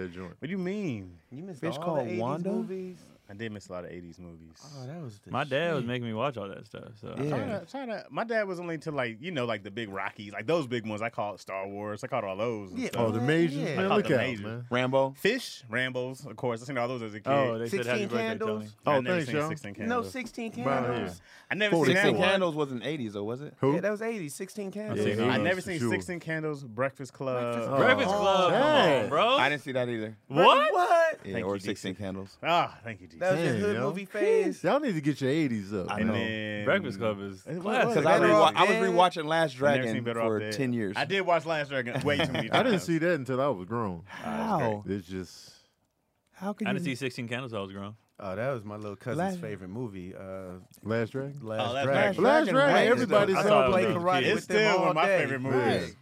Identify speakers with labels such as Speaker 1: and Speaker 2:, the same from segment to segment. Speaker 1: joint.
Speaker 2: What do you mean?
Speaker 3: You missed
Speaker 2: Bitch
Speaker 3: all
Speaker 2: called
Speaker 3: the 80s
Speaker 2: Wanda?
Speaker 3: movies.
Speaker 2: I did miss a lot of '80s movies.
Speaker 3: Oh, that was the
Speaker 1: My dad was
Speaker 3: shit.
Speaker 1: making me watch all that stuff. So
Speaker 2: Try
Speaker 1: yeah.
Speaker 3: Yeah.
Speaker 2: to, try to, my dad was only into like you know like the big Rockies, like those big ones. I called Star Wars. I called all those. and
Speaker 3: Yeah.
Speaker 2: stuff.
Speaker 3: Oh,
Speaker 1: Oh,
Speaker 3: the
Speaker 1: the
Speaker 3: Yeah.
Speaker 1: majors.
Speaker 3: majors, man,
Speaker 1: Man,
Speaker 2: I look
Speaker 1: look
Speaker 2: thought the
Speaker 1: out,
Speaker 2: out, majors.
Speaker 1: man.
Speaker 2: man.
Speaker 4: Rambo.
Speaker 2: Fish, Rambles, of course. I seen all those as a kid.
Speaker 1: Oh, they said happy
Speaker 3: 16
Speaker 1: birthday, Tony.
Speaker 3: candles?
Speaker 2: I
Speaker 4: Oh,
Speaker 2: never
Speaker 4: thanks,
Speaker 2: seen
Speaker 4: y'all.
Speaker 2: 16
Speaker 3: No,
Speaker 2: candles.
Speaker 3: 16
Speaker 4: Bro,
Speaker 3: candles.
Speaker 2: I never seen
Speaker 4: 16
Speaker 2: that one.
Speaker 4: Candles wasn't 80s, though, was it?
Speaker 3: Yeah,
Speaker 4: Who?
Speaker 3: that was 80s. 16 candles.
Speaker 1: seen
Speaker 2: I
Speaker 1: Yeah,
Speaker 2: never
Speaker 1: for
Speaker 2: seen
Speaker 1: sure.
Speaker 2: 16 Candles, Breakfast Club.
Speaker 3: Club.
Speaker 1: Breakfast
Speaker 3: Oh,
Speaker 1: Club, come
Speaker 4: yeah.
Speaker 1: on, bro.
Speaker 4: I didn't see that either.
Speaker 1: what?
Speaker 3: What?
Speaker 4: Yeah,
Speaker 2: Thank
Speaker 4: or
Speaker 2: you,
Speaker 4: 16 Candles.
Speaker 2: Ah, thank you, Jesus.
Speaker 3: That was your
Speaker 4: Dang,
Speaker 3: hood
Speaker 4: yo.
Speaker 3: movie phase.
Speaker 4: That-
Speaker 1: Y'all need to get your eighties up.
Speaker 4: I
Speaker 2: and
Speaker 4: know.
Speaker 2: then
Speaker 1: Breakfast Club is
Speaker 2: It was-
Speaker 1: classic.
Speaker 4: Because I,
Speaker 3: Better
Speaker 4: rewa-
Speaker 3: Off
Speaker 4: I was
Speaker 3: Dead.
Speaker 4: rewatching Last
Speaker 2: I've never seen
Speaker 4: Dragon
Speaker 2: Better Off
Speaker 4: for
Speaker 2: Dead.
Speaker 4: 10 years.
Speaker 2: I did watch Last Dragon way too many times.
Speaker 5: I didn't see that until I was grown.
Speaker 3: How?
Speaker 5: It's just
Speaker 3: How could
Speaker 1: I
Speaker 3: you?
Speaker 1: didn't see 16 Candles when I was grown.
Speaker 3: Oh, that was my little cousin's
Speaker 4: Last-
Speaker 3: favorite movie. Uh,
Speaker 5: Last Dragon.
Speaker 3: Last
Speaker 2: Last
Speaker 3: Dragon.
Speaker 2: Dragon.
Speaker 5: Last Dragon,
Speaker 3: Wang.
Speaker 5: everybody
Speaker 3: I
Speaker 5: saw
Speaker 3: saw
Speaker 5: it
Speaker 3: play
Speaker 5: when I was a
Speaker 3: karate
Speaker 5: kid.
Speaker 2: It's
Speaker 3: with them
Speaker 2: still one
Speaker 3: all
Speaker 2: of my
Speaker 3: day.
Speaker 2: favorite movies.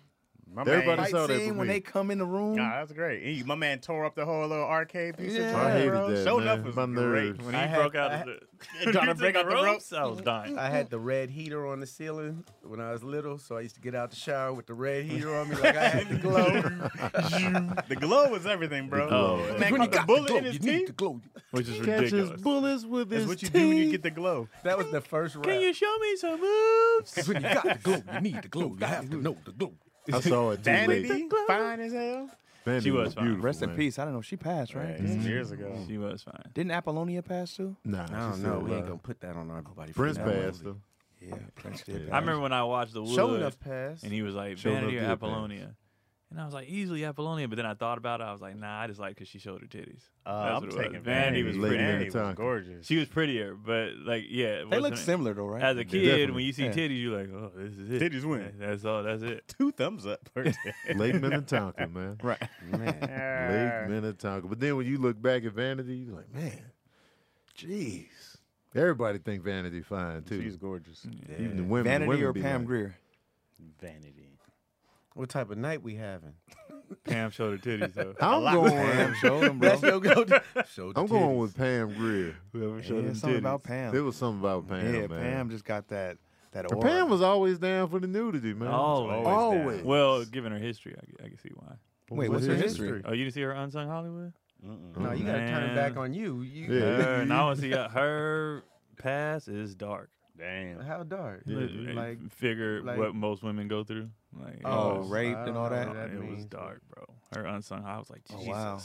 Speaker 2: My
Speaker 5: Everybody
Speaker 2: man,
Speaker 5: saw-
Speaker 3: Fight
Speaker 5: that
Speaker 3: scene
Speaker 5: for
Speaker 3: when
Speaker 5: me.
Speaker 3: they come in the room.
Speaker 5: Mm-hmm.
Speaker 2: Nah, that's great. He, my man tore up the whole little arcade piece.
Speaker 3: Yeah.
Speaker 2: of
Speaker 5: I hated
Speaker 2: bro.
Speaker 5: that.
Speaker 2: Show
Speaker 5: man.
Speaker 2: enough was
Speaker 5: My
Speaker 2: great.
Speaker 5: nerves.
Speaker 1: When he
Speaker 3: I had-
Speaker 1: broke out
Speaker 3: I
Speaker 1: of
Speaker 3: had-
Speaker 1: the,
Speaker 2: Trying to
Speaker 1: took
Speaker 2: break out the ropes?
Speaker 1: I was dying.
Speaker 3: I had the red heater on the ceiling when I was little, so I used to get out the shower with the red heater on me, like I had the glow.
Speaker 2: the glow was everything, bro.
Speaker 1: glow.
Speaker 2: Man
Speaker 1: When you
Speaker 2: caught the bullet in his teeth.
Speaker 3: glow.
Speaker 1: Which is
Speaker 5: Catches
Speaker 1: ridiculous.
Speaker 5: bullets with
Speaker 2: That's
Speaker 5: his
Speaker 2: what you
Speaker 5: teeth.
Speaker 2: do when you get the glow.
Speaker 3: That was the first round.
Speaker 1: Can you show me some moves?
Speaker 3: when you got the glow, you need the glow. You have to know the glow.
Speaker 5: I saw it too late.
Speaker 2: Vanity, fine as hell.
Speaker 5: Vanity
Speaker 1: She was fine.
Speaker 5: beautiful.
Speaker 4: Rest in
Speaker 5: man.
Speaker 4: peace. I don't know. She passed, right?
Speaker 2: Right, this was years ago.
Speaker 1: she was fine.
Speaker 4: Didn't Apollonia pass too?
Speaker 5: Nah,
Speaker 3: I
Speaker 5: she's
Speaker 3: don't
Speaker 5: still
Speaker 3: know. We ain't
Speaker 5: alive.
Speaker 3: gonna put that on everybody.
Speaker 5: Prince passed though.
Speaker 3: Yeah, Prince did.
Speaker 1: I remember when I watched The Wood,
Speaker 3: Show enough passed.
Speaker 1: and he was like,
Speaker 5: Show
Speaker 1: Vanity
Speaker 5: enough
Speaker 1: or
Speaker 5: did
Speaker 1: Apollonia? And I was like, easily Apollonia. But then I thought about it. I was like, nah, I just like because she showed her titties.
Speaker 2: Uh,
Speaker 1: That's
Speaker 2: I'm
Speaker 1: what it was.
Speaker 2: taking
Speaker 1: Vanity
Speaker 2: Vanity.
Speaker 1: was
Speaker 5: Lady
Speaker 1: pretty.
Speaker 5: in the
Speaker 2: Vanity was
Speaker 5: Tonka.
Speaker 2: gorgeous.
Speaker 1: She was prettier, but like, yeah.
Speaker 4: They
Speaker 1: what's
Speaker 4: look
Speaker 1: her name?
Speaker 4: similar though, right?
Speaker 1: As a kid,
Speaker 5: Definitely.
Speaker 1: when you see
Speaker 4: Yeah.
Speaker 1: titties, you're like, oh, this is it.
Speaker 2: Titties win.
Speaker 1: That- That's all. That's it.
Speaker 2: two thumbs up. Late
Speaker 5: Late Minnetonka, man.
Speaker 4: right.
Speaker 3: Man,
Speaker 5: Late Minnetonka. But then when you look back at Vanity, you're like, man, jeez. Everybody think Vanity fine too.
Speaker 2: She's gorgeous.
Speaker 5: Even the women. the
Speaker 4: Vanity
Speaker 5: women
Speaker 4: or
Speaker 5: be
Speaker 4: Pam
Speaker 5: like,
Speaker 4: Greer?
Speaker 2: Vanity.
Speaker 3: what type of night we having?
Speaker 1: Pam showed her titties, though.
Speaker 5: I'm
Speaker 4: Pam
Speaker 5: going.
Speaker 4: showed them, bro.
Speaker 3: your go.
Speaker 5: I'm going with Pam Greer.
Speaker 1: Whoever showed
Speaker 4: Yeah,
Speaker 1: them
Speaker 4: something
Speaker 1: titties.
Speaker 4: about Pam.
Speaker 5: There was something about Pam.
Speaker 4: yeah,
Speaker 5: man.
Speaker 4: Pam just got that that
Speaker 5: And
Speaker 4: aura.
Speaker 5: Pam was always down for the nudity, man.
Speaker 1: Always.
Speaker 2: Always down.
Speaker 1: Well, given her history, I, can- I can see why.
Speaker 4: Wait, what's her history?
Speaker 1: Oh, you didn't see her Unsung Hollywood?
Speaker 3: No, you gotta turn
Speaker 1: Man.
Speaker 3: it back on you. You
Speaker 5: Yeah.
Speaker 1: Her, and I want to see her, her past is dark.
Speaker 2: Damn.
Speaker 3: how dark?
Speaker 5: Yeah,
Speaker 1: Literally,
Speaker 3: like-
Speaker 1: figure
Speaker 3: like-
Speaker 1: what most women go through. Like, it
Speaker 4: Oh,
Speaker 1: was-
Speaker 4: raped
Speaker 3: I
Speaker 4: and
Speaker 3: don't
Speaker 4: all
Speaker 3: know
Speaker 4: that?
Speaker 3: what
Speaker 1: it was
Speaker 3: means, but
Speaker 1: dark, bro. Her unsung, I was like,
Speaker 4: Oh,
Speaker 1: Jesus.
Speaker 4: wow.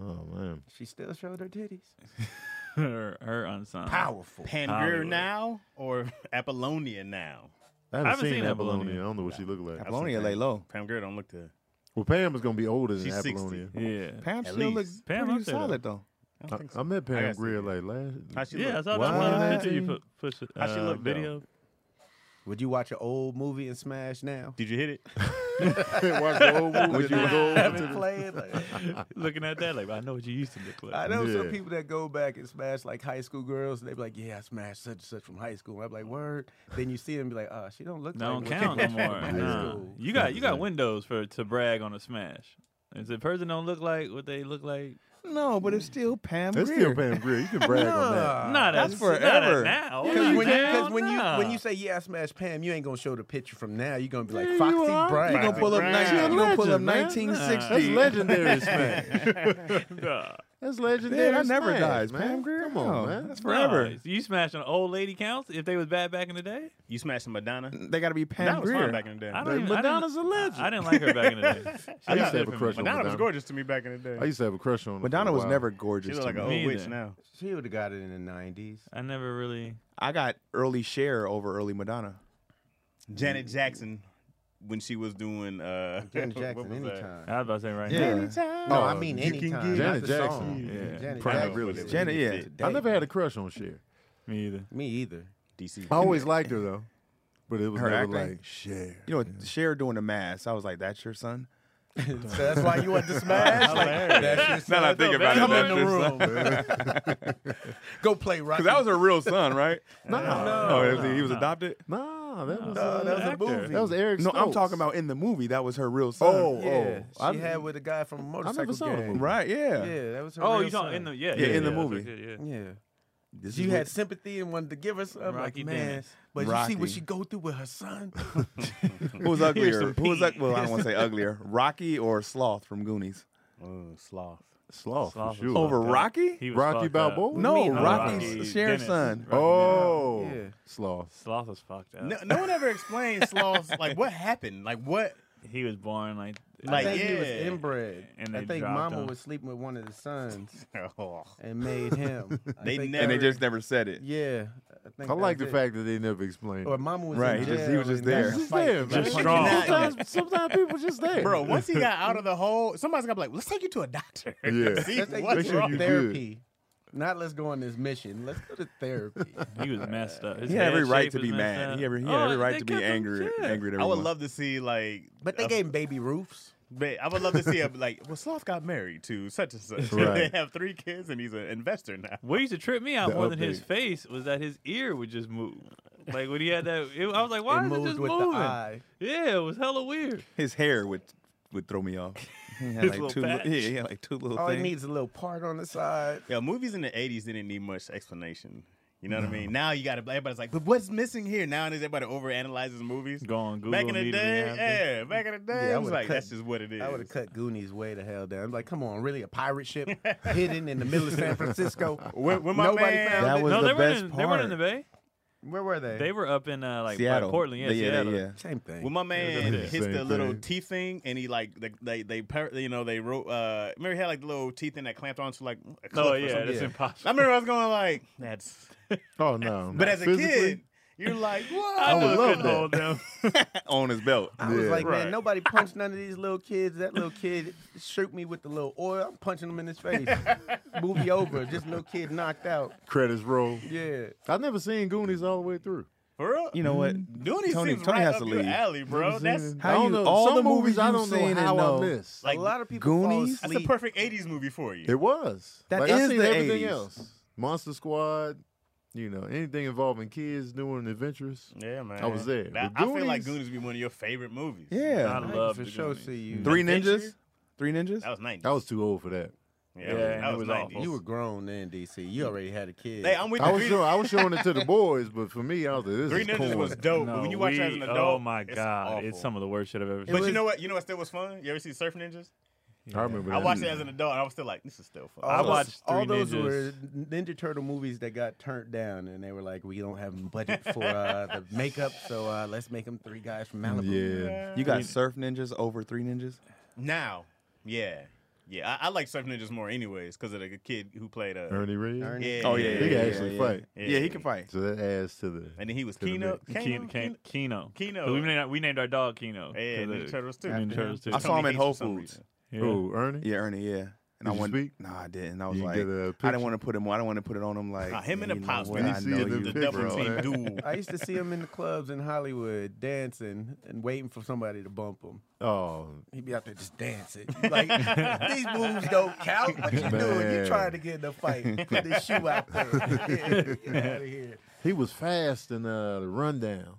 Speaker 5: Oh man.
Speaker 3: She still showed her titties.
Speaker 1: her, her unsung.
Speaker 3: Powerful.
Speaker 2: Pangreer now or Apollonia now?
Speaker 5: I haven't,
Speaker 1: haven't
Speaker 5: seen,
Speaker 1: seen
Speaker 5: Apollonia.
Speaker 1: Apollonia.
Speaker 5: I don't know what she looked like.
Speaker 4: Apollonia lay low.
Speaker 2: Pam Greer don't look the.
Speaker 5: Well, Pam is gonna be older than
Speaker 2: She's 60.
Speaker 5: Apollonia.
Speaker 1: Yeah.
Speaker 4: Pam
Speaker 2: At
Speaker 4: still looks
Speaker 2: least.
Speaker 1: Pam
Speaker 4: pretty
Speaker 1: up there, though.
Speaker 4: solid though.
Speaker 2: I
Speaker 5: I,
Speaker 2: don't think
Speaker 5: I
Speaker 2: so.
Speaker 5: met
Speaker 2: I
Speaker 5: Pam
Speaker 2: gotta see
Speaker 5: Greer
Speaker 2: it.
Speaker 5: like last.
Speaker 2: How she
Speaker 1: Yeah, I
Speaker 2: look?
Speaker 1: saw that one
Speaker 5: Wow.
Speaker 1: picture you put, push, uh,
Speaker 2: How she look, though?
Speaker 1: video.
Speaker 3: Would you watch an old movie and smash now?
Speaker 2: Did you hit it?
Speaker 5: Watch the whole movie.
Speaker 1: Would you
Speaker 5: and
Speaker 1: go
Speaker 5: then
Speaker 3: Haven't played. Like,
Speaker 1: Looking at that, like, I know what you used to look like.
Speaker 3: I know some
Speaker 5: Yeah.
Speaker 3: people that go back and smash like high school girls. They be like, "Yeah, I smashed such and such from high school." I'm like, "Word." Then you see them be like, "Oh, she don't look."
Speaker 1: No, don't
Speaker 3: like
Speaker 1: count no more.
Speaker 3: High
Speaker 1: Nah.
Speaker 3: school.
Speaker 1: You got you got windows for to brag on a smash. If the person don't look like what they look like,
Speaker 4: No, but it's still Pam
Speaker 5: That's
Speaker 4: Grier.
Speaker 5: still Pam Greer. You can brag on that.
Speaker 3: Uh,
Speaker 1: not
Speaker 4: that's
Speaker 1: as,
Speaker 4: forever.
Speaker 1: Not as now,
Speaker 3: Because
Speaker 1: Not
Speaker 3: when,
Speaker 1: now,
Speaker 3: 'cause when you
Speaker 1: nah.
Speaker 3: when you say yeah, I smashed Pam, you ain't gonna show the picture from now. You're gonna be like
Speaker 5: Yeah, you
Speaker 3: Foxy
Speaker 5: are.
Speaker 3: Brown.
Speaker 4: You gonna pull up,
Speaker 2: Brown.
Speaker 4: nine- you gonna pull up
Speaker 5: Legend, man.
Speaker 4: 1960.
Speaker 5: That's legendary smash.
Speaker 1: Nah.
Speaker 5: That's legendary.
Speaker 4: Man, I never
Speaker 5: smash,
Speaker 4: dies,
Speaker 5: man.
Speaker 4: Pam Grier.
Speaker 5: Come on,
Speaker 4: No,
Speaker 5: man.
Speaker 4: That's forever.
Speaker 1: Nah, You smash on old lady counts if they was bad back in the day.
Speaker 2: You smashed some Madonna.
Speaker 4: They got to be Pam
Speaker 2: That was
Speaker 4: Grier.
Speaker 2: fun back in the day.
Speaker 1: I
Speaker 2: Madonna,
Speaker 1: don't even,
Speaker 5: Madonna's
Speaker 1: I
Speaker 5: a
Speaker 1: didn't,
Speaker 5: legend.
Speaker 1: I didn't like her back in the day.
Speaker 5: I
Speaker 1: She
Speaker 5: used
Speaker 1: got
Speaker 5: to have a
Speaker 1: different
Speaker 5: crush
Speaker 1: from
Speaker 5: on
Speaker 1: me.
Speaker 5: Madonna.
Speaker 2: was gorgeous to me back in the
Speaker 5: I
Speaker 2: day.
Speaker 5: used to have a crush on
Speaker 4: Madonna
Speaker 5: for a
Speaker 4: was
Speaker 5: while.
Speaker 4: never
Speaker 2: She
Speaker 4: gorgeous.
Speaker 2: look like
Speaker 4: to
Speaker 2: an
Speaker 4: me.
Speaker 2: old witch
Speaker 1: Neither.
Speaker 2: now.
Speaker 3: She would have got it in the '90s.
Speaker 1: I never really.
Speaker 4: I got early Cher over early Madonna.
Speaker 2: Janet Jackson when she was doing uh
Speaker 3: Janet
Speaker 2: what
Speaker 3: Jackson
Speaker 2: was that?
Speaker 3: anytime.
Speaker 1: I was about to say right
Speaker 4: Yeah.
Speaker 1: now.
Speaker 3: No,
Speaker 5: Oh,
Speaker 3: I mean
Speaker 5: you can
Speaker 3: anytime.
Speaker 5: get-
Speaker 3: not
Speaker 5: Janet
Speaker 3: the
Speaker 5: Jackson.
Speaker 3: song.
Speaker 1: Yeah.
Speaker 3: Janet
Speaker 5: Prime
Speaker 3: Jackson.
Speaker 5: ability.
Speaker 3: was
Speaker 4: Janet, yeah.
Speaker 3: the
Speaker 5: I
Speaker 3: day.
Speaker 5: never had a crush on Cher.
Speaker 1: Me either.
Speaker 3: Me either.
Speaker 2: DC.
Speaker 5: I always liked her though, but it was
Speaker 4: Her
Speaker 5: never
Speaker 4: acting?
Speaker 5: like Cher.
Speaker 4: You know, Cher doing the mass. I was like, that's your son?
Speaker 3: so that's why you want to smash. like, that's
Speaker 4: Now that I think about it,
Speaker 3: Come
Speaker 4: that's
Speaker 3: in the
Speaker 4: your
Speaker 3: room.
Speaker 4: son.
Speaker 3: Go play rock.
Speaker 4: Because that was her real son, right?
Speaker 5: No,
Speaker 4: Oh, he was- he was adopted?
Speaker 5: Nah, that was
Speaker 3: No, Oh,
Speaker 5: uh,
Speaker 3: that was a movie.
Speaker 5: that was Eric.
Speaker 4: No, I'm
Speaker 5: Stoltz.
Speaker 4: talking about in the movie. That was her real son.
Speaker 5: Oh,
Speaker 3: Yeah,
Speaker 5: oh, I-
Speaker 3: she had with a guy from a motorcycle
Speaker 5: saw the
Speaker 3: gang.
Speaker 5: movie.
Speaker 4: Right, yeah.
Speaker 3: Yeah, that was her.
Speaker 1: Oh,
Speaker 3: real
Speaker 1: you talking
Speaker 3: son.
Speaker 1: in the yeah
Speaker 5: Yeah, in the
Speaker 1: that's
Speaker 5: movie.
Speaker 1: what- yeah, yeah.
Speaker 3: yeah.
Speaker 4: This
Speaker 3: You
Speaker 4: is
Speaker 3: had
Speaker 4: what-
Speaker 3: sympathy and wanted to give her some. like,
Speaker 1: Rocky
Speaker 3: man,
Speaker 1: Dennis.
Speaker 3: but you see what
Speaker 4: Rocky.
Speaker 3: she go through with her son.
Speaker 4: who was uglier?
Speaker 1: some
Speaker 4: Who was
Speaker 1: pee.
Speaker 4: ug- well, I don't want to say uglier. Rocky or Sloth from Goonies?
Speaker 2: Oh, sloth.
Speaker 5: Oh,
Speaker 4: Sloth,
Speaker 1: Sloth was
Speaker 4: for sure.
Speaker 1: fucked
Speaker 4: Over
Speaker 1: up.
Speaker 4: Rocky?
Speaker 1: He was
Speaker 5: Rocky
Speaker 1: fucked up.
Speaker 5: Balboa?
Speaker 4: no,
Speaker 3: mean,
Speaker 4: Rocky's
Speaker 1: Rocky
Speaker 4: Sharon's
Speaker 1: Dennis.
Speaker 4: son.
Speaker 1: Rocky
Speaker 4: oh,
Speaker 3: Yeah.
Speaker 4: sloth.
Speaker 1: Sloth was fucked up.
Speaker 2: No, no one ever explains sloths. Like what happened? Like what?
Speaker 1: He was born like
Speaker 3: I
Speaker 2: Like,
Speaker 3: think he was
Speaker 2: yeah.
Speaker 3: inbred.
Speaker 1: And
Speaker 3: I
Speaker 1: they
Speaker 3: think
Speaker 1: dropped
Speaker 3: Mama
Speaker 1: him.
Speaker 3: was sleeping with one of the sons
Speaker 2: Oh,
Speaker 3: and made him. I
Speaker 2: They
Speaker 3: think
Speaker 2: never-
Speaker 4: And they
Speaker 3: that-
Speaker 4: just never said it.
Speaker 3: yeah. I, think
Speaker 5: I like the
Speaker 3: that's it.
Speaker 5: fact that they never explained.
Speaker 3: Or Mama was
Speaker 4: Right,
Speaker 3: In
Speaker 4: he
Speaker 3: jail
Speaker 4: just- he was just
Speaker 3: and got in
Speaker 4: there.
Speaker 3: a
Speaker 5: Just
Speaker 3: fight.
Speaker 5: there, man.
Speaker 1: Just
Speaker 2: strong.
Speaker 5: Sometimes, sometimes people just there,
Speaker 2: bro! Once he got out of the hole, somebody's gonna be like, "Let's take you to a doctor."
Speaker 5: Yeah.
Speaker 2: See
Speaker 3: Let's take
Speaker 2: what's
Speaker 3: you to
Speaker 5: sure
Speaker 2: wrong.
Speaker 5: you- good.
Speaker 3: therapy. Not let's go on this mission. Let's go to therapy.
Speaker 1: He was messed up. His
Speaker 4: He had every
Speaker 1: head
Speaker 4: right
Speaker 1: shape
Speaker 4: to
Speaker 1: was
Speaker 4: be
Speaker 1: messed
Speaker 4: mad.
Speaker 1: up.
Speaker 4: He, ever, he had
Speaker 1: Oh,
Speaker 4: every right
Speaker 1: they
Speaker 4: to be
Speaker 1: kept him,
Speaker 4: angry,
Speaker 1: yeah.
Speaker 4: angry at
Speaker 2: I would
Speaker 4: everyone.
Speaker 2: love to see like,
Speaker 3: But they
Speaker 2: a-
Speaker 3: gave him baby roofs.
Speaker 2: But I would love to see a like. Well, Sloth got married to such and such.
Speaker 5: Right.
Speaker 2: they have three kids, and he's an investor now.
Speaker 1: What used to trip me out
Speaker 5: The
Speaker 1: more than his
Speaker 5: update.
Speaker 1: face was that his ear would just move. Like when he had that, it, I was like, why
Speaker 3: it
Speaker 1: is it
Speaker 3: moved
Speaker 1: just
Speaker 3: with
Speaker 1: moving?
Speaker 3: the eye.
Speaker 1: Yeah, it was hella weird.
Speaker 4: His hair would would throw me off. He had
Speaker 1: His
Speaker 4: like
Speaker 1: little
Speaker 4: two, li-
Speaker 1: patch.
Speaker 4: yeah, he had like two little
Speaker 3: All Oh, he
Speaker 4: things.
Speaker 3: needs is a little part on the side.
Speaker 2: Yeah, movies in the '80s didn't need much explanation. You know what I mean? Now you got to. Everybody's like, but what's missing here? Nowadays, everybody overanalyzes movies.
Speaker 1: Go on Google.
Speaker 2: back in the
Speaker 1: immediately
Speaker 2: day,
Speaker 1: after.
Speaker 2: yeah, back in the day,
Speaker 3: Yeah, I
Speaker 2: I was
Speaker 3: would've
Speaker 2: like,
Speaker 3: cut-
Speaker 2: that's just what it is.
Speaker 3: I would have cut Goonies way the hell down. Like, come on, really? A pirate ship hidden in the middle of San Francisco?
Speaker 2: When, when my
Speaker 3: Nobody
Speaker 2: man,
Speaker 3: found
Speaker 4: That
Speaker 3: it?
Speaker 4: was
Speaker 1: No,
Speaker 4: the
Speaker 1: they weren't.
Speaker 4: best
Speaker 1: In, they weren't in the
Speaker 4: part.
Speaker 1: Bay.
Speaker 3: Where were they?
Speaker 1: They were up in uh, like by
Speaker 4: Seattle,
Speaker 1: Portland. Yeah,
Speaker 4: They- yeah,
Speaker 1: Seattle.
Speaker 4: they- yeah.
Speaker 3: Same thing.
Speaker 2: When my man
Speaker 1: the
Speaker 2: hits the
Speaker 5: same
Speaker 2: little
Speaker 5: thing.
Speaker 2: teeth thing, and he like they they, they par- you know they wrote uh remember he had like the little teeth thing that clamped onto like a cliff
Speaker 1: Oh
Speaker 2: or
Speaker 1: yeah,
Speaker 2: something?
Speaker 1: that's
Speaker 3: Yeah.
Speaker 2: I
Speaker 1: impossible.
Speaker 2: remember I was going like that's
Speaker 5: Oh no!
Speaker 2: But
Speaker 5: no.
Speaker 2: as a
Speaker 5: Physically,
Speaker 2: kid, you're like, whoa.
Speaker 1: I,
Speaker 5: would
Speaker 1: knew it
Speaker 5: love
Speaker 1: couldn't
Speaker 5: that.
Speaker 1: hold them.
Speaker 4: on his belt.
Speaker 3: I was
Speaker 5: Yeah.
Speaker 3: like, man,
Speaker 2: Right.
Speaker 3: nobody punched none of these little kids. That little kid shoot me with the little oil. I'm punching him in his face. Movie over. Just little kid knocked out.
Speaker 5: credits roll.
Speaker 3: Yeah.
Speaker 5: I've never seen Goonies all the way through.
Speaker 2: For real?
Speaker 4: You know what?
Speaker 3: "Mm,
Speaker 2: Dooney
Speaker 4: Tony-
Speaker 2: seems
Speaker 4: Tony
Speaker 2: right
Speaker 4: has
Speaker 2: up
Speaker 4: to
Speaker 2: your
Speaker 4: leave.
Speaker 2: alley, bro.
Speaker 5: Never
Speaker 2: That's
Speaker 5: seen it.
Speaker 4: How
Speaker 5: I don't
Speaker 4: you-
Speaker 5: know.
Speaker 4: all
Speaker 5: Some
Speaker 4: the movies
Speaker 5: movies I
Speaker 4: you've
Speaker 5: don't know
Speaker 4: seen
Speaker 5: how
Speaker 4: and know.
Speaker 5: I missed.
Speaker 2: like
Speaker 3: a lot of people
Speaker 4: Goonies?
Speaker 3: fall
Speaker 2: that's the
Speaker 3: asleep.
Speaker 2: perfect '80s movie for you.
Speaker 5: It was.
Speaker 4: That
Speaker 5: That is
Speaker 4: is
Speaker 5: I seen
Speaker 4: the
Speaker 5: everything
Speaker 4: 80s.
Speaker 5: else. Monster Squad, you know, anything involving kids doing adventures.
Speaker 2: Yeah, man.
Speaker 5: I was there.
Speaker 2: That-
Speaker 5: The
Speaker 2: I feel
Speaker 5: Goonies-
Speaker 2: like Goonies would be one of your favorite movies.
Speaker 1: I
Speaker 4: Yeah.
Speaker 3: I
Speaker 1: love
Speaker 3: for
Speaker 1: the
Speaker 3: sure
Speaker 1: Goonies.
Speaker 3: see you.
Speaker 4: Three
Speaker 2: Adventure?
Speaker 4: ninjas? Three ninjas?
Speaker 2: that was '90s.
Speaker 5: I was too old for that.
Speaker 2: yeah,
Speaker 1: Yeah,
Speaker 2: that
Speaker 1: it
Speaker 2: was
Speaker 1: was
Speaker 2: 90s.
Speaker 1: awful.
Speaker 3: You were grown then, DC. You already had a kid.
Speaker 2: Hey, I'm with
Speaker 5: I
Speaker 2: you.
Speaker 5: was showing, I was showing it to the boys, but for me, I was like, this
Speaker 2: Three
Speaker 5: is
Speaker 2: Ninjas
Speaker 5: corn.
Speaker 2: was dope, but when you watch it as an
Speaker 1: we-
Speaker 2: adult,
Speaker 1: oh my
Speaker 2: it's
Speaker 1: god,
Speaker 2: awful.
Speaker 1: it's some of the worst shit I've ever seen.
Speaker 2: But
Speaker 3: was-
Speaker 2: you know what? You know what still was fun? You ever see Surf Ninjas?
Speaker 5: I remember.
Speaker 2: I
Speaker 5: that.
Speaker 2: watched it as an adult, and I was still like, "This is still fun."
Speaker 3: All
Speaker 1: I
Speaker 3: those-
Speaker 1: watched
Speaker 3: all
Speaker 1: Three
Speaker 3: those
Speaker 1: Ninjas.
Speaker 3: were Ninja Turtle movies that got turned down, and they were like, "We don't have budget for uh, the makeup, so uh, let's make them three guys from Malibu."
Speaker 5: Yeah,
Speaker 4: You got surf ninjas over three ninjas?
Speaker 2: Now, yeah, yeah, I, I like Surf Ninjas more, anyways, because of the kid who played uh,
Speaker 5: Ernie Red.
Speaker 3: Ernie.
Speaker 2: Yeah,
Speaker 4: Oh, yeah,
Speaker 5: He can
Speaker 4: yeah,
Speaker 5: actually
Speaker 4: yeah.
Speaker 5: fight.
Speaker 4: Yeah,
Speaker 2: Yeah.
Speaker 4: he can fight.
Speaker 5: So that adds to the.
Speaker 2: And then he was
Speaker 5: To the
Speaker 2: Keno.
Speaker 5: mix.
Speaker 1: Keno,
Speaker 2: Keno?
Speaker 1: Keno, Keno.
Speaker 2: Keno.
Speaker 1: But We named, we named our dog Keno.
Speaker 2: Yeah, Ninja Turtles too.
Speaker 1: Ninja Turtles too.
Speaker 4: I saw him at
Speaker 2: hates
Speaker 4: Whole
Speaker 2: for some
Speaker 4: Foods.
Speaker 2: reason.
Speaker 1: Yeah.
Speaker 5: Oh, Ernie.
Speaker 4: Yeah, Ernie, yeah. And I
Speaker 5: Did you
Speaker 4: went,
Speaker 5: speak?
Speaker 4: nah, I didn't. I was
Speaker 5: You
Speaker 4: like, I
Speaker 5: get a
Speaker 4: didn't
Speaker 5: picture?
Speaker 4: want to put him. I don't want to put it on him. Like
Speaker 2: Nah, him and
Speaker 4: "Man,
Speaker 2: the
Speaker 4: you
Speaker 2: Pops,
Speaker 4: know
Speaker 2: man,
Speaker 4: what?
Speaker 5: I
Speaker 4: I
Speaker 5: see
Speaker 4: know
Speaker 5: it in
Speaker 4: you,
Speaker 5: the
Speaker 2: The
Speaker 5: Big
Speaker 2: double
Speaker 5: bro,
Speaker 2: team
Speaker 5: man.
Speaker 2: duel.
Speaker 3: I used to see him in the clubs in Hollywood dancing and waiting for somebody to bump him.
Speaker 5: Oh,
Speaker 3: He'd be out there just dancing. Like these moves don't count. What you doing? You
Speaker 5: Man.
Speaker 3: trying to get in a fight? Put this shoe out there. Yeah, get out of here.
Speaker 5: he was fast in uh, the rundown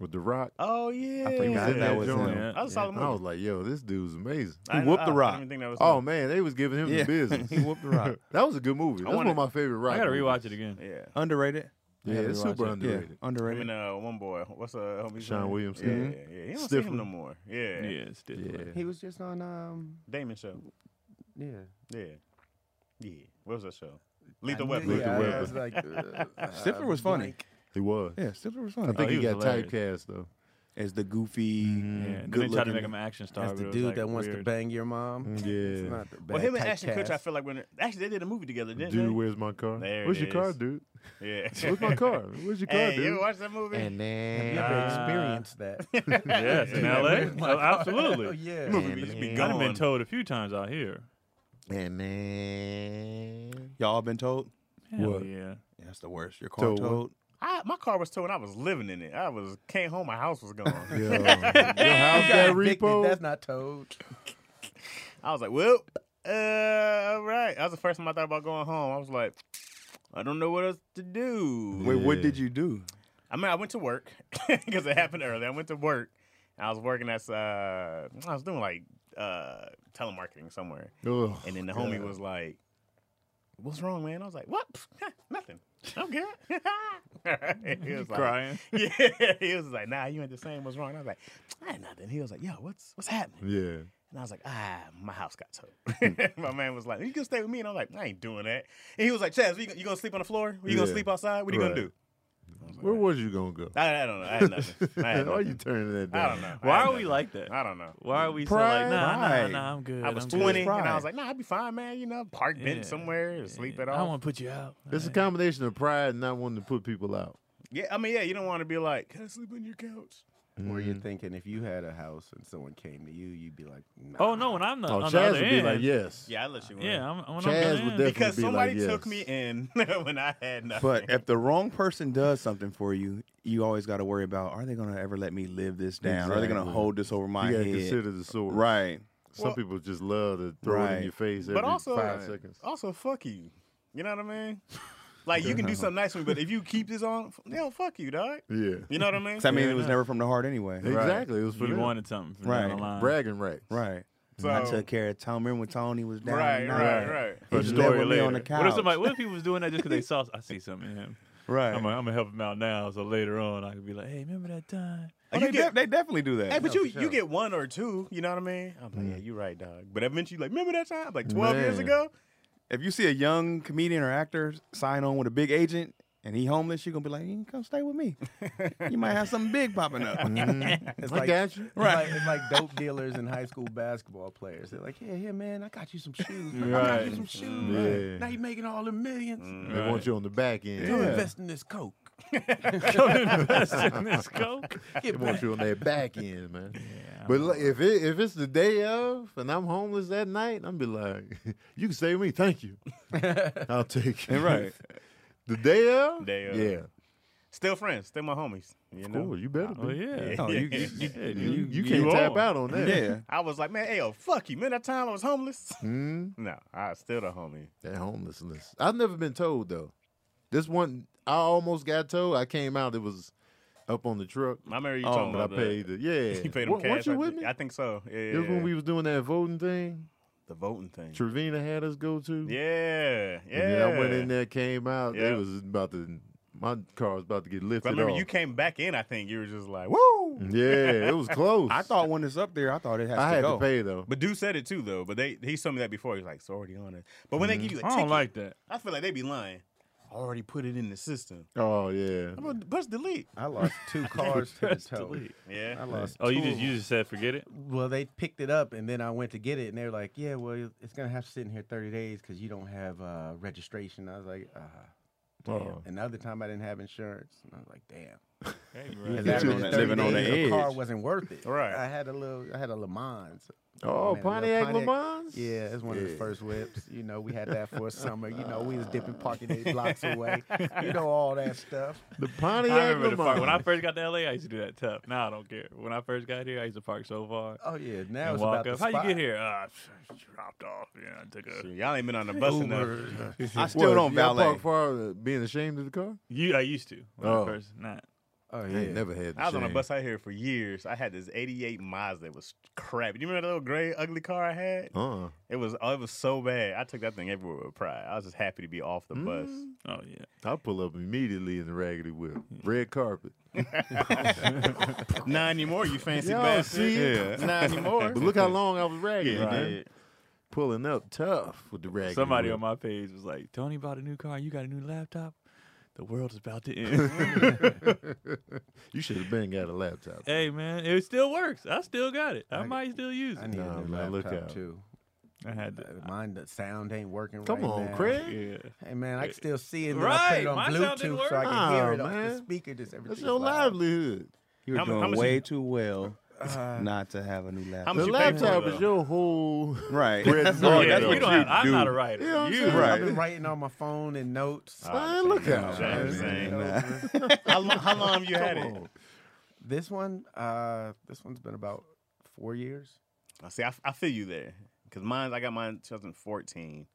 Speaker 5: with the Rock.
Speaker 2: Oh yeah,
Speaker 4: I forgot
Speaker 1: Yeah,
Speaker 4: that was
Speaker 1: Jordan,
Speaker 4: him.
Speaker 1: yeah.
Speaker 2: That was a solid
Speaker 5: I was
Speaker 2: movie.
Speaker 5: like, yo, this dude's amazing.
Speaker 2: I didn't-
Speaker 4: whooped The
Speaker 2: I-
Speaker 4: Rock.
Speaker 2: I didn't think that was
Speaker 5: Oh
Speaker 2: him.
Speaker 5: man, they was giving him
Speaker 4: Yeah.
Speaker 5: the business.
Speaker 4: he whooped the rock.
Speaker 5: That was a good movie. That's one
Speaker 2: wanna-
Speaker 5: of my favorite rock.
Speaker 1: I gotta rewatch
Speaker 5: movies.
Speaker 1: it again.
Speaker 2: yeah.
Speaker 4: Underrated.
Speaker 5: Yeah,
Speaker 1: gotta
Speaker 5: it's
Speaker 1: rewatch
Speaker 5: super
Speaker 1: it.
Speaker 4: Yeah,
Speaker 5: underrated.
Speaker 2: Him
Speaker 4: underrated.
Speaker 2: and uh, one boy, what's uh, homie's
Speaker 5: Sean
Speaker 2: name?
Speaker 5: Williams.
Speaker 2: Yeah, yeah,
Speaker 5: Mhm.
Speaker 2: yeah. You don't see him
Speaker 5: Stifler.
Speaker 2: no more. Yeah,
Speaker 1: Yeah,
Speaker 2: yeah.
Speaker 1: it's different.
Speaker 5: Yeah.
Speaker 3: He was just on um
Speaker 2: Damon show.
Speaker 3: yeah.
Speaker 2: Yeah, yeah. What was that show? Lethal
Speaker 3: I knew-
Speaker 2: Weapon.
Speaker 5: Lethal
Speaker 3: Yeah, I
Speaker 5: Weapon.
Speaker 3: was like, uh,
Speaker 4: Stifler was funny.
Speaker 3: blank.
Speaker 5: He was.
Speaker 4: Yeah, Stifler was
Speaker 5: I
Speaker 4: funny.
Speaker 2: Oh,
Speaker 4: Mm-hmm.
Speaker 5: think
Speaker 1: he
Speaker 5: he,
Speaker 1: was
Speaker 5: got
Speaker 1: hilarious.
Speaker 5: typecast though.
Speaker 4: As the goofy,
Speaker 1: Yeah, and then
Speaker 4: good
Speaker 1: they tried to
Speaker 4: looking.
Speaker 1: make him an action star.
Speaker 3: That's
Speaker 1: but it
Speaker 3: the
Speaker 1: was,
Speaker 3: dude
Speaker 1: like,
Speaker 3: that wants to
Speaker 1: weird.
Speaker 3: bang your mom. It's
Speaker 5: Yeah.
Speaker 3: not the
Speaker 2: Well,
Speaker 3: bad
Speaker 2: him and Ashton Kutcher, I
Speaker 3: typecast.
Speaker 2: feel like when actually they did a movie together, didn't
Speaker 5: Dude, where's my car?
Speaker 2: There
Speaker 5: Where's
Speaker 2: it
Speaker 5: your car,
Speaker 2: is.
Speaker 5: dude?
Speaker 2: they? Yeah.
Speaker 5: Where's my car? Where's your car,
Speaker 2: hey, you
Speaker 5: dude?
Speaker 2: ever watch that movie?
Speaker 3: Have you
Speaker 5: then
Speaker 3: ever
Speaker 1: Ah.
Speaker 3: experienced that?
Speaker 1: yes, in L.A. Oh, absolutely.
Speaker 3: oh, yeah.
Speaker 2: movie would just be
Speaker 1: I've
Speaker 2: gone.
Speaker 1: been told a few times out here.
Speaker 4: And then y'all been told.
Speaker 1: Hell
Speaker 5: What?
Speaker 1: Yeah.
Speaker 4: Yeah, that's the worst. Your car
Speaker 5: Told
Speaker 4: told.
Speaker 5: what?
Speaker 2: I, my car was towed and I was living in it. I was came home, my house was gone.
Speaker 5: Yo, your house got
Speaker 3: Got evicted,
Speaker 5: repo.
Speaker 3: That's not told.
Speaker 2: I was like, well, uh, all right. That was the first time I thought about going home. I was like, I don't know what else to do.
Speaker 4: Wait, what
Speaker 5: Yeah.
Speaker 4: did you do?
Speaker 2: I mean, I went to work because it happened early. I went to work. I was working as uh, I was doing like uh, telemarketing somewhere,
Speaker 5: Ugh,
Speaker 2: and then the homie
Speaker 5: God.
Speaker 2: was like, "What's wrong, man?" I was like, "What? Pff, Nothing. I'm good." he was like,
Speaker 1: Crying.
Speaker 2: Yeah, he was like, "Nah, you ain't the same. What's wrong?" I was like, "I ain't nothing." He was like, "Yo, what's what's happening?"
Speaker 5: Yeah.
Speaker 2: And I was like, ah, my house got
Speaker 5: Hmm.
Speaker 2: towed. my man was like, you can stay with me. And I'm like, I ain't doing that. And he was like, Chaz, you, you gonna sleep on the floor? You gonna
Speaker 5: Yeah.
Speaker 2: sleep outside? What are you
Speaker 5: Right.
Speaker 2: gonna do?
Speaker 5: Where was you gonna go?
Speaker 2: I, I don't know. I had nothing. I had
Speaker 5: Why are
Speaker 2: nothing.
Speaker 5: you turning that down?
Speaker 2: I don't know. I
Speaker 1: Why
Speaker 2: had
Speaker 1: are we
Speaker 2: nothing.
Speaker 1: like that?
Speaker 2: I don't know.
Speaker 1: Why are we so like nah, nah,
Speaker 4: Pride.
Speaker 1: nah? I'm good.
Speaker 2: I was
Speaker 1: I'm
Speaker 2: 20
Speaker 1: Good.
Speaker 2: and I was
Speaker 4: Pride.
Speaker 2: like, nah, I'd be fine, man. You know, park bench
Speaker 1: Yeah.
Speaker 2: somewhere, sleep at
Speaker 1: I don't
Speaker 2: all.
Speaker 1: want to put you out.
Speaker 5: It's a
Speaker 1: Alright.
Speaker 5: combination of pride and not wanting to put people out.
Speaker 2: Yeah, I mean, yeah, you don't want to be like, can I sleep on your couch?
Speaker 3: Where
Speaker 2: Mm.
Speaker 3: you're thinking if you had a house and someone came to you, you'd be like, nah.
Speaker 1: Oh no, when I'm the
Speaker 5: Oh,
Speaker 1: on the
Speaker 5: Chaz
Speaker 1: other
Speaker 5: would be
Speaker 1: end,
Speaker 5: like, yes.
Speaker 2: Yeah, I let you in.
Speaker 1: yeah, I'm, when
Speaker 5: Chaz
Speaker 1: I'm the
Speaker 5: would
Speaker 1: end,
Speaker 5: definitely-
Speaker 2: because
Speaker 5: be like,
Speaker 2: somebody
Speaker 5: yes.
Speaker 2: took me in when I had nothing.
Speaker 4: But if the wrong person does something for you, you always got to worry about: Are they going to ever let me live this down? Are they going to
Speaker 5: Exactly.
Speaker 4: hold this over my
Speaker 5: you gotta
Speaker 4: head?
Speaker 5: consider the source.
Speaker 4: right.
Speaker 5: Some
Speaker 2: Well-
Speaker 5: people just love to throw it in
Speaker 4: Right.
Speaker 5: your face every
Speaker 2: but also, uh, oh,
Speaker 5: five seconds.
Speaker 2: also fuck you. You know what I mean? Like you can do something nice for me, but if you keep this on, f- they don't fuck you, dog.
Speaker 5: Yeah.
Speaker 2: You know what I mean?
Speaker 4: 'Cause I mean,
Speaker 1: Fair
Speaker 4: it was
Speaker 1: enough.
Speaker 4: never from the heart anyway.
Speaker 5: Exactly. It was for
Speaker 1: you
Speaker 5: them.
Speaker 1: wanted something from down the
Speaker 4: Right.
Speaker 2: uh,
Speaker 1: line.
Speaker 5: bragging rights.
Speaker 4: Right.
Speaker 2: So-
Speaker 4: I took care of Tom. Remember when Tony was down?
Speaker 2: right,
Speaker 4: and
Speaker 2: right,
Speaker 4: out?
Speaker 2: right.
Speaker 4: He
Speaker 1: Or
Speaker 4: just
Speaker 1: story
Speaker 4: lived with me
Speaker 1: later.
Speaker 4: on the couch.
Speaker 1: What if somebody? What if he was doing that just because they saw? I see something in him.
Speaker 4: Right.
Speaker 1: I'm gonna I'm gonna help him out now, so later on I could be like, hey, remember that time?
Speaker 4: Oh,
Speaker 2: You
Speaker 4: they,
Speaker 2: get-
Speaker 4: def- they definitely do that.
Speaker 2: Hey, but
Speaker 3: No,
Speaker 2: you
Speaker 3: for
Speaker 2: you
Speaker 3: sure.
Speaker 2: get one or two. You know what I mean? I'm like, yeah, you're right, dog. But eventually, like, remember that time, like 12 years
Speaker 5: Mm. Man.
Speaker 2: ago?
Speaker 4: If you see a young comedian or actor sign on with a big agent and he homeless, you're gonna be like, you can come stay with me. you might have something big popping up.
Speaker 3: It's
Speaker 5: I
Speaker 3: like,
Speaker 5: got you.
Speaker 3: It's like, it's like dope dealers and high school basketball players. They're like, yeah, yeah, man, I got you some shoes. man. I got
Speaker 1: Right.
Speaker 3: you some shoes.
Speaker 5: Yeah.
Speaker 3: Now you're making all the millions.
Speaker 5: They want you on the back end.
Speaker 3: Come
Speaker 4: Yeah.
Speaker 3: invest in this Coke.
Speaker 1: Come invest in this coke.
Speaker 5: They want you on their back end, man.
Speaker 1: Yeah,
Speaker 5: But like, if it, if it's the day of and I'm homeless that night, I'm be like, you can save me, thank you. I'll take it.
Speaker 4: Right.
Speaker 5: The day of,
Speaker 2: Day of.
Speaker 5: yeah,
Speaker 2: Still friends, still my homies. You know?
Speaker 5: cool. You better be.
Speaker 1: oh yeah.
Speaker 4: No, you, you, you,
Speaker 1: Yeah,
Speaker 5: You,
Speaker 1: you-
Speaker 5: you
Speaker 1: you
Speaker 5: can't tap
Speaker 1: are.
Speaker 5: out on that.
Speaker 4: yeah.
Speaker 2: I was like, man, hey, yo, fuck you. Man, that time I was homeless.
Speaker 5: Mm,
Speaker 2: no, I was still the homie.
Speaker 5: that homelessness. I've never been told though. This one, I almost got told. I came out. It was up on the truck.
Speaker 2: I remember you
Speaker 4: Oh,
Speaker 2: talking
Speaker 5: But I
Speaker 2: about that.
Speaker 5: paid. The, yeah,
Speaker 2: You paid him
Speaker 5: Wa-
Speaker 2: cash.
Speaker 5: Weren't you
Speaker 2: I
Speaker 5: with
Speaker 2: thi-
Speaker 5: me?
Speaker 2: I think so. Yeah.
Speaker 5: It was when we was doing that voting thing.
Speaker 2: the voting thing.
Speaker 5: Trevina had us go to.
Speaker 2: Yeah. Yeah.
Speaker 5: And then I went in there, came out. They
Speaker 2: Yeah.
Speaker 5: was about to. My car was about to get
Speaker 2: But I
Speaker 5: lifted
Speaker 2: remember
Speaker 5: off.
Speaker 2: you came back in, I think. You were just like, woo!
Speaker 5: yeah, it was close.
Speaker 4: I thought when it's up there, I thought it has
Speaker 5: I
Speaker 4: to
Speaker 5: had
Speaker 4: go.
Speaker 5: to pay though.
Speaker 2: But Dude said it too, though. But they he told me that before. He's like, it's already on it. But when they give you a
Speaker 1: Mm-hmm. I
Speaker 2: ticket,
Speaker 1: don't like that.
Speaker 2: I feel like they be lying. I already put it in the system.
Speaker 5: Oh yeah.
Speaker 2: I'm going to press delete.
Speaker 3: I lost two cars to the tow.
Speaker 1: Delete.
Speaker 3: I
Speaker 2: Yeah.
Speaker 3: lost.
Speaker 1: Oh, you
Speaker 3: two
Speaker 1: just
Speaker 3: of
Speaker 1: you just said forget it.
Speaker 3: them. Well, they picked it up, and then I went to get it, and they were like, "Yeah, well, it's gonna have to sit in here 30 days because you don't have uh, registration." I was like, "Ah, damn."
Speaker 5: Oh.
Speaker 3: And the other time I didn't have insurance, and I was like, "Damn."
Speaker 1: Right.
Speaker 3: Because after
Speaker 4: living
Speaker 3: the
Speaker 4: on
Speaker 3: 30
Speaker 4: living on
Speaker 3: days,
Speaker 4: the
Speaker 3: car
Speaker 4: edge.
Speaker 3: wasn't worth it.
Speaker 2: Right.
Speaker 3: I had a little. I had a Le Mans.
Speaker 5: Oh,
Speaker 3: Man,
Speaker 5: Pontiac
Speaker 3: little
Speaker 5: Le Mans.
Speaker 3: Yeah, it's one of the
Speaker 5: Yeah.
Speaker 3: first whips. You know, we had that for a summer. You know, we was dipping parking eight blocks away. You know all that stuff.
Speaker 5: The
Speaker 1: I
Speaker 5: Pontiac
Speaker 1: remember
Speaker 5: Le
Speaker 1: the park. When I
Speaker 5: Mans.
Speaker 1: first got to LA, I used to do that tough. Now I don't care. When I first got here, I used to park so far
Speaker 3: Oh yeah, now
Speaker 1: and
Speaker 3: it's
Speaker 1: walk
Speaker 3: about
Speaker 1: up.
Speaker 3: the
Speaker 1: How you
Speaker 3: spot.
Speaker 1: get here? Uh, dropped off. Yeah, I took a.
Speaker 2: Shit, y'all ain't been on the bus
Speaker 3: Oh,
Speaker 2: enough.
Speaker 3: Uber.
Speaker 4: I still don't
Speaker 5: y'all
Speaker 4: valet.
Speaker 5: park far uh, being ashamed of the car.
Speaker 1: You, I used to. When
Speaker 5: Oh.
Speaker 1: I first, not.
Speaker 3: Oh
Speaker 5: I
Speaker 3: yeah,
Speaker 5: ain't never had. The
Speaker 2: I was on a
Speaker 5: shame.
Speaker 2: bus out here for years. I had this '88 Mazda. It was crap. You remember that little gray, ugly car I had?
Speaker 5: Uh-uh.
Speaker 2: It was oh, it was so bad. I took that thing everywhere with pride. I was just happy to be off the bus.
Speaker 1: Oh yeah.
Speaker 5: I pull up immediately in the raggedy whip, red carpet.
Speaker 2: Not anymore, you fancy
Speaker 5: Y'all
Speaker 2: bastard.
Speaker 5: see?
Speaker 2: Yeah. Not anymore.
Speaker 5: But look how long I was raggedy.
Speaker 2: Yeah,
Speaker 5: man.
Speaker 2: dude.
Speaker 5: Pulling up tough with the raggedy.
Speaker 1: Somebody
Speaker 5: whip.
Speaker 1: on my page was like, "Tony bought a new car. You got a new laptop. The world is about to end."
Speaker 5: You should have been got a laptop.
Speaker 1: hey man, it still works. I still got it. I,
Speaker 3: I-
Speaker 1: might still use
Speaker 3: I
Speaker 1: it.
Speaker 3: need
Speaker 5: Nah,
Speaker 3: a new
Speaker 5: man, look
Speaker 3: laptop
Speaker 5: out.
Speaker 3: too.
Speaker 1: I had
Speaker 3: Uh,
Speaker 1: to.
Speaker 3: Mine, the sound ain't working.
Speaker 5: Come
Speaker 3: right
Speaker 5: on,
Speaker 3: now.
Speaker 5: Craig.
Speaker 1: Yeah.
Speaker 3: Hey man, I can still see it. Right, I put
Speaker 1: Eh, Right,
Speaker 3: it on
Speaker 1: my sound didn't
Speaker 3: Bluetooth so I
Speaker 5: work.
Speaker 3: can hear it
Speaker 5: Nah,
Speaker 3: off the
Speaker 5: man.
Speaker 3: speaker. Just everything.
Speaker 5: That's your livelihood.
Speaker 4: You were
Speaker 2: How mu- how
Speaker 4: doing
Speaker 2: much
Speaker 4: way
Speaker 2: you-
Speaker 4: too well
Speaker 3: Uh,
Speaker 4: not to have a new
Speaker 2: How
Speaker 4: laptop. Oh,
Speaker 2: much
Speaker 5: The
Speaker 2: you pay for it,
Speaker 5: laptop is
Speaker 2: though?
Speaker 5: your whole.
Speaker 4: Right.
Speaker 5: Bread and
Speaker 2: Oh,
Speaker 5: butter.
Speaker 1: yeah,
Speaker 5: that's
Speaker 1: you
Speaker 5: what
Speaker 1: don't
Speaker 5: you
Speaker 1: have, I'm not a
Speaker 5: do.
Speaker 1: writer.
Speaker 5: You know what I'm
Speaker 1: You-
Speaker 5: saying?
Speaker 3: I've
Speaker 4: Right.
Speaker 3: been writing on my phone and notes.
Speaker 2: Ah,
Speaker 3: Oh,
Speaker 5: Man, look out. man.
Speaker 2: Same, same.
Speaker 3: Over.
Speaker 2: How long, how long have you had
Speaker 5: Come
Speaker 2: it?
Speaker 5: on.
Speaker 3: This one, uh, this one's been about four years.
Speaker 2: I see. I, I feel you there because mine. I got mine in 2014.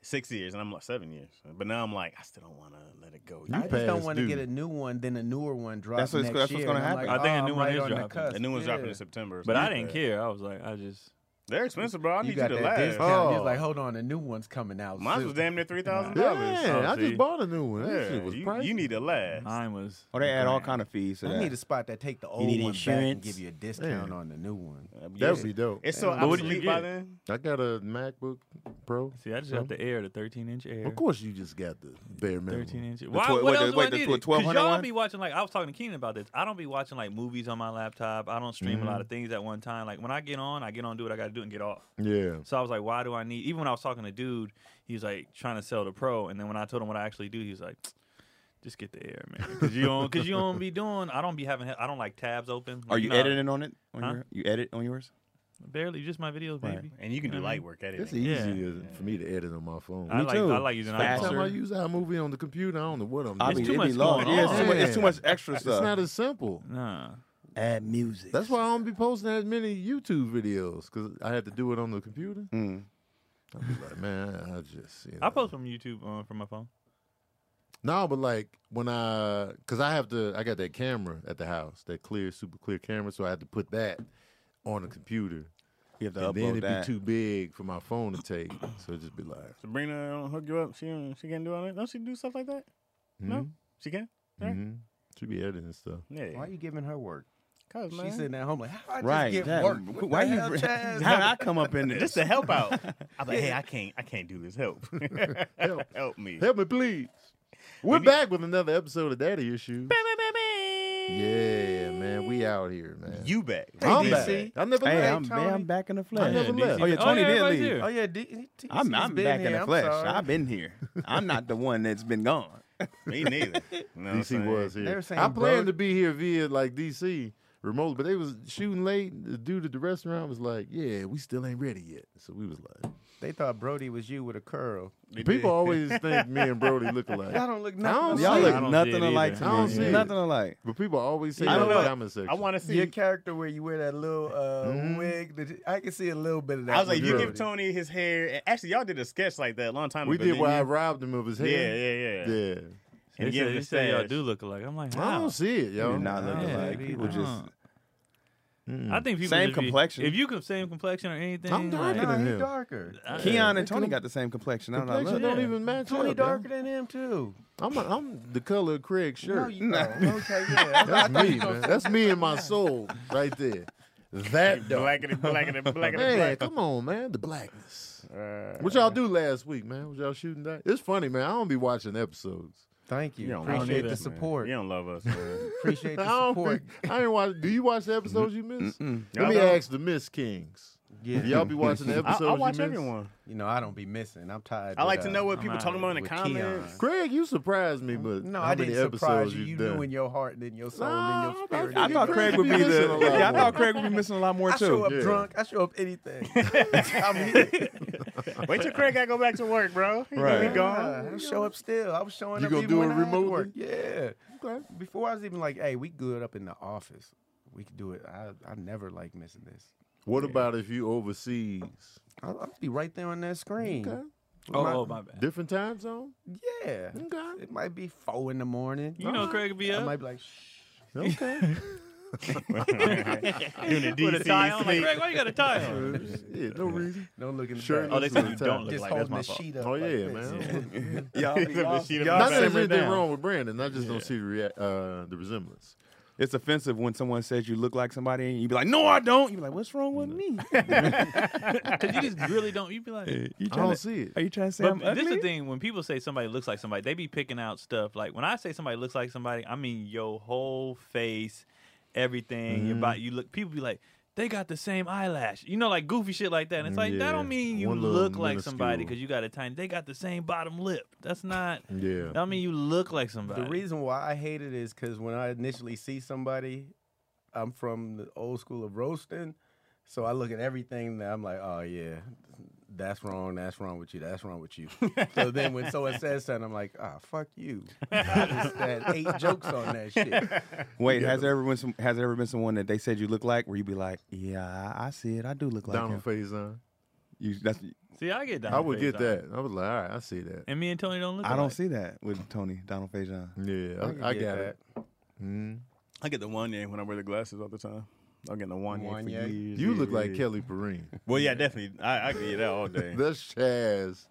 Speaker 2: Six years, and I'm like seven years. But now I'm like, I still don't want to let it go.
Speaker 3: I just don't
Speaker 5: past
Speaker 3: want to
Speaker 5: due.
Speaker 3: get a new one, then a newer one drop
Speaker 4: That's what's-
Speaker 3: next
Speaker 4: that's what's
Speaker 3: year.
Speaker 4: gonna
Speaker 3: and I'm
Speaker 4: happen.
Speaker 3: Like,
Speaker 1: I think a
Speaker 3: oh,
Speaker 1: new
Speaker 3: I'm
Speaker 1: one
Speaker 3: right
Speaker 1: is
Speaker 3: on the
Speaker 1: dropping.
Speaker 3: cusp.
Speaker 2: The new one's dropping
Speaker 3: Yeah.
Speaker 2: in September. or
Speaker 1: But I
Speaker 2: something
Speaker 1: didn't
Speaker 2: like
Speaker 1: care. I was like, I just
Speaker 2: They're expensive, bro. I
Speaker 3: you
Speaker 2: need you,
Speaker 3: got
Speaker 2: to
Speaker 3: that
Speaker 2: laugh.
Speaker 3: discount. You're just
Speaker 5: Oh.
Speaker 3: like, hold on, the new one's coming out.
Speaker 2: Mine
Speaker 3: soon.
Speaker 2: was damn near three thousand dollars.
Speaker 5: Yeah, I
Speaker 1: see.
Speaker 5: just bought a new one. That
Speaker 2: Yeah,
Speaker 5: shit was
Speaker 2: you,
Speaker 5: pricey.
Speaker 2: you need to Uh, laugh.
Speaker 1: Mine was.
Speaker 4: Oh, they add all kind of fees to
Speaker 3: I
Speaker 4: that.
Speaker 3: need a spot that take the old one
Speaker 6: need
Speaker 3: back and
Speaker 6: insurance?
Speaker 3: give you a discount
Speaker 5: Yeah.
Speaker 3: on the new one.
Speaker 5: That would be dope.
Speaker 2: It's so
Speaker 1: But what did you
Speaker 2: obsolete by
Speaker 1: get?
Speaker 2: then.
Speaker 5: I got a MacBook Pro.
Speaker 1: See, I just got the Air, the 13 inch Air.
Speaker 5: Of course, you just got the bare minimum.
Speaker 1: 13 inch. Why,
Speaker 4: twe-
Speaker 1: what
Speaker 4: wait, the-
Speaker 1: else do
Speaker 4: wait,
Speaker 1: I
Speaker 4: the
Speaker 1: need?
Speaker 4: tw- 1200
Speaker 1: Because y'all
Speaker 4: one?
Speaker 1: be watching like I was talking to Keenan about this. I don't be watching like movies on my laptop. I don't stream a
Speaker 4: Mm-hmm.
Speaker 1: lot of things at one time. Like when I get on, I get on, do what I got to do, and get off.
Speaker 5: Yeah.
Speaker 1: So I was like, why do I need? Even when I was talking to dude, he was like trying to sell the pro, and then when I told him what I actually do, he was like, just get the air, man, because you don't, because you don't be doing. I don't be having. I don't like tabs open. Like,
Speaker 4: Are you
Speaker 1: know,
Speaker 4: editing on it? On
Speaker 1: Huh?
Speaker 4: your, you edit on yours?
Speaker 1: Barely, just my videos,
Speaker 4: Right.
Speaker 1: baby.
Speaker 2: And you can do
Speaker 1: Mhm.
Speaker 2: light work editing.
Speaker 5: It's easy
Speaker 1: Yeah.
Speaker 5: for me to edit on my phone.
Speaker 1: I like,
Speaker 4: too.
Speaker 1: I like using
Speaker 4: Faster.
Speaker 5: Every time
Speaker 1: iPhone.
Speaker 5: I use iMovie on the computer, I don't know what I'm
Speaker 4: I
Speaker 5: doing.
Speaker 4: mean,
Speaker 1: too
Speaker 4: it
Speaker 1: much
Speaker 4: be long.
Speaker 1: going
Speaker 4: Yeah, it's too,
Speaker 5: on.
Speaker 4: much, it's too much extra
Speaker 5: it's
Speaker 4: stuff.
Speaker 5: not as simple.
Speaker 1: Nah,
Speaker 6: Add music.
Speaker 5: That's why I don't be posting as many YouTube videos because I had to do it on the computer.
Speaker 4: Mm.
Speaker 5: I be like, man, I just you know.
Speaker 1: I post from YouTube uh, from my phone.
Speaker 5: No, but like when I, cause I have to, I got that camera at the house, that clear, super clear camera, so I had to put that on the computer,
Speaker 4: You have to
Speaker 5: and then
Speaker 4: upload
Speaker 5: it'd be
Speaker 4: that.
Speaker 5: too big for my phone to take, so it'd just be like,
Speaker 2: Sabrina don't hook you up. She don't- she can't do all that. Don't she do stuff like that? No, she can. Right.
Speaker 5: mm-hmm. she be editing stuff.
Speaker 2: Yeah,
Speaker 3: Why are you giving her work?
Speaker 2: cause man,
Speaker 3: She's sitting at home like, how I just
Speaker 4: right.
Speaker 3: get
Speaker 4: that-
Speaker 3: work? What
Speaker 4: Why
Speaker 3: the
Speaker 4: you?
Speaker 3: hell, Chaz?
Speaker 4: How did I come up in this?
Speaker 2: just to help out. I'm like, hey, I can't, I can't do this. Help, help, me.
Speaker 5: Help me, please. We're back with another episode of Daddy Issues. Yeah, man, we out here, man.
Speaker 2: You back?
Speaker 5: I'm
Speaker 2: We
Speaker 5: back.
Speaker 2: back.
Speaker 5: I never
Speaker 4: Hey,
Speaker 5: left.
Speaker 4: I'm, man, I'm back in the
Speaker 5: I
Speaker 4: flesh.
Speaker 5: never
Speaker 1: DC.
Speaker 5: left.
Speaker 4: Oh yeah,
Speaker 1: Oh,
Speaker 4: Tony
Speaker 1: yeah,
Speaker 4: did
Speaker 1: everybody's
Speaker 4: leave.
Speaker 1: here.
Speaker 3: Oh yeah, D- he- he's
Speaker 4: I'm, I'm
Speaker 3: been
Speaker 4: back in
Speaker 3: here.
Speaker 4: the
Speaker 3: I'm
Speaker 4: flesh.
Speaker 3: sorry.
Speaker 4: I've been here. I'm not the one that's been gone.
Speaker 2: Me neither. You know what I'm
Speaker 5: DC
Speaker 2: saying?
Speaker 5: was
Speaker 3: They
Speaker 5: here.
Speaker 3: were saying
Speaker 5: I planned to
Speaker 3: bro-
Speaker 5: be here via like DC remote, but they was shooting late. The dude at the restaurant was like, "Yeah, we still ain't ready yet." So we was like,
Speaker 3: They thought Brody was you with a curl.
Speaker 5: "People always think me and Brody look alike."
Speaker 3: Y'all don't look
Speaker 5: don't
Speaker 3: nothing.
Speaker 5: see
Speaker 4: Y'all
Speaker 5: it.
Speaker 3: alike.
Speaker 5: I
Speaker 4: look
Speaker 1: don't see
Speaker 4: nothing
Speaker 1: it
Speaker 4: alike
Speaker 1: either.
Speaker 4: to
Speaker 5: I don't
Speaker 4: me.
Speaker 5: see it.
Speaker 4: Nothing alike.
Speaker 5: But people always say
Speaker 2: I
Speaker 5: that in
Speaker 2: don't
Speaker 5: the
Speaker 2: know.
Speaker 5: comment section.
Speaker 2: I want to see.
Speaker 3: Your character where you wear that little uh, wig. that- I can see a little bit of that.
Speaker 2: I was like,
Speaker 3: with
Speaker 2: you
Speaker 5: Yeah.
Speaker 2: give Tony his hair. and Actually, y'all did a sketch like that a long time
Speaker 5: we
Speaker 2: ago.
Speaker 5: did where I
Speaker 2: didn't
Speaker 5: robbed him of his
Speaker 2: you? Yeah,
Speaker 5: hair.
Speaker 2: yeah, yeah.
Speaker 1: They
Speaker 2: And give
Speaker 1: say,
Speaker 2: him
Speaker 1: they
Speaker 2: the
Speaker 1: say y'all
Speaker 2: stash.
Speaker 1: do look alike. I'm like,
Speaker 5: I
Speaker 1: how?
Speaker 5: don't see it,
Speaker 4: We
Speaker 5: y'all.
Speaker 4: do not look
Speaker 1: Yeah,
Speaker 4: alike.
Speaker 1: they
Speaker 4: People
Speaker 1: don't.
Speaker 4: just
Speaker 1: I think people
Speaker 4: Same
Speaker 1: just be-
Speaker 4: complexion.
Speaker 1: If you can same complexion or anything,
Speaker 5: I'm darker than
Speaker 1: like-
Speaker 3: Nah,
Speaker 5: him.
Speaker 3: he darker.
Speaker 1: I-
Speaker 4: Keon and Tony got the same complexion. I don't know.
Speaker 5: Complexion
Speaker 4: Look.
Speaker 5: don't even match
Speaker 3: Tony
Speaker 5: up, y'all.
Speaker 3: darker than him too.
Speaker 5: I'm a, I'm the color of Craig's shirt.
Speaker 3: No, you don't. Okay, yeah.
Speaker 5: That's me, man. That's me and my soul right there. That dog.
Speaker 2: Black and black and black
Speaker 5: Man,
Speaker 2: and black.
Speaker 5: come on, man. The blackness.
Speaker 2: Uh,
Speaker 5: What y'all do last week, man? Was y'all shooting that? It's funny, man. I don't be watching episodes.
Speaker 3: Thank you.
Speaker 2: You don't like
Speaker 3: Appreciate
Speaker 1: that,
Speaker 3: the
Speaker 1: man.
Speaker 3: support.
Speaker 2: You don't love us. Man.
Speaker 3: Appreciate
Speaker 5: I
Speaker 3: the
Speaker 5: don't.
Speaker 3: support.
Speaker 5: Be, I ain't watch. Do you watch the episodes you miss? Let
Speaker 2: Y'all
Speaker 5: me
Speaker 2: don't?
Speaker 5: ask the Miss Kings.
Speaker 3: Yeah,
Speaker 5: If y'all be watching the
Speaker 2: I,
Speaker 5: episodes,
Speaker 2: I watch
Speaker 5: you miss?
Speaker 2: everyone.
Speaker 3: you know I don't be missing. I'm tired.
Speaker 2: I like
Speaker 3: with,
Speaker 2: to
Speaker 3: uh,
Speaker 2: know what
Speaker 1: I'm
Speaker 2: people
Speaker 1: out
Speaker 2: talking about in the
Speaker 3: with Keon.
Speaker 2: comments.
Speaker 5: Craig, you surprised me, but
Speaker 3: No,
Speaker 5: how
Speaker 3: I didn't
Speaker 5: many episodes
Speaker 3: surprise you. You
Speaker 5: done?
Speaker 3: knew in your heart and in your soul
Speaker 5: Nah,
Speaker 3: and in your spirit.
Speaker 4: I thought Craig would be
Speaker 5: Missing a
Speaker 4: the.
Speaker 5: lot
Speaker 4: Yeah, I
Speaker 5: more.
Speaker 4: thought Craig would be missing a lot more
Speaker 3: I show
Speaker 4: too.
Speaker 3: up
Speaker 5: Yeah.
Speaker 3: drunk. I show up anything. I'm here.
Speaker 2: Wait till Craig gotta go back to work, bro. He gonna
Speaker 4: Right.
Speaker 2: be
Speaker 3: Yeah,
Speaker 2: gone.
Speaker 3: I show up still. I was showing
Speaker 5: You
Speaker 3: up
Speaker 5: gonna
Speaker 3: even
Speaker 5: do
Speaker 3: when
Speaker 5: it
Speaker 3: I had to
Speaker 5: remotely?
Speaker 3: work. Yeah.
Speaker 5: Okay.
Speaker 3: Before I was even like, hey, we good up in the office. We could do it. I I never like missing this.
Speaker 5: What about if you overseas?
Speaker 3: I'll, I'll be right there on that screen.
Speaker 5: Okay.
Speaker 1: Oh, oh, my bad.
Speaker 5: Different time zone?
Speaker 3: Yeah.
Speaker 5: Okay.
Speaker 3: It might be four in the morning.
Speaker 1: You know, Craig would be
Speaker 3: I
Speaker 1: up.
Speaker 3: might be like, shh.
Speaker 5: Okay.
Speaker 2: Doing the
Speaker 1: With a tie on,
Speaker 2: DC
Speaker 1: like
Speaker 2: sleep.
Speaker 1: Greg, why you got a tie on?
Speaker 5: yeah, no reason.
Speaker 3: Don't look in the
Speaker 5: Sure.
Speaker 3: back.
Speaker 1: Oh, they said you
Speaker 5: Just
Speaker 1: don't look
Speaker 3: Just
Speaker 1: like that's
Speaker 3: holding
Speaker 1: my
Speaker 3: the
Speaker 1: fault.
Speaker 3: sheet up.
Speaker 5: Oh,
Speaker 3: like
Speaker 5: yeah,
Speaker 3: this.
Speaker 5: man.
Speaker 4: Y'all,
Speaker 2: Except the
Speaker 4: y'all,
Speaker 2: sheet of
Speaker 5: Not
Speaker 2: Not
Speaker 5: that there's
Speaker 2: simmer
Speaker 5: anything
Speaker 2: down.
Speaker 5: wrong with Brandon. I just don't see the rea- uh, the resemblance.
Speaker 4: it's offensive when someone says you look like somebody and you be like, "No, I don't." You be like, "What's wrong with me?"
Speaker 1: Because you just really don't. You be like,
Speaker 4: You
Speaker 5: I
Speaker 4: trying
Speaker 5: don't
Speaker 4: to,
Speaker 5: see it.
Speaker 4: are you trying to say I'm
Speaker 1: But
Speaker 4: ugly?
Speaker 1: this is the thing when people say somebody looks like somebody, they be picking out stuff. Like when I say somebody looks like somebody, I mean your whole face, everything
Speaker 5: Mm-hmm.
Speaker 1: your body. You look. People be like, they got the same eyelash. You know, like goofy shit like that. And it's like that
Speaker 5: Yeah.
Speaker 1: don't mean you
Speaker 5: One little
Speaker 1: look like somebody
Speaker 5: minuscule.
Speaker 1: because you got a tiny. They got the same bottom lip. That's not.
Speaker 5: Yeah.
Speaker 1: That don't mean you look like somebody.
Speaker 3: The reason why I hate it is because when I initially see somebody, I'm from the old school of roasting, so I look at everything that I'm like, oh yeah, that's wrong, that's wrong with you, that's wrong with you. so then when someone says something, I'm like, ah, fuck you. I just had eight jokes on that shit.
Speaker 4: Wait, has there ever been some, has there ever been someone that they said you look like where you be like, "Yeah, I, I see it. I do look like
Speaker 5: Donald
Speaker 4: him."
Speaker 5: Faison.
Speaker 4: You, that's,
Speaker 1: See, I get that.
Speaker 5: I would get that. I was like, all right, I see that.
Speaker 1: And me and Tony don't look.
Speaker 4: I don't
Speaker 1: alike.
Speaker 4: see that with Tony Donald Faison.
Speaker 5: Yeah, I, I,
Speaker 3: can get
Speaker 5: got
Speaker 3: that.
Speaker 5: it. Mm.
Speaker 2: I get the one name when I wear the glasses all the time. I'm getting a one,
Speaker 3: One
Speaker 2: for
Speaker 3: yay.
Speaker 2: years.
Speaker 5: You look
Speaker 2: Yeah.
Speaker 5: like Kelly Perrine.
Speaker 2: Well, yeah, definitely. I, I could eat that all day.
Speaker 5: That's Chaz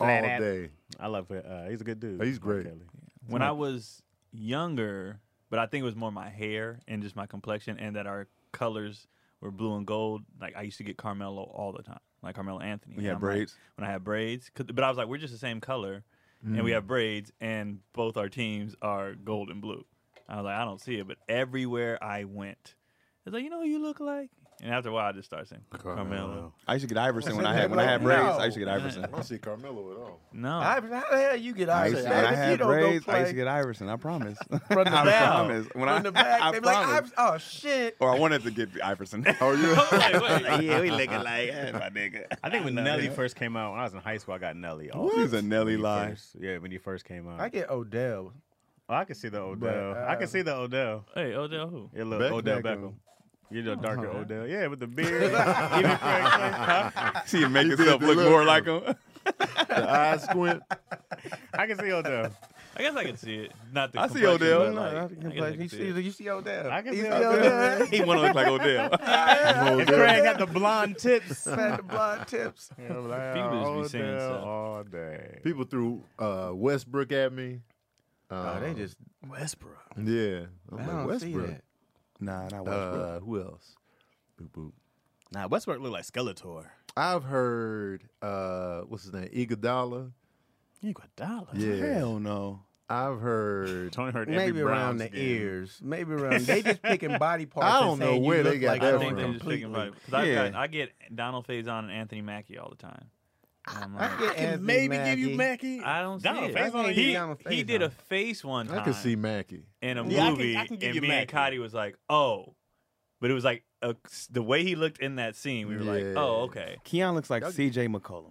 Speaker 5: all
Speaker 2: Flat out.
Speaker 5: day.
Speaker 2: I love it. Uh, he's a good dude.
Speaker 5: He's
Speaker 2: Mark
Speaker 5: great.
Speaker 2: Kelly.
Speaker 1: when I was younger, but I think it was more my hair and just my complexion, and that our colors were blue and gold. Like I used to get Carmelo all the time, like Carmelo Anthony.
Speaker 4: Yeah,
Speaker 1: And I'm like-
Speaker 4: braids.
Speaker 1: when I had braids, 'cause- but I was like, we're just the same color, and we have braids, and both our teams are gold and blue. I was like, I don't see it, but everywhere I went, it's like, you know who you look like. And after a while, I just started saying Carmelo.
Speaker 4: I used to get Iverson when I had when I had
Speaker 3: No.
Speaker 4: braids. I used to get Iverson.
Speaker 5: I don't see Carmelo at all.
Speaker 1: No,
Speaker 3: I, how the hell you get
Speaker 4: I
Speaker 3: out
Speaker 4: used
Speaker 3: of
Speaker 4: to,
Speaker 3: that?
Speaker 4: when I
Speaker 3: If you
Speaker 4: had
Speaker 3: don't go
Speaker 4: braids. I used
Speaker 3: play-
Speaker 4: to get Iverson. I promise.
Speaker 3: From the
Speaker 4: I
Speaker 3: back.
Speaker 4: promise. When I,
Speaker 3: from the back.
Speaker 4: I,
Speaker 3: they be like,
Speaker 4: promise.
Speaker 3: "I'm- oh shit.
Speaker 4: or I wanted to get Iverson.
Speaker 5: Oh, you?
Speaker 1: Like, wait.
Speaker 4: yeah, we looking like my nigga.
Speaker 2: I think when Nelly first came out, when I was in high school, I got Nelly. all
Speaker 4: He's a
Speaker 2: when
Speaker 4: Nelly
Speaker 2: he
Speaker 4: lie.
Speaker 2: first- Yeah, when he first came out,
Speaker 3: I
Speaker 2: I,
Speaker 3: get Odell.
Speaker 2: oh, I could see the Odell. I
Speaker 3: uh,
Speaker 2: could see the Odell.
Speaker 1: hey, Odell, who?
Speaker 2: Your little
Speaker 5: Beckham.
Speaker 2: Odell
Speaker 3: Beckham.
Speaker 2: Beckham. You're the darker
Speaker 1: alright.
Speaker 2: Odell. Yeah, with the beard. Give me Franklin. Huh?
Speaker 4: See him make
Speaker 5: He did
Speaker 4: himself
Speaker 5: the
Speaker 4: look
Speaker 5: look.
Speaker 4: more like him.
Speaker 5: the eyes squint.
Speaker 2: I can see Odell.
Speaker 1: I guess I can see it. Not the
Speaker 4: I see
Speaker 1: complexion,
Speaker 4: Odell.
Speaker 1: but,
Speaker 4: No,
Speaker 1: like,
Speaker 4: I
Speaker 1: I
Speaker 4: can
Speaker 1: guess I
Speaker 3: Like,
Speaker 1: can
Speaker 3: you
Speaker 1: see
Speaker 3: see,
Speaker 1: it.
Speaker 3: you see Odell.
Speaker 2: I can
Speaker 3: you
Speaker 2: see
Speaker 3: see
Speaker 2: Odell.
Speaker 3: Odell.
Speaker 4: He want to look like Odell.
Speaker 2: If Craig had the blonde tips.
Speaker 3: Had the blonde tips.
Speaker 2: Yeah, I'm like,
Speaker 1: People just be saying
Speaker 2: Odell
Speaker 1: stuff.
Speaker 2: all day.
Speaker 5: People threw uh, Westbrook at me.
Speaker 3: Oh,
Speaker 5: Uh,
Speaker 3: they just.
Speaker 2: Westbrook.
Speaker 5: yeah. I'm
Speaker 3: I
Speaker 5: like,
Speaker 3: don't see
Speaker 5: Westbrook.
Speaker 3: that.
Speaker 4: nah, not Westbrook.
Speaker 5: Uh, who else? Boop, boop.
Speaker 2: Nah, Westbrook looked like Skeletor.
Speaker 5: I've heard uh, what's his name, Iguodala.
Speaker 2: You got dollars.
Speaker 5: Yeah,
Speaker 4: Hell no.
Speaker 5: I've heard.
Speaker 2: Tony heard every
Speaker 3: Maybe around
Speaker 2: Browns
Speaker 3: the
Speaker 2: game.
Speaker 3: ears. Maybe around. They just picking body parts.
Speaker 5: I
Speaker 3: and
Speaker 5: don't know
Speaker 3: saying you
Speaker 5: where they
Speaker 3: look
Speaker 5: got
Speaker 3: like
Speaker 5: that
Speaker 1: I
Speaker 3: them
Speaker 1: think
Speaker 5: from.
Speaker 1: they're just thinking
Speaker 3: completely.
Speaker 1: about it. 'Cause I've
Speaker 4: Yeah.
Speaker 1: got- I get Donald Faison and Anthony Mackie all the time. And I'm like-
Speaker 3: I get Anthony Mackie.
Speaker 2: Mackie.
Speaker 1: I don't see
Speaker 2: Donald
Speaker 1: it.
Speaker 2: Faison,
Speaker 1: he,
Speaker 2: you
Speaker 1: he,
Speaker 3: Donald Faison.
Speaker 1: did a face one time
Speaker 5: I could see Mackey.
Speaker 1: in a
Speaker 2: Yeah, I can-
Speaker 1: movie,
Speaker 2: I can give
Speaker 1: and
Speaker 2: you
Speaker 1: me and
Speaker 2: Mac here.
Speaker 1: Cotty was like, "Oh," but it was like a, the way he looked in that scene. We were like,
Speaker 5: Yeah.
Speaker 1: "Oh, okay."
Speaker 4: Keon looks like C.J. McCollum.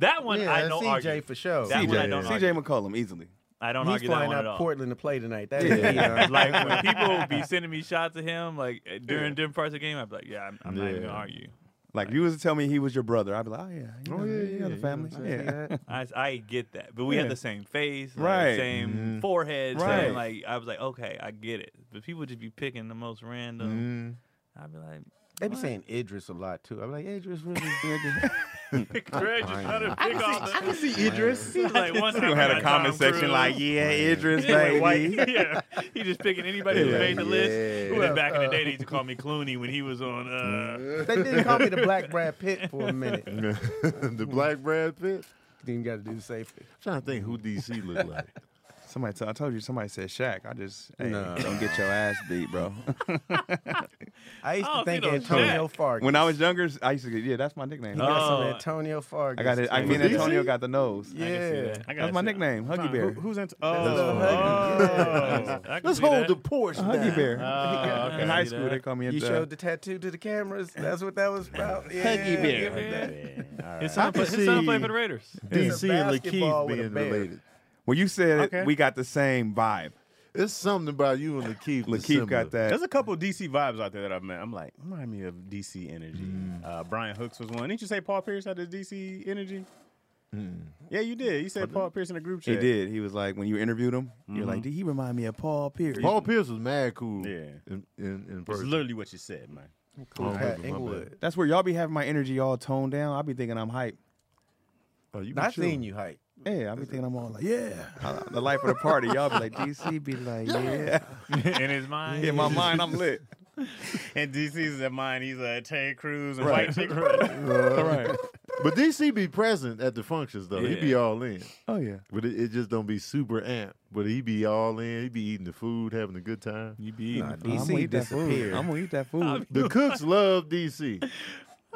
Speaker 1: That one
Speaker 3: Yeah,
Speaker 1: I don't
Speaker 3: CJ
Speaker 1: argue.
Speaker 3: for sure.
Speaker 1: That one I don't
Speaker 4: C.J. McCollum easily.
Speaker 1: I don't
Speaker 3: He's
Speaker 1: argue that
Speaker 3: flying
Speaker 1: one at
Speaker 3: out
Speaker 1: all.
Speaker 3: Portland to play tonight. That
Speaker 5: Yeah.
Speaker 3: is yeah.
Speaker 1: like when people be sending me shots of him, like during different parts of the game, I'd be like, "Yeah, I'm, I'm not even
Speaker 5: Yeah.
Speaker 1: gonna argue."
Speaker 4: Like if you was to tell me he was your brother, I'd be like, oh yeah, you
Speaker 5: Oh,
Speaker 4: know,
Speaker 5: yeah,
Speaker 4: you got
Speaker 5: yeah,
Speaker 4: a
Speaker 5: yeah,
Speaker 4: family,
Speaker 5: I'm
Speaker 4: yeah.
Speaker 1: I, I get that, but we
Speaker 4: Yeah.
Speaker 1: had the same face, like,
Speaker 4: Right.
Speaker 1: Same forehead,
Speaker 4: Right.
Speaker 1: same like I was like, okay, I get it. But people just be picking the most random.
Speaker 5: Mm.
Speaker 1: I'd be like,
Speaker 3: They be
Speaker 1: What?
Speaker 3: saying Idris a lot too. I'm like Idris really
Speaker 1: Craig just had a pick off.
Speaker 4: can see Idris.
Speaker 1: the- Like one
Speaker 4: We
Speaker 1: time
Speaker 4: gonna have a
Speaker 1: Tom
Speaker 4: comment section
Speaker 1: Cruise.
Speaker 4: like, yeah, Idris,
Speaker 1: Yeah, like,
Speaker 4: baby.
Speaker 1: white- yeah, he just picking anybody who
Speaker 5: Yeah.
Speaker 1: made the list.
Speaker 5: Yeah.
Speaker 1: And then back in the day, they used to call me Clooney when he was on. Uh,
Speaker 3: They did call me the Black Brad Pitt for a minute.
Speaker 5: the Black Brad Pitt.
Speaker 3: Then you got to do the same thing.
Speaker 5: I'm trying to think who DC looked like.
Speaker 4: Somebody, t- I told you, somebody said Shaq. I just, hey,
Speaker 3: No.
Speaker 4: don't get your ass beat, bro.
Speaker 3: I used
Speaker 1: I
Speaker 3: to
Speaker 1: don't
Speaker 3: think
Speaker 1: see no
Speaker 3: Antonio Fargas.
Speaker 4: when I was younger, I used to get, yeah, that's my nickname.
Speaker 3: you got some
Speaker 1: Oh.
Speaker 3: Antonio Fargas.
Speaker 4: I got it. I
Speaker 3: too.
Speaker 4: mean,
Speaker 5: Easy?
Speaker 4: Antonio got the nose.
Speaker 3: Yeah.
Speaker 1: that.
Speaker 2: I gotta
Speaker 4: That's my
Speaker 2: see-
Speaker 4: nickname, Huggy
Speaker 2: Fine.
Speaker 4: Bear.
Speaker 2: Who- who's into?
Speaker 1: I
Speaker 2: Oh,
Speaker 1: can- I can
Speaker 5: Let's
Speaker 1: see
Speaker 5: hold
Speaker 1: that.
Speaker 5: the Porsche
Speaker 4: Huggy
Speaker 5: down.
Speaker 4: Bear.
Speaker 2: Oh, okay.
Speaker 4: In high
Speaker 1: See
Speaker 4: school,
Speaker 1: that?
Speaker 4: they call me.
Speaker 3: You
Speaker 4: uh,
Speaker 3: showed the tattoo to the cameras. That's what that was about. Yeah.
Speaker 1: His
Speaker 5: I
Speaker 1: son,
Speaker 5: can
Speaker 1: play, his son
Speaker 5: see-
Speaker 1: play for the Raiders.
Speaker 5: DC and Lakeith
Speaker 3: basketball with a
Speaker 5: being
Speaker 3: bear.
Speaker 5: related.
Speaker 4: When you said it,
Speaker 2: Okay.
Speaker 4: we got the same vibe.
Speaker 5: It's something about you and Lakeith. that's
Speaker 4: Lakeith
Speaker 5: similar.
Speaker 4: got that.
Speaker 2: There's a couple DC vibes out there that I've met. I'm like, remind me of DC energy. Uh, Brian Hooks was one. Didn't you say Paul Pierce had his DC energy? Yeah, you did. You said Paul Pierce in a group
Speaker 4: He
Speaker 2: chat.
Speaker 4: did. He was like, when you interviewed him, you're like, did he remind me of Paul Pierce?
Speaker 5: Paul Pierce was mad cool.
Speaker 2: Yeah.
Speaker 5: in in, in
Speaker 2: It's
Speaker 5: person.
Speaker 2: literally what you said, man.
Speaker 5: Oh,
Speaker 3: Pat
Speaker 5: my bad.
Speaker 3: Inglewood.
Speaker 4: That's where y'all be having my energy all toned down. I be thinking I'm hype.
Speaker 5: Oh, you
Speaker 3: I
Speaker 5: been chilling.
Speaker 3: seen you hype.
Speaker 4: Yeah, I be thinking I'm all like, yeah. I- The life of the party, y'all be like, DC be like, yeah.
Speaker 1: in his mind.
Speaker 4: In my mind, I'm lit.
Speaker 2: And DC's in mine. He's a uh, Terry Crews and
Speaker 4: Right.
Speaker 2: White Chick.
Speaker 4: all right.
Speaker 5: But DC be present at the functions though. He be
Speaker 1: Yeah.
Speaker 5: all in.
Speaker 4: Oh yeah.
Speaker 5: But it, it just don't be super amped. But he be all in. He be eating the food, having a good time.
Speaker 1: You be
Speaker 3: Nah,
Speaker 4: I'm
Speaker 3: DC
Speaker 4: gonna eat that food.
Speaker 3: disappeared.
Speaker 4: I'm gonna eat that food.
Speaker 5: The cooks love DC.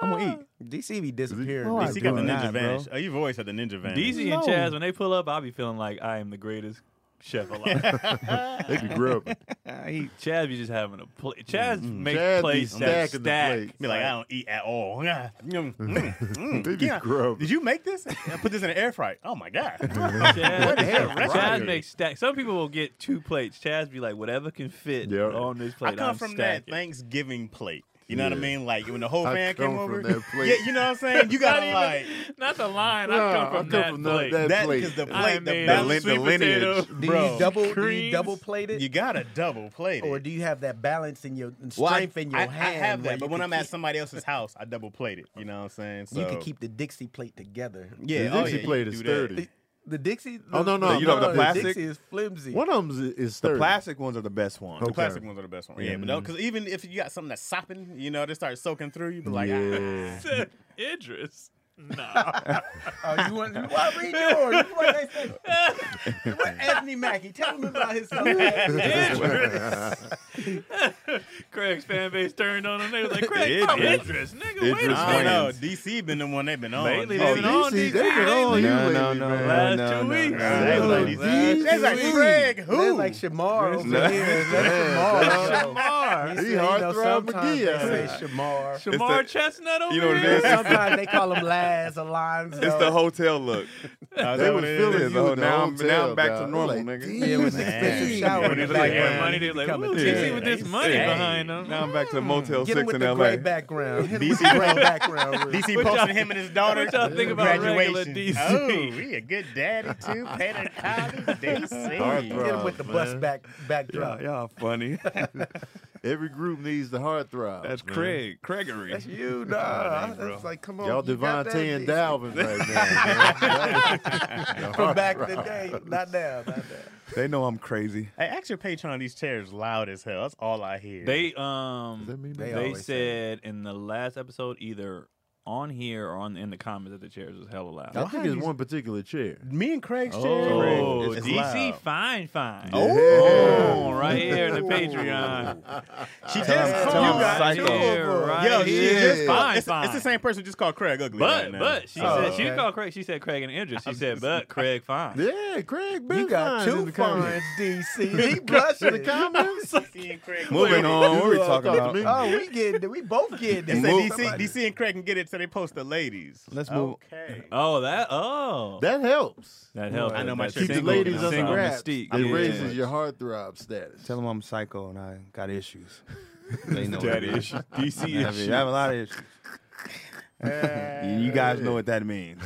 Speaker 4: I'm gonna eat.
Speaker 3: DC be disappeared.
Speaker 4: Oh, I
Speaker 2: DC got the
Speaker 4: doing
Speaker 2: ninja
Speaker 4: that, bro.
Speaker 2: vanish. Oh, you've always had the ninja vanish.
Speaker 1: DZ and
Speaker 4: No.
Speaker 1: Chaz, when they pull up, I'll be feeling like I am the greatest chef alive.
Speaker 5: They be grubbing.
Speaker 4: I eat.
Speaker 1: Chaz be just having a plate. Chaz makes
Speaker 5: Chaz be
Speaker 1: plates that
Speaker 5: stacking the
Speaker 1: stack.
Speaker 5: plates.
Speaker 2: Be like, I don't eat at all. Yeah. Mm, mm, mm.
Speaker 5: They be
Speaker 2: Yeah.
Speaker 5: grubbing.
Speaker 2: Did you make this? I put this in an air fryer. Oh my god.
Speaker 1: Chaz,
Speaker 5: Right.
Speaker 1: Chaz makes stack. Some people will get two plates. Chaz be like, whatever can fit
Speaker 5: Yeah.
Speaker 1: on this plate.
Speaker 2: I come
Speaker 1: I'm
Speaker 2: from
Speaker 1: stacking.
Speaker 2: that Thanksgiving plate. You know what I
Speaker 5: Yeah.
Speaker 2: mean? Like when the whole
Speaker 5: I
Speaker 2: fan came
Speaker 5: come
Speaker 2: over.
Speaker 5: from that place.
Speaker 2: Yeah, you know what I'm saying? You
Speaker 1: Not
Speaker 2: gotta like
Speaker 1: even- not the line. I
Speaker 5: Nah,
Speaker 1: come from that plate.
Speaker 5: that
Speaker 2: that
Speaker 5: place.
Speaker 2: because the
Speaker 1: I
Speaker 2: plate, the
Speaker 1: mean,
Speaker 2: balance,
Speaker 1: sweet
Speaker 4: the lineage.
Speaker 1: potato,
Speaker 3: Do
Speaker 2: Bro,
Speaker 3: you double do you
Speaker 1: creams.
Speaker 3: double plate it,
Speaker 2: you gotta double plate it.
Speaker 3: or do you have that balance in your and
Speaker 2: Well, I-
Speaker 3: strength in your
Speaker 2: I, I
Speaker 3: hand?
Speaker 2: have
Speaker 3: where
Speaker 2: that,
Speaker 3: you
Speaker 2: but when
Speaker 3: can
Speaker 2: I'm at
Speaker 3: keep-
Speaker 2: somebody else's house, I double plate it. You know what I'm saying? So
Speaker 3: you can keep the Dixie plate together.
Speaker 5: The
Speaker 2: yeah, oh,
Speaker 5: Dixie
Speaker 2: yeah, you
Speaker 5: plate
Speaker 2: can
Speaker 5: is
Speaker 2: do that.
Speaker 5: sturdy.
Speaker 3: The Dixie.
Speaker 5: Oh, no, no,
Speaker 3: the-
Speaker 4: you know, the plastic?
Speaker 3: Dixie is flimsy.
Speaker 5: One of them is
Speaker 4: The
Speaker 5: sturdy.
Speaker 4: plastic ones are the best ones.
Speaker 2: The
Speaker 5: Okay.
Speaker 2: plastic ones are the best ones. Yeah, but because even if you got something that's sopping, you know, they start soaking through. You be like, ah.
Speaker 5: yeah.
Speaker 1: Said Idris. Nah.
Speaker 3: Oh, you want? Why read yours? That's What they say. What Anthony Mackie? Tell him about his
Speaker 1: Craig's fan base turned on him. They was like, Craig,
Speaker 4: Idris.
Speaker 1: fuck Idris, nigga, wait a
Speaker 4: Idris
Speaker 2: I don't
Speaker 1: minute.
Speaker 2: know.
Speaker 4: Wayans.
Speaker 2: DC been the one they've been on.
Speaker 1: Lately,
Speaker 2: Oh,
Speaker 1: they've been
Speaker 2: yeah.
Speaker 1: on
Speaker 5: DC,
Speaker 1: DC.
Speaker 5: they been on Oh, you
Speaker 4: No,
Speaker 5: lately,
Speaker 4: no, no,
Speaker 5: man.
Speaker 1: Last
Speaker 4: no,
Speaker 1: two
Speaker 4: no,
Speaker 1: weeks.
Speaker 4: no,
Speaker 2: They was
Speaker 4: no, no.
Speaker 2: like,
Speaker 1: Last
Speaker 2: They was like,
Speaker 1: two
Speaker 2: Craig,
Speaker 3: They're
Speaker 2: who?
Speaker 3: like Shamar over
Speaker 4: No.
Speaker 3: here. That's
Speaker 5: Yeah,
Speaker 3: Shamar.
Speaker 5: He
Speaker 3: said, you know,
Speaker 5: heartthrob
Speaker 3: sometimes
Speaker 5: McGee out
Speaker 3: they
Speaker 5: here.
Speaker 3: say Shamar.
Speaker 1: Jamar
Speaker 4: the-
Speaker 1: Chestnut over
Speaker 4: you know what it
Speaker 1: here.
Speaker 4: is?
Speaker 3: Sometimes they call him Laz, Alonzo.
Speaker 4: It's the hotel look.
Speaker 2: Oh,
Speaker 5: They
Speaker 2: that
Speaker 5: was
Speaker 2: what it is?
Speaker 5: feeling
Speaker 4: is.
Speaker 5: you
Speaker 4: Oh,
Speaker 5: in the
Speaker 4: now I'm-
Speaker 5: hotel,
Speaker 4: now I'm back to
Speaker 5: dog.
Speaker 4: normal,
Speaker 5: like,
Speaker 4: nigga.
Speaker 5: damn,
Speaker 3: Yeah, with the
Speaker 5: man.
Speaker 3: expensive
Speaker 2: Man.
Speaker 3: shower in the
Speaker 1: They
Speaker 2: It's
Speaker 1: look like
Speaker 2: like, man,
Speaker 1: that money.
Speaker 3: background.
Speaker 1: They like,
Speaker 3: Become a
Speaker 1: ooh,
Speaker 3: ten.
Speaker 1: DC with this
Speaker 2: Hey,
Speaker 1: money
Speaker 2: hey.
Speaker 1: behind them.
Speaker 4: Now I'm back to Motel
Speaker 3: Get
Speaker 4: 6
Speaker 3: him with
Speaker 4: in
Speaker 3: the
Speaker 4: LA.
Speaker 3: gray background. Hit him with the
Speaker 2: DC
Speaker 3: gray background. real
Speaker 2: DC
Speaker 1: What y'all-
Speaker 2: posting him and his daughter.
Speaker 1: what y'all think about regular
Speaker 2: graduation.
Speaker 1: DC?
Speaker 2: Oh, we a good daddy too. Paid a college,
Speaker 3: quick.
Speaker 5: Heartthrob.
Speaker 2: DC.
Speaker 3: Hit him with the bus
Speaker 5: Man.
Speaker 3: back
Speaker 4: Y'all,
Speaker 3: backdrop.
Speaker 4: y'all funny.
Speaker 5: Every group needs the heartthrob.
Speaker 4: That's
Speaker 5: man.
Speaker 4: Craig. Gregory.
Speaker 3: That's you, nah.
Speaker 1: man, bro.
Speaker 3: That's like, come on.
Speaker 5: Y'all
Speaker 3: you got that,
Speaker 5: Devontae and
Speaker 3: DC?
Speaker 5: Dalvin right now. man.
Speaker 3: From back in the day. Not now, not now.
Speaker 4: They know I'm crazy.
Speaker 2: Hey, ask your patron. These chairs loud as hell. That's all I hear.
Speaker 1: They um
Speaker 5: Does that mean
Speaker 1: they,
Speaker 3: they always say
Speaker 1: said in the last episode either on here or on in the comments that the chairs was hella loud.
Speaker 5: I
Speaker 2: Why
Speaker 5: think it's
Speaker 2: these-
Speaker 5: one particular chair.
Speaker 2: me and Craig's chairs.
Speaker 1: Oh,
Speaker 2: it's
Speaker 1: DC
Speaker 2: loud.
Speaker 1: fine fine.
Speaker 5: Yeah.
Speaker 1: Oh, right here in the Patreon.
Speaker 2: She just
Speaker 4: Tell him-
Speaker 2: called.
Speaker 4: tell him
Speaker 2: You got
Speaker 4: psycho.
Speaker 2: two of them.
Speaker 1: Yeah, right
Speaker 2: Yo, she
Speaker 5: here.
Speaker 2: just called.
Speaker 1: Fine,
Speaker 2: It's, it's
Speaker 1: fine.
Speaker 2: the same person who just called Craig ugly. right
Speaker 1: But
Speaker 2: now.
Speaker 1: but she
Speaker 3: Oh,
Speaker 1: said she
Speaker 3: okay.
Speaker 1: called Craig. She said Craig and Idris. She said but Craig fine.
Speaker 5: Yeah, Craig. Big
Speaker 3: You got
Speaker 5: fine in
Speaker 3: two
Speaker 5: the comments.
Speaker 3: fines, DC. He blushing.
Speaker 5: The comments.
Speaker 2: DC and Craig.
Speaker 4: Moving on. What are we
Speaker 5: You all
Speaker 4: talking
Speaker 5: talking
Speaker 4: about?
Speaker 5: to me?
Speaker 3: Oh, we getting we both getting
Speaker 2: They
Speaker 3: this.
Speaker 2: say
Speaker 4: Move-
Speaker 2: DC, DC and Craig can get it, so they post the ladies.
Speaker 4: Let's move-
Speaker 2: Okay.
Speaker 1: Oh, that oh that,
Speaker 5: That helps.
Speaker 1: helps.
Speaker 2: I know my
Speaker 1: That
Speaker 2: chairs
Speaker 5: Keep the
Speaker 1: single-
Speaker 5: ladies
Speaker 1: single
Speaker 5: under wraps.
Speaker 1: mystique.
Speaker 5: It
Speaker 1: Yeah.
Speaker 5: raises your heartthrob status.
Speaker 4: Tell them I'm psycho and I got issues. They know
Speaker 2: Daddy
Speaker 4: it.
Speaker 2: issues. DC
Speaker 4: I have, I have a lot of issues. you guys know what that means.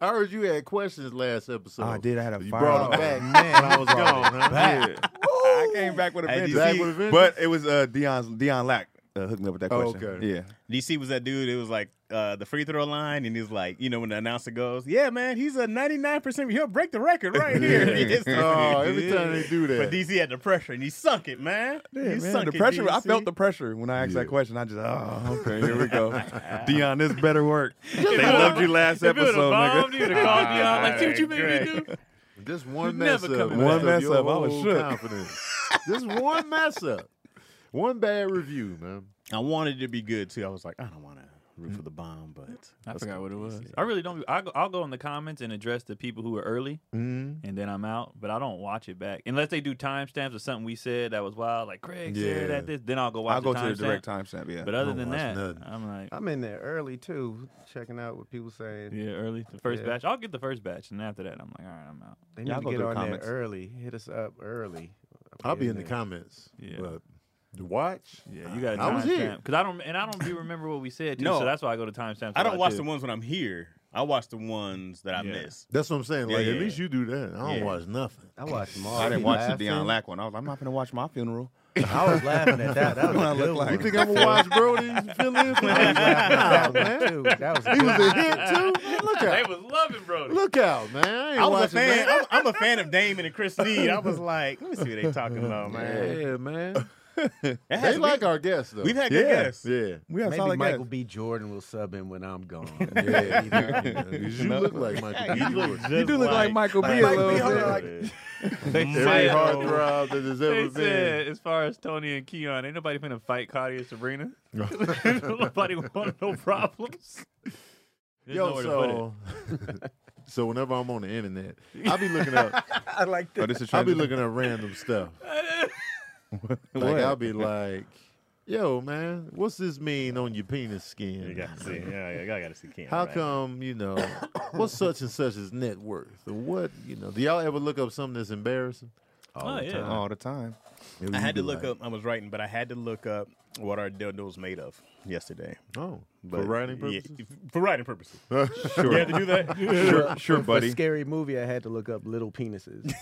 Speaker 5: I heard you had questions last episode.
Speaker 4: Oh, I did. I had a
Speaker 5: You
Speaker 4: fire.
Speaker 5: brought them back man, when I was gone. Huh?
Speaker 4: I came back with a
Speaker 2: Hey,
Speaker 4: vengeance.
Speaker 5: back with a vengeance?
Speaker 4: But it was uh, Dion's, Dion Lack uh, hooked me up with that
Speaker 5: Oh,
Speaker 4: question.
Speaker 5: okay.
Speaker 4: Yeah.
Speaker 2: DC was that dude. It was like uh, the free throw line, and he's like, you know, when the announcer goes, "Yeah, man, he's a ninety nine percent. He'll break the record right here." He hits the-
Speaker 5: Oh, every time they do that.
Speaker 2: But DC had the pressure, and he sunk it, man.
Speaker 4: Yeah,
Speaker 2: he
Speaker 4: man,
Speaker 2: sunk
Speaker 4: the
Speaker 2: it,
Speaker 4: pressure. I
Speaker 2: DC.
Speaker 4: felt the pressure when I asked
Speaker 5: Yeah.
Speaker 4: that question. I just, oh, okay, here we go. Dion, this better work. They
Speaker 1: it would've-
Speaker 4: loved you last
Speaker 1: If it would have
Speaker 4: episode, nigga.
Speaker 1: bombed, you would have called me out. Like, see what you made me
Speaker 2: Alright,
Speaker 1: do?
Speaker 5: Just one
Speaker 1: You
Speaker 5: mess
Speaker 1: never
Speaker 5: up.
Speaker 1: coming
Speaker 5: messed up
Speaker 4: back. One mess
Speaker 5: your
Speaker 4: up, I was
Speaker 5: whole
Speaker 4: shook.
Speaker 5: confidence. Just one mess up. One bad review, man.
Speaker 2: I wanted it to be good too. I was like, "Ah,
Speaker 5: Oh,
Speaker 2: I don't want to root for the bomb, but
Speaker 1: I forgot what it was. I really don't. I'll go, I'll go in the comments and address the people who are early,
Speaker 5: Mm-hmm.
Speaker 1: and then I'm out. But I don't watch it back unless they do timestamps or something we said that was wild, like Craig said
Speaker 5: Yeah.
Speaker 1: that this. Then I'll go watch.
Speaker 4: I'll go to the
Speaker 1: timestamp.
Speaker 4: direct timestamp, yeah.
Speaker 1: But other
Speaker 5: don't
Speaker 1: than
Speaker 5: watch
Speaker 1: that,
Speaker 5: nothing.
Speaker 1: I'm like,
Speaker 3: I'm in there early too, checking out what people saying.
Speaker 1: yeah, early the first
Speaker 3: Yeah.
Speaker 1: batch. I'll get the first batch, and after that, I'm like, all right, I'm out.
Speaker 3: They
Speaker 4: Y'all
Speaker 3: need to
Speaker 4: go
Speaker 3: get
Speaker 4: to the
Speaker 3: on
Speaker 4: comments.
Speaker 3: there early. Hit us up early.
Speaker 5: I'll be in the
Speaker 3: there.
Speaker 5: comments.
Speaker 1: Yeah.
Speaker 5: But to watch,
Speaker 1: Yeah, you got a
Speaker 5: I was here.
Speaker 1: timestamp because I don't and I don't be remember what we said. Too,
Speaker 2: No.
Speaker 1: so that's why I go to timestamps.
Speaker 2: I
Speaker 1: a
Speaker 2: don't
Speaker 1: lot,
Speaker 2: watch
Speaker 1: too.
Speaker 2: the ones when I'm here. I watch the ones that I
Speaker 1: Yeah.
Speaker 2: miss.
Speaker 5: that's what I'm saying.
Speaker 2: Yeah,
Speaker 5: Like,
Speaker 2: yeah.
Speaker 5: at least you do that. I don't
Speaker 2: Yeah.
Speaker 5: watch nothing.
Speaker 3: I watched them all.
Speaker 4: I didn't
Speaker 3: They
Speaker 4: watch the
Speaker 3: laughing.
Speaker 4: Dion Lack one. I was, I'm not going to watch my funeral.
Speaker 3: I was laughing at that. That was
Speaker 4: What I
Speaker 3: a
Speaker 4: look
Speaker 3: good
Speaker 4: like.
Speaker 3: one.
Speaker 5: You think I'm gonna watch Brody fill in for
Speaker 3: I
Speaker 5: that?
Speaker 3: was laughing
Speaker 5: Nah,
Speaker 3: at that
Speaker 5: man.
Speaker 3: one, too. That was a
Speaker 5: He
Speaker 3: good
Speaker 5: was
Speaker 3: one.
Speaker 5: a hit too. Man, Look
Speaker 1: They
Speaker 5: out!
Speaker 1: was loving Brody.
Speaker 5: Look out, man! I, ain't
Speaker 2: I was a
Speaker 5: watching
Speaker 2: fan.
Speaker 5: that.
Speaker 2: I'm, I'm a fan of Damon and Chris Need. I was like, let me see what they talking about, man.
Speaker 5: Yeah, man.
Speaker 2: That has-
Speaker 5: They like our guests though.
Speaker 2: We've had good
Speaker 4: Yeah.
Speaker 2: guests.
Speaker 5: yeah.
Speaker 4: We have
Speaker 3: Maybe
Speaker 4: solid
Speaker 3: Michael
Speaker 4: guests.
Speaker 3: B. Jordan will sub in when I'm gone.
Speaker 5: Yeah, yeah. 'Cause you look like Michael B.
Speaker 2: You look
Speaker 5: Jordan.
Speaker 2: just
Speaker 4: You do look like Michael B.
Speaker 3: like
Speaker 4: a
Speaker 3: Michael B.
Speaker 4: little
Speaker 3: Hold
Speaker 4: bit.
Speaker 3: on, like-
Speaker 5: Every
Speaker 1: Michael.
Speaker 5: heartthrob that has
Speaker 1: They
Speaker 5: ever been.
Speaker 1: said, as far as Tony and Keon, ain't nobody finna fight Cardi and Sabrina. nobody want no problems. There's
Speaker 5: Yo,
Speaker 1: nowhere to put it.
Speaker 5: so so whenever I'm on the internet, I'll be looking up.
Speaker 3: I like
Speaker 4: Oh,
Speaker 3: that.
Speaker 4: this is
Speaker 5: I'll be
Speaker 4: transition.
Speaker 5: looking at random stuff. Like
Speaker 4: What?
Speaker 5: I'll be like, "Yo, man, what's this mean on your penis skin?
Speaker 2: You gotta see. Yeah, yeah, I gotta see Cam.
Speaker 5: How
Speaker 2: right?
Speaker 5: come you know what's such and such is net worth? Or what you know? Do y'all ever look up something that's embarrassing?
Speaker 1: Oh, yeah.
Speaker 4: all the time.
Speaker 5: And
Speaker 2: I
Speaker 5: you
Speaker 2: had
Speaker 5: be
Speaker 2: to look
Speaker 5: like,
Speaker 2: up. I was writing, but I had to look up what are dildos made of yesterday.
Speaker 5: Oh,
Speaker 2: But-
Speaker 5: for writing
Speaker 2: yeah,
Speaker 5: purposes.
Speaker 2: for writing purposes.
Speaker 4: Sure.
Speaker 2: You had to do that.
Speaker 4: sure, sure,
Speaker 3: For
Speaker 4: buddy.
Speaker 3: scary movie, I had to look up little penises.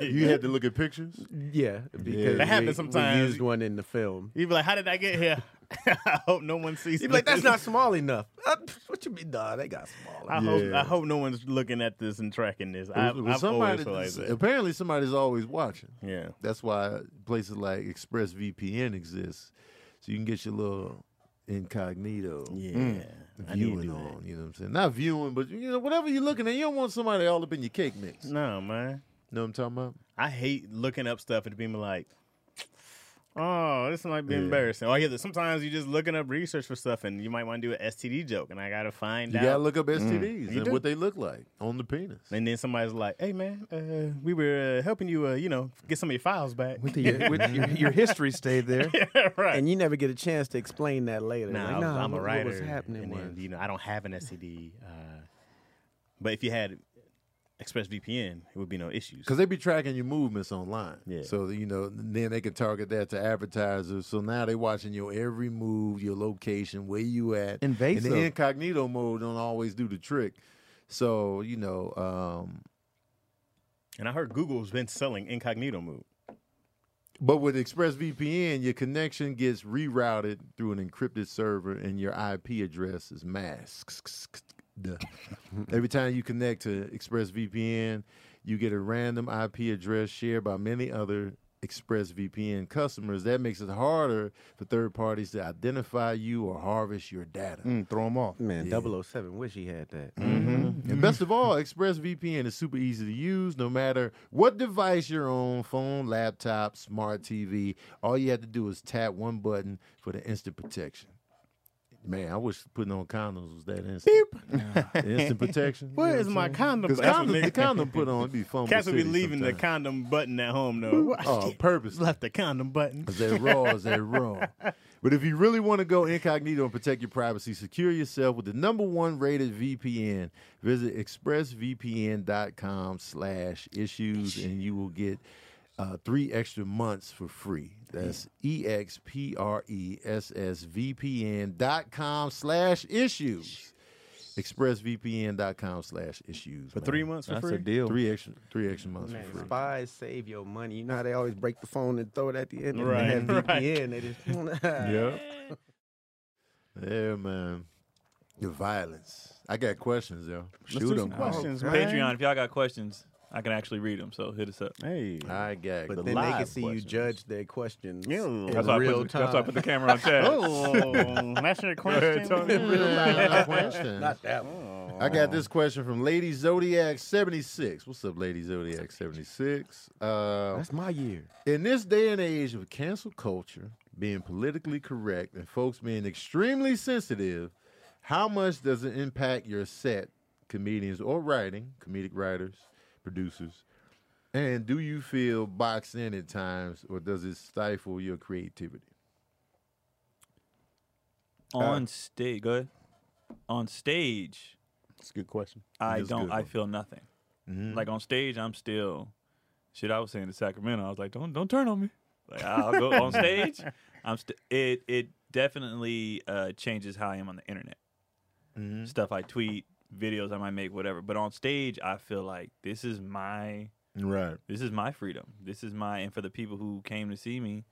Speaker 5: You had to look at pictures.
Speaker 3: yeah, because
Speaker 5: That
Speaker 2: happens
Speaker 3: we-
Speaker 2: sometimes.
Speaker 3: We used one in the film.
Speaker 2: You'd be like, "How did I get here? I hope no one sees."
Speaker 3: You'd be like,
Speaker 2: this.
Speaker 3: "That's not small enough." Uh, pff, what you mean, nah? They got smaller.
Speaker 2: I hope
Speaker 5: Yeah.
Speaker 2: I hope no one's looking at this and tracking this. I,
Speaker 5: Well, well,
Speaker 2: I've always felt like that.
Speaker 5: apparently somebody's always watching.
Speaker 2: Yeah.
Speaker 5: That's why places like ExpressVPN exists, so you can get your little incognito
Speaker 2: Yeah. I need to
Speaker 5: Mm. viewing
Speaker 2: do that.
Speaker 5: on. You know what I'm saying? Not viewing, but you know whatever you're looking at, you don't want somebody all up in your cake mix. You
Speaker 2: No, man.
Speaker 5: know what I'm talking about?
Speaker 2: I hate looking up stuff and being like, oh, this might be
Speaker 5: Yeah.
Speaker 2: embarrassing. Or yeah, sometimes you're just looking up research for stuff and you might want to do an STD joke and I got to find
Speaker 5: You
Speaker 2: out.
Speaker 5: gotta look up STDs
Speaker 2: mm, You
Speaker 5: and
Speaker 2: do.
Speaker 5: what they look like on the penis.
Speaker 2: and then somebody's like, hey, man, uh, we were uh, helping you, uh, you know, get some of your files back.
Speaker 4: With the- with your, your history stayed there.
Speaker 2: right.
Speaker 3: And you never get a chance to explain that later.
Speaker 2: Nah,
Speaker 3: Like,
Speaker 2: I was,
Speaker 3: nah,
Speaker 2: I'm a
Speaker 3: what-
Speaker 2: writer.
Speaker 3: What was happening
Speaker 2: and
Speaker 3: was
Speaker 2: then, you know, I don't have an STD. Uh, but if you had ExpressVPN, it would be no issues.
Speaker 5: Because they be tracking your movements online.
Speaker 2: Yeah.
Speaker 5: So, you know, then they can target that to advertisers. So now they watching your every move, your location, where you at.
Speaker 4: Invasive.
Speaker 5: And the incognito mode don't always do the trick. So, you know, um,
Speaker 2: And I heard Google's been selling incognito mode.
Speaker 5: but with ExpressVPN, your connection gets rerouted through an encrypted server and your IP address is masked. Every time you connect to ExpressVPN, you get a random IP address shared by many other ExpressVPN customers. That makes it harder for third parties to identify you or harvest your data.
Speaker 4: Mm, throw them off.
Speaker 3: man, 007, wish he had that.
Speaker 5: And Mm-hmm.
Speaker 2: Mm-hmm.
Speaker 5: best of all, ExpressVPN is super easy to use no matter what device you're on phone, laptop, smart TV. All you have to do is tap one button for the instant protection. Man, I wish putting on condoms was that instant. instant protection.
Speaker 2: Where is my condom?
Speaker 5: Because
Speaker 2: That's what
Speaker 5: condoms,
Speaker 2: they-
Speaker 5: the condom put on it'd be fun.
Speaker 2: Cats would be leaving the condom button at home though.
Speaker 5: Oh, purpose.
Speaker 2: Left the condom button.
Speaker 5: Is they raw? Is they raw? But if you really want to go incognito and protect your privacy, secure yourself with the number one rated VPN. Visit expressvpn.com slash issues and you will get uh, three extra months for free. That's E E-X-P-R-E-S-S-V-P-N dot com slash issues. ExpressVPN.com slash issues.
Speaker 2: For three months for
Speaker 4: That's
Speaker 2: free.
Speaker 4: a deal.
Speaker 5: Three extra, three extra months
Speaker 3: Man,
Speaker 5: for free.
Speaker 3: spies save your money. You know how they always break the phone and throw it at the end. and
Speaker 2: Right,
Speaker 3: They have
Speaker 2: right.
Speaker 3: VPN. They just
Speaker 5: Yeah. Yeah, man. The violence. I got questions, yo.
Speaker 2: Let's do
Speaker 4: Shoot
Speaker 2: some
Speaker 4: 'em.
Speaker 2: questions, man.
Speaker 1: Patreon, if y'all got questions, I can actually read them. So hit us up.
Speaker 2: Hey.
Speaker 5: I got.
Speaker 3: But
Speaker 5: the
Speaker 3: then they
Speaker 5: live
Speaker 3: can see you
Speaker 5: questions.
Speaker 3: judge their questions
Speaker 2: Ew.
Speaker 3: in
Speaker 2: That's
Speaker 1: That's why, I
Speaker 3: real
Speaker 1: put, the- that's why I
Speaker 3: time.
Speaker 1: put the camera on Chad.
Speaker 2: Oh, that's your question.
Speaker 5: Yeah, question.
Speaker 3: Not that one.
Speaker 4: Oh.
Speaker 5: I got this question from Lady Zodiac seventy six. What's up, Lady Zodiac seventy six? Uh,
Speaker 3: That's my year.
Speaker 5: in this day and age of cancel culture, being politically correct, and folks being extremely sensitive, how much does it impact your set, comedians or writing, comedic writers, producers? And do you feel boxed in at times, or does it stifle your creativity?
Speaker 1: on stage, go ahead. On stage,
Speaker 2: That's a good question.
Speaker 1: I
Speaker 5: That's a
Speaker 1: don't.
Speaker 5: good
Speaker 1: I
Speaker 5: one.
Speaker 1: feel nothing.
Speaker 5: Mhm.
Speaker 1: Like on stage, I'm still. Shit, I was saying to Sacramento, I was like, don't don't turn on me. Like I'll go on stage. I'm st- it it definitely uh, changes how I am on the internet.
Speaker 5: Mm-hmm.
Speaker 1: Stuff I tweet, videos I might make, whatever. But on stage, I feel like this is my
Speaker 5: Right.
Speaker 1: this is my freedom. This is my and for the people who came to see me,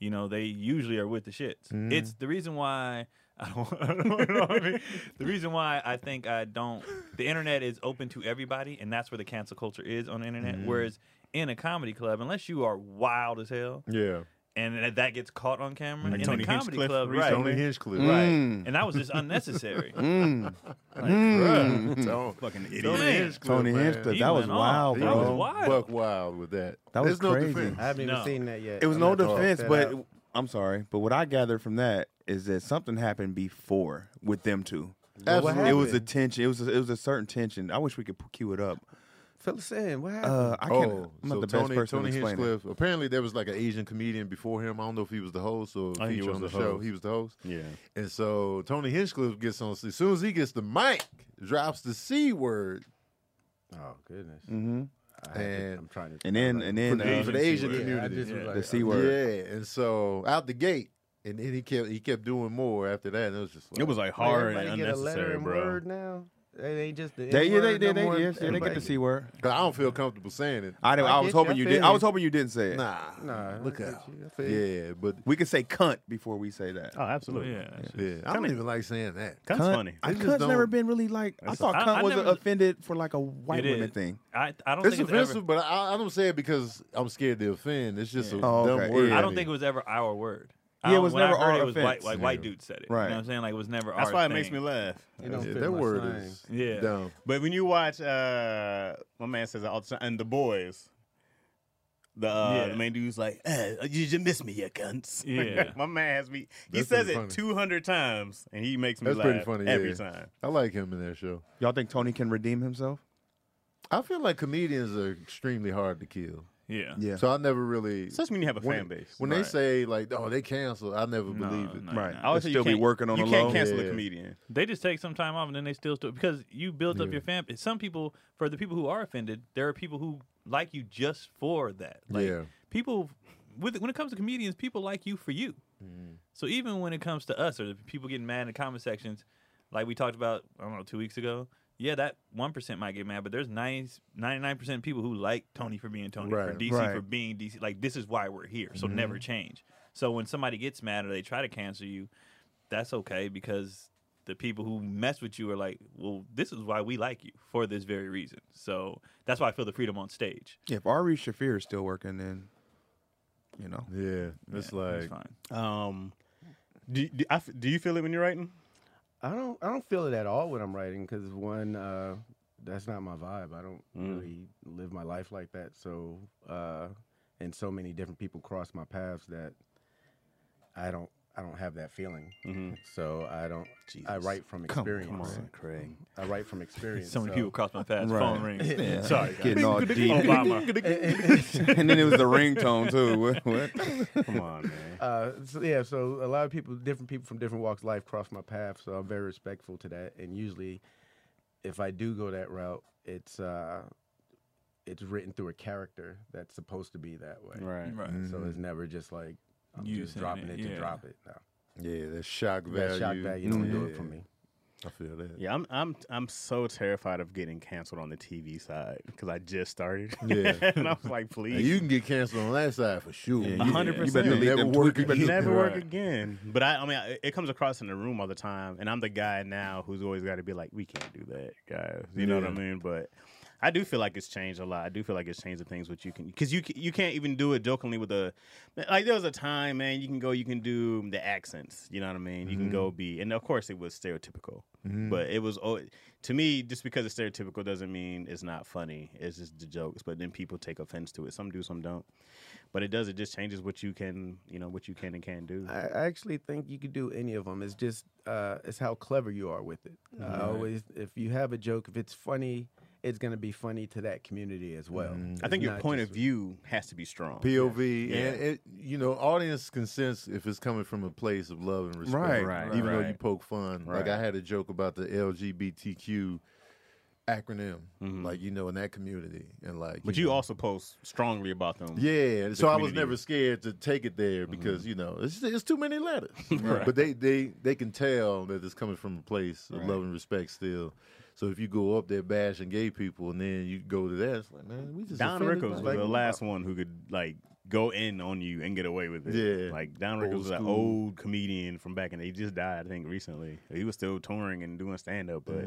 Speaker 1: you know, they usually are with the shits. It's the reason why I don't, I don't you know what I mean? The reason why I think I don't the internet is open to everybody and that's where the cancel culture is on the internet. Whereas in a comedy club, unless you are wild as hell
Speaker 5: Yeah.
Speaker 1: and that- that gets caught on camera in
Speaker 2: Tony
Speaker 1: a comedy
Speaker 2: Hinchcliffe
Speaker 1: club, right?
Speaker 2: recently.
Speaker 5: Tony Hinchcliffe.
Speaker 1: Right.
Speaker 4: Mm.
Speaker 1: And that was just unnecessary.
Speaker 4: Mm.
Speaker 5: Bruh. Tony-
Speaker 2: Fucking
Speaker 5: Tony
Speaker 1: Man.
Speaker 5: Hinchcliffe.
Speaker 4: Tony
Speaker 5: man.
Speaker 4: Hinchcliffe.
Speaker 1: He
Speaker 4: That was
Speaker 1: went off.
Speaker 4: wild,
Speaker 1: That
Speaker 4: bro.
Speaker 1: was wild.
Speaker 5: Buck wild with that.
Speaker 4: That was
Speaker 5: There's no
Speaker 4: crazy.
Speaker 5: defense.
Speaker 3: I haven't
Speaker 1: No.
Speaker 3: even seen that yet.
Speaker 4: It was
Speaker 3: I'm
Speaker 4: no
Speaker 3: gonna check
Speaker 4: defense,
Speaker 3: that
Speaker 4: but
Speaker 3: out.
Speaker 4: I'm sorry. But what I gathered from that is that something happened before with them two.
Speaker 5: Absolutely.
Speaker 4: It was a
Speaker 3: happened?
Speaker 4: tension. It was a, it was a certain tension. I wish we could p- cue it up.
Speaker 3: fill us in. What happened?
Speaker 4: Uh, I can't.
Speaker 5: Oh,
Speaker 4: I'm not
Speaker 5: so
Speaker 4: the best
Speaker 5: Tony,
Speaker 4: person
Speaker 5: Tony
Speaker 4: to explain it.
Speaker 5: Hinchcliffe. Apparently, there was like an Asian comedian before him. I don't know if he was the host or
Speaker 2: I think he
Speaker 5: feature
Speaker 2: was
Speaker 5: on the,
Speaker 2: the
Speaker 5: show.
Speaker 2: host.
Speaker 5: He was the host.
Speaker 2: Yeah.
Speaker 5: And so Tony Hinchcliffe gets on. As soon as he gets the mic, drops the c word
Speaker 3: oh goodness.
Speaker 4: Mm-hmm.
Speaker 3: I had to-
Speaker 5: and-
Speaker 3: I'm trying to.
Speaker 4: And then
Speaker 3: I'm
Speaker 4: and
Speaker 5: for
Speaker 4: then
Speaker 5: the,
Speaker 4: uh,
Speaker 5: for the Asian
Speaker 3: like- yeah, I
Speaker 5: community.
Speaker 3: just was
Speaker 1: Yeah.
Speaker 3: like,
Speaker 4: the
Speaker 3: uh,
Speaker 4: c word.
Speaker 5: Yeah, and so out the gate, And then he kept he kept doing more after that, and it was just like,
Speaker 2: It was like
Speaker 3: Like,
Speaker 2: hard and
Speaker 3: everybody get a letter
Speaker 2: unnecessary,
Speaker 3: and
Speaker 2: bro.
Speaker 3: word now. It ain't just the
Speaker 4: They, yeah, they,
Speaker 3: N-word
Speaker 4: they,
Speaker 3: no
Speaker 4: they,
Speaker 3: more.
Speaker 4: yes, yeah, they get
Speaker 3: Everybody-
Speaker 4: the c word.
Speaker 5: Cause I don't feel comfortable saying it.
Speaker 4: I, didn't,
Speaker 3: I
Speaker 4: I
Speaker 3: get
Speaker 4: was
Speaker 3: you,
Speaker 4: hoping
Speaker 3: I
Speaker 4: you
Speaker 3: feel
Speaker 4: did. I
Speaker 3: you.
Speaker 4: was hoping you didn't say it.
Speaker 5: Nah,
Speaker 3: Nah, I
Speaker 5: look
Speaker 3: get
Speaker 5: out.
Speaker 3: you. I feel you.
Speaker 5: Yeah, but
Speaker 4: We could say cunt before we say that.
Speaker 2: Oh, absolutely.
Speaker 1: Yeah.
Speaker 5: yeah, I don't even like saying that.
Speaker 2: Cunt's
Speaker 4: Cunt-
Speaker 2: funny.
Speaker 4: I,
Speaker 5: It just
Speaker 4: cunt's
Speaker 5: don't-
Speaker 4: never been really like. I
Speaker 2: That's-
Speaker 4: thought
Speaker 1: I-
Speaker 4: cunt
Speaker 1: I
Speaker 4: was
Speaker 1: never-
Speaker 4: offended for like a white
Speaker 1: It is.
Speaker 4: women thing.
Speaker 1: I I don't
Speaker 5: It's
Speaker 1: think it's ever,
Speaker 5: offensive, but I, I don't say it because I'm scared to offend. It's just a
Speaker 4: Oh,
Speaker 5: dumb
Speaker 4: okay.
Speaker 5: word.
Speaker 4: Yeah.
Speaker 1: I
Speaker 5: to
Speaker 1: don't
Speaker 5: me.
Speaker 1: think it was ever our word.
Speaker 4: Yeah,
Speaker 1: I
Speaker 4: it
Speaker 1: don't-
Speaker 4: was
Speaker 1: when I
Speaker 4: never
Speaker 1: heard
Speaker 4: our
Speaker 1: it was white,
Speaker 4: offense.
Speaker 1: like white dudes said it. You
Speaker 4: Right.
Speaker 1: know what I'm saying? Like it was never
Speaker 2: That's
Speaker 1: our
Speaker 2: why it
Speaker 1: thing.
Speaker 2: makes me laugh.
Speaker 3: It don't
Speaker 5: Yeah,
Speaker 3: fit
Speaker 5: that
Speaker 3: my
Speaker 5: word
Speaker 3: slang.
Speaker 5: is
Speaker 1: Yeah.
Speaker 5: dumb.
Speaker 2: But when you watch, uh, my man says it all the time, and the boys, the, uh,
Speaker 1: Yeah.
Speaker 2: the main dude's like, eh, you just miss me, you cunts.
Speaker 1: Yeah.
Speaker 2: my man has me. He
Speaker 5: That's
Speaker 2: says
Speaker 5: pretty
Speaker 2: it
Speaker 5: funny.
Speaker 2: 200 times, and he makes me
Speaker 5: That's
Speaker 2: laugh
Speaker 5: pretty funny,
Speaker 2: every
Speaker 5: yeah.
Speaker 2: time.
Speaker 5: I like him in that show.
Speaker 4: Y'all think Tony can redeem himself?
Speaker 5: I feel like comedians are extremely hard to kill.
Speaker 1: Yeah.
Speaker 4: Yeah.
Speaker 5: So I never really
Speaker 2: Especially when you have a
Speaker 5: when,
Speaker 2: fan base.
Speaker 5: When they say like, "Oh, they canceled," I never
Speaker 1: No,
Speaker 5: believe it.
Speaker 1: no,
Speaker 4: Right.
Speaker 1: no.
Speaker 4: I would
Speaker 2: say you
Speaker 4: still be
Speaker 2: can't-
Speaker 4: working on
Speaker 2: you
Speaker 4: the
Speaker 2: can't
Speaker 4: low.
Speaker 2: cancel
Speaker 5: Yeah.
Speaker 2: a comedian.
Speaker 1: They just take some time off and then they still do it because you built up
Speaker 5: Yeah.
Speaker 1: your fan. Some people, for the people who are offended, there are people who like you just for that. Like
Speaker 5: Yeah.
Speaker 1: people, with when it comes to comedians, people like you for you.
Speaker 5: Mm.
Speaker 1: So even when it comes to us or the people getting mad in the comment sections, like we talked about, I don't know, two weeks ago. Yeah, that one percent might get mad, but there's 99 percent people who like Tony for being Tony, for
Speaker 5: Right, Mm-hmm.
Speaker 1: DC
Speaker 4: right.
Speaker 1: for being DC. Like this is why we're here, so never change. So when somebody gets mad or they try to cancel you, that's okay because the people who mess with you are like, well, this is why we like you for this very reason. So that's why I feel the freedom on stage.
Speaker 4: If Ari Shafir is still working, then you know.
Speaker 5: Yeah, it's
Speaker 1: That's
Speaker 5: like
Speaker 1: fine.
Speaker 2: Um, do, do, I f- do you feel it when you're writing?
Speaker 3: I don't I don't feel it at all when I'm writing because one uh, that's not my vibe. I don't
Speaker 2: Mm.
Speaker 3: really live my life like that. So uh, and so many different people cross my paths that I don't I don't have that feeling.
Speaker 1: Mm-hmm.
Speaker 2: Mhm.
Speaker 3: So I don't. I
Speaker 4: Jesus.
Speaker 3: write from
Speaker 4: Come on,
Speaker 3: experience.
Speaker 2: Craig.
Speaker 3: I write from experience.
Speaker 1: So many people cross my path.
Speaker 4: Right.
Speaker 1: Phone rings. Sorry, guys.
Speaker 4: Getting all deep.
Speaker 1: Obama.
Speaker 4: and then it was the ringtone too. What? what?
Speaker 2: Come on, man.
Speaker 3: Uh, so, yeah, so a lot of people, different people from different walks of life, cross my path. So I'm very respectful to that. And usually, if I do go that route, it's uh, it's written through a character that's supposed to be that way.
Speaker 2: Right.
Speaker 1: Right.
Speaker 3: So it's never just like I'm
Speaker 1: You
Speaker 3: just
Speaker 1: saying
Speaker 3: dropping
Speaker 1: it,
Speaker 3: Mm-hmm. it, to
Speaker 1: yeah.
Speaker 3: drop it. No,
Speaker 5: yeah, that shock value.
Speaker 3: that shock value don't do
Speaker 5: Yeah,
Speaker 3: it for me.
Speaker 5: I feel that.
Speaker 2: Yeah, I'm I'm I'm so terrified of getting canceled on the TV side because I just started.
Speaker 5: Yeah.
Speaker 2: and I was like,
Speaker 5: Now,
Speaker 2: please,
Speaker 5: you can get canceled on that side for sure.
Speaker 4: Yeah, you-
Speaker 2: A hundred
Speaker 4: You
Speaker 2: percent.
Speaker 4: better delete
Speaker 5: Never
Speaker 4: them
Speaker 5: work
Speaker 4: tweets. You
Speaker 2: but
Speaker 4: better
Speaker 5: again.
Speaker 2: never
Speaker 4: Right.
Speaker 2: work again. But I, I mean, I, it comes across in the room all the time, and I'm the guy now who's always got to be like, we can't do that, guys. You know what I
Speaker 5: Yeah.
Speaker 2: mean? But I do feel like it's changed a lot. I do feel like it's changed the things which you can, because you ca- you can't even do it jokingly with a like. There was a time, man, you can go, you can do the accents. You know what I mean? You can go be, and of course it was stereotypical, but it was al- to me just because it's stereotypical doesn't mean it's not funny. It's just the jokes, but then people take offense to it. Some do, some don't. But it does. It just changes what you can, you know, what you can and can't do.
Speaker 3: I I actually think you could do any of them. It's just uh, it's how clever you are with it. I always, if you have a joke, if it's funny, it's gonna be funny to that community as well.
Speaker 2: I think
Speaker 3: It's
Speaker 2: your
Speaker 3: not
Speaker 2: point
Speaker 3: just-
Speaker 2: of view has to be strong.
Speaker 5: POV,
Speaker 2: Oh, Yeah.
Speaker 5: and it, you know, audience can sense if it's coming from a place of love and respect.
Speaker 4: Right,
Speaker 2: right,
Speaker 5: Even though
Speaker 2: right.
Speaker 5: you poke fun, like
Speaker 4: Right.
Speaker 5: I had a joke about the LGBTQ acronym, like you know, in that community, and like,
Speaker 2: Mm-hmm. but you
Speaker 5: know,
Speaker 2: also post strongly about them.
Speaker 5: Yeah, so I was
Speaker 2: community. Mm-hmm.
Speaker 5: never scared to take it there because you know it's it's too many letters. But they they they can tell that it's coming from a place of love and respect still. So if you go up there bashing gay people and then you go to that, it's like man, we just
Speaker 2: Don
Speaker 5: offended
Speaker 2: Rickles was
Speaker 5: by-
Speaker 2: the last one who could like go in on you and get away with it.
Speaker 5: Yeah.
Speaker 2: like Don Rickles
Speaker 5: Old
Speaker 2: was an
Speaker 5: school.
Speaker 2: old comedian from back in. He just died, I think, recently. He was still touring and doing stand up, but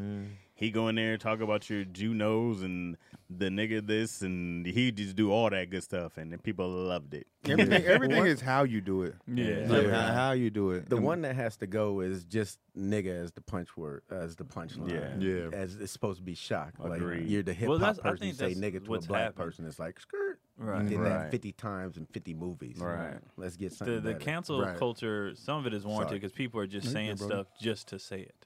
Speaker 2: he go in there and talk about your Junos and the nigga this, and he just do all that good stuff, and then people loved it.
Speaker 4: Everything, everything is how you do it.
Speaker 1: Yeah.
Speaker 4: Like,
Speaker 5: Yeah.
Speaker 4: How, how you do it.
Speaker 3: The
Speaker 4: And-
Speaker 3: one that has to go is just nigga as the punch word, as the punchline.
Speaker 5: Yeah.
Speaker 2: Yeah.
Speaker 3: As it's supposed to be shock.
Speaker 2: Agreed.
Speaker 3: Like you're the hip
Speaker 1: Well,
Speaker 3: hop
Speaker 1: that's- I
Speaker 3: person, you
Speaker 1: think
Speaker 3: say
Speaker 1: that's
Speaker 3: nigga to a
Speaker 1: what's
Speaker 3: black
Speaker 1: happened.
Speaker 3: person, it's like skirt.
Speaker 1: Right.
Speaker 3: You did
Speaker 4: Right.
Speaker 3: that fifty times in fifty movies.
Speaker 2: Right.
Speaker 3: Let's get something.
Speaker 1: the the
Speaker 3: better.
Speaker 1: cancel
Speaker 5: Right.
Speaker 1: culture, some of it is warranted
Speaker 3: Sorry.
Speaker 1: because people are just saying stuff just to say it.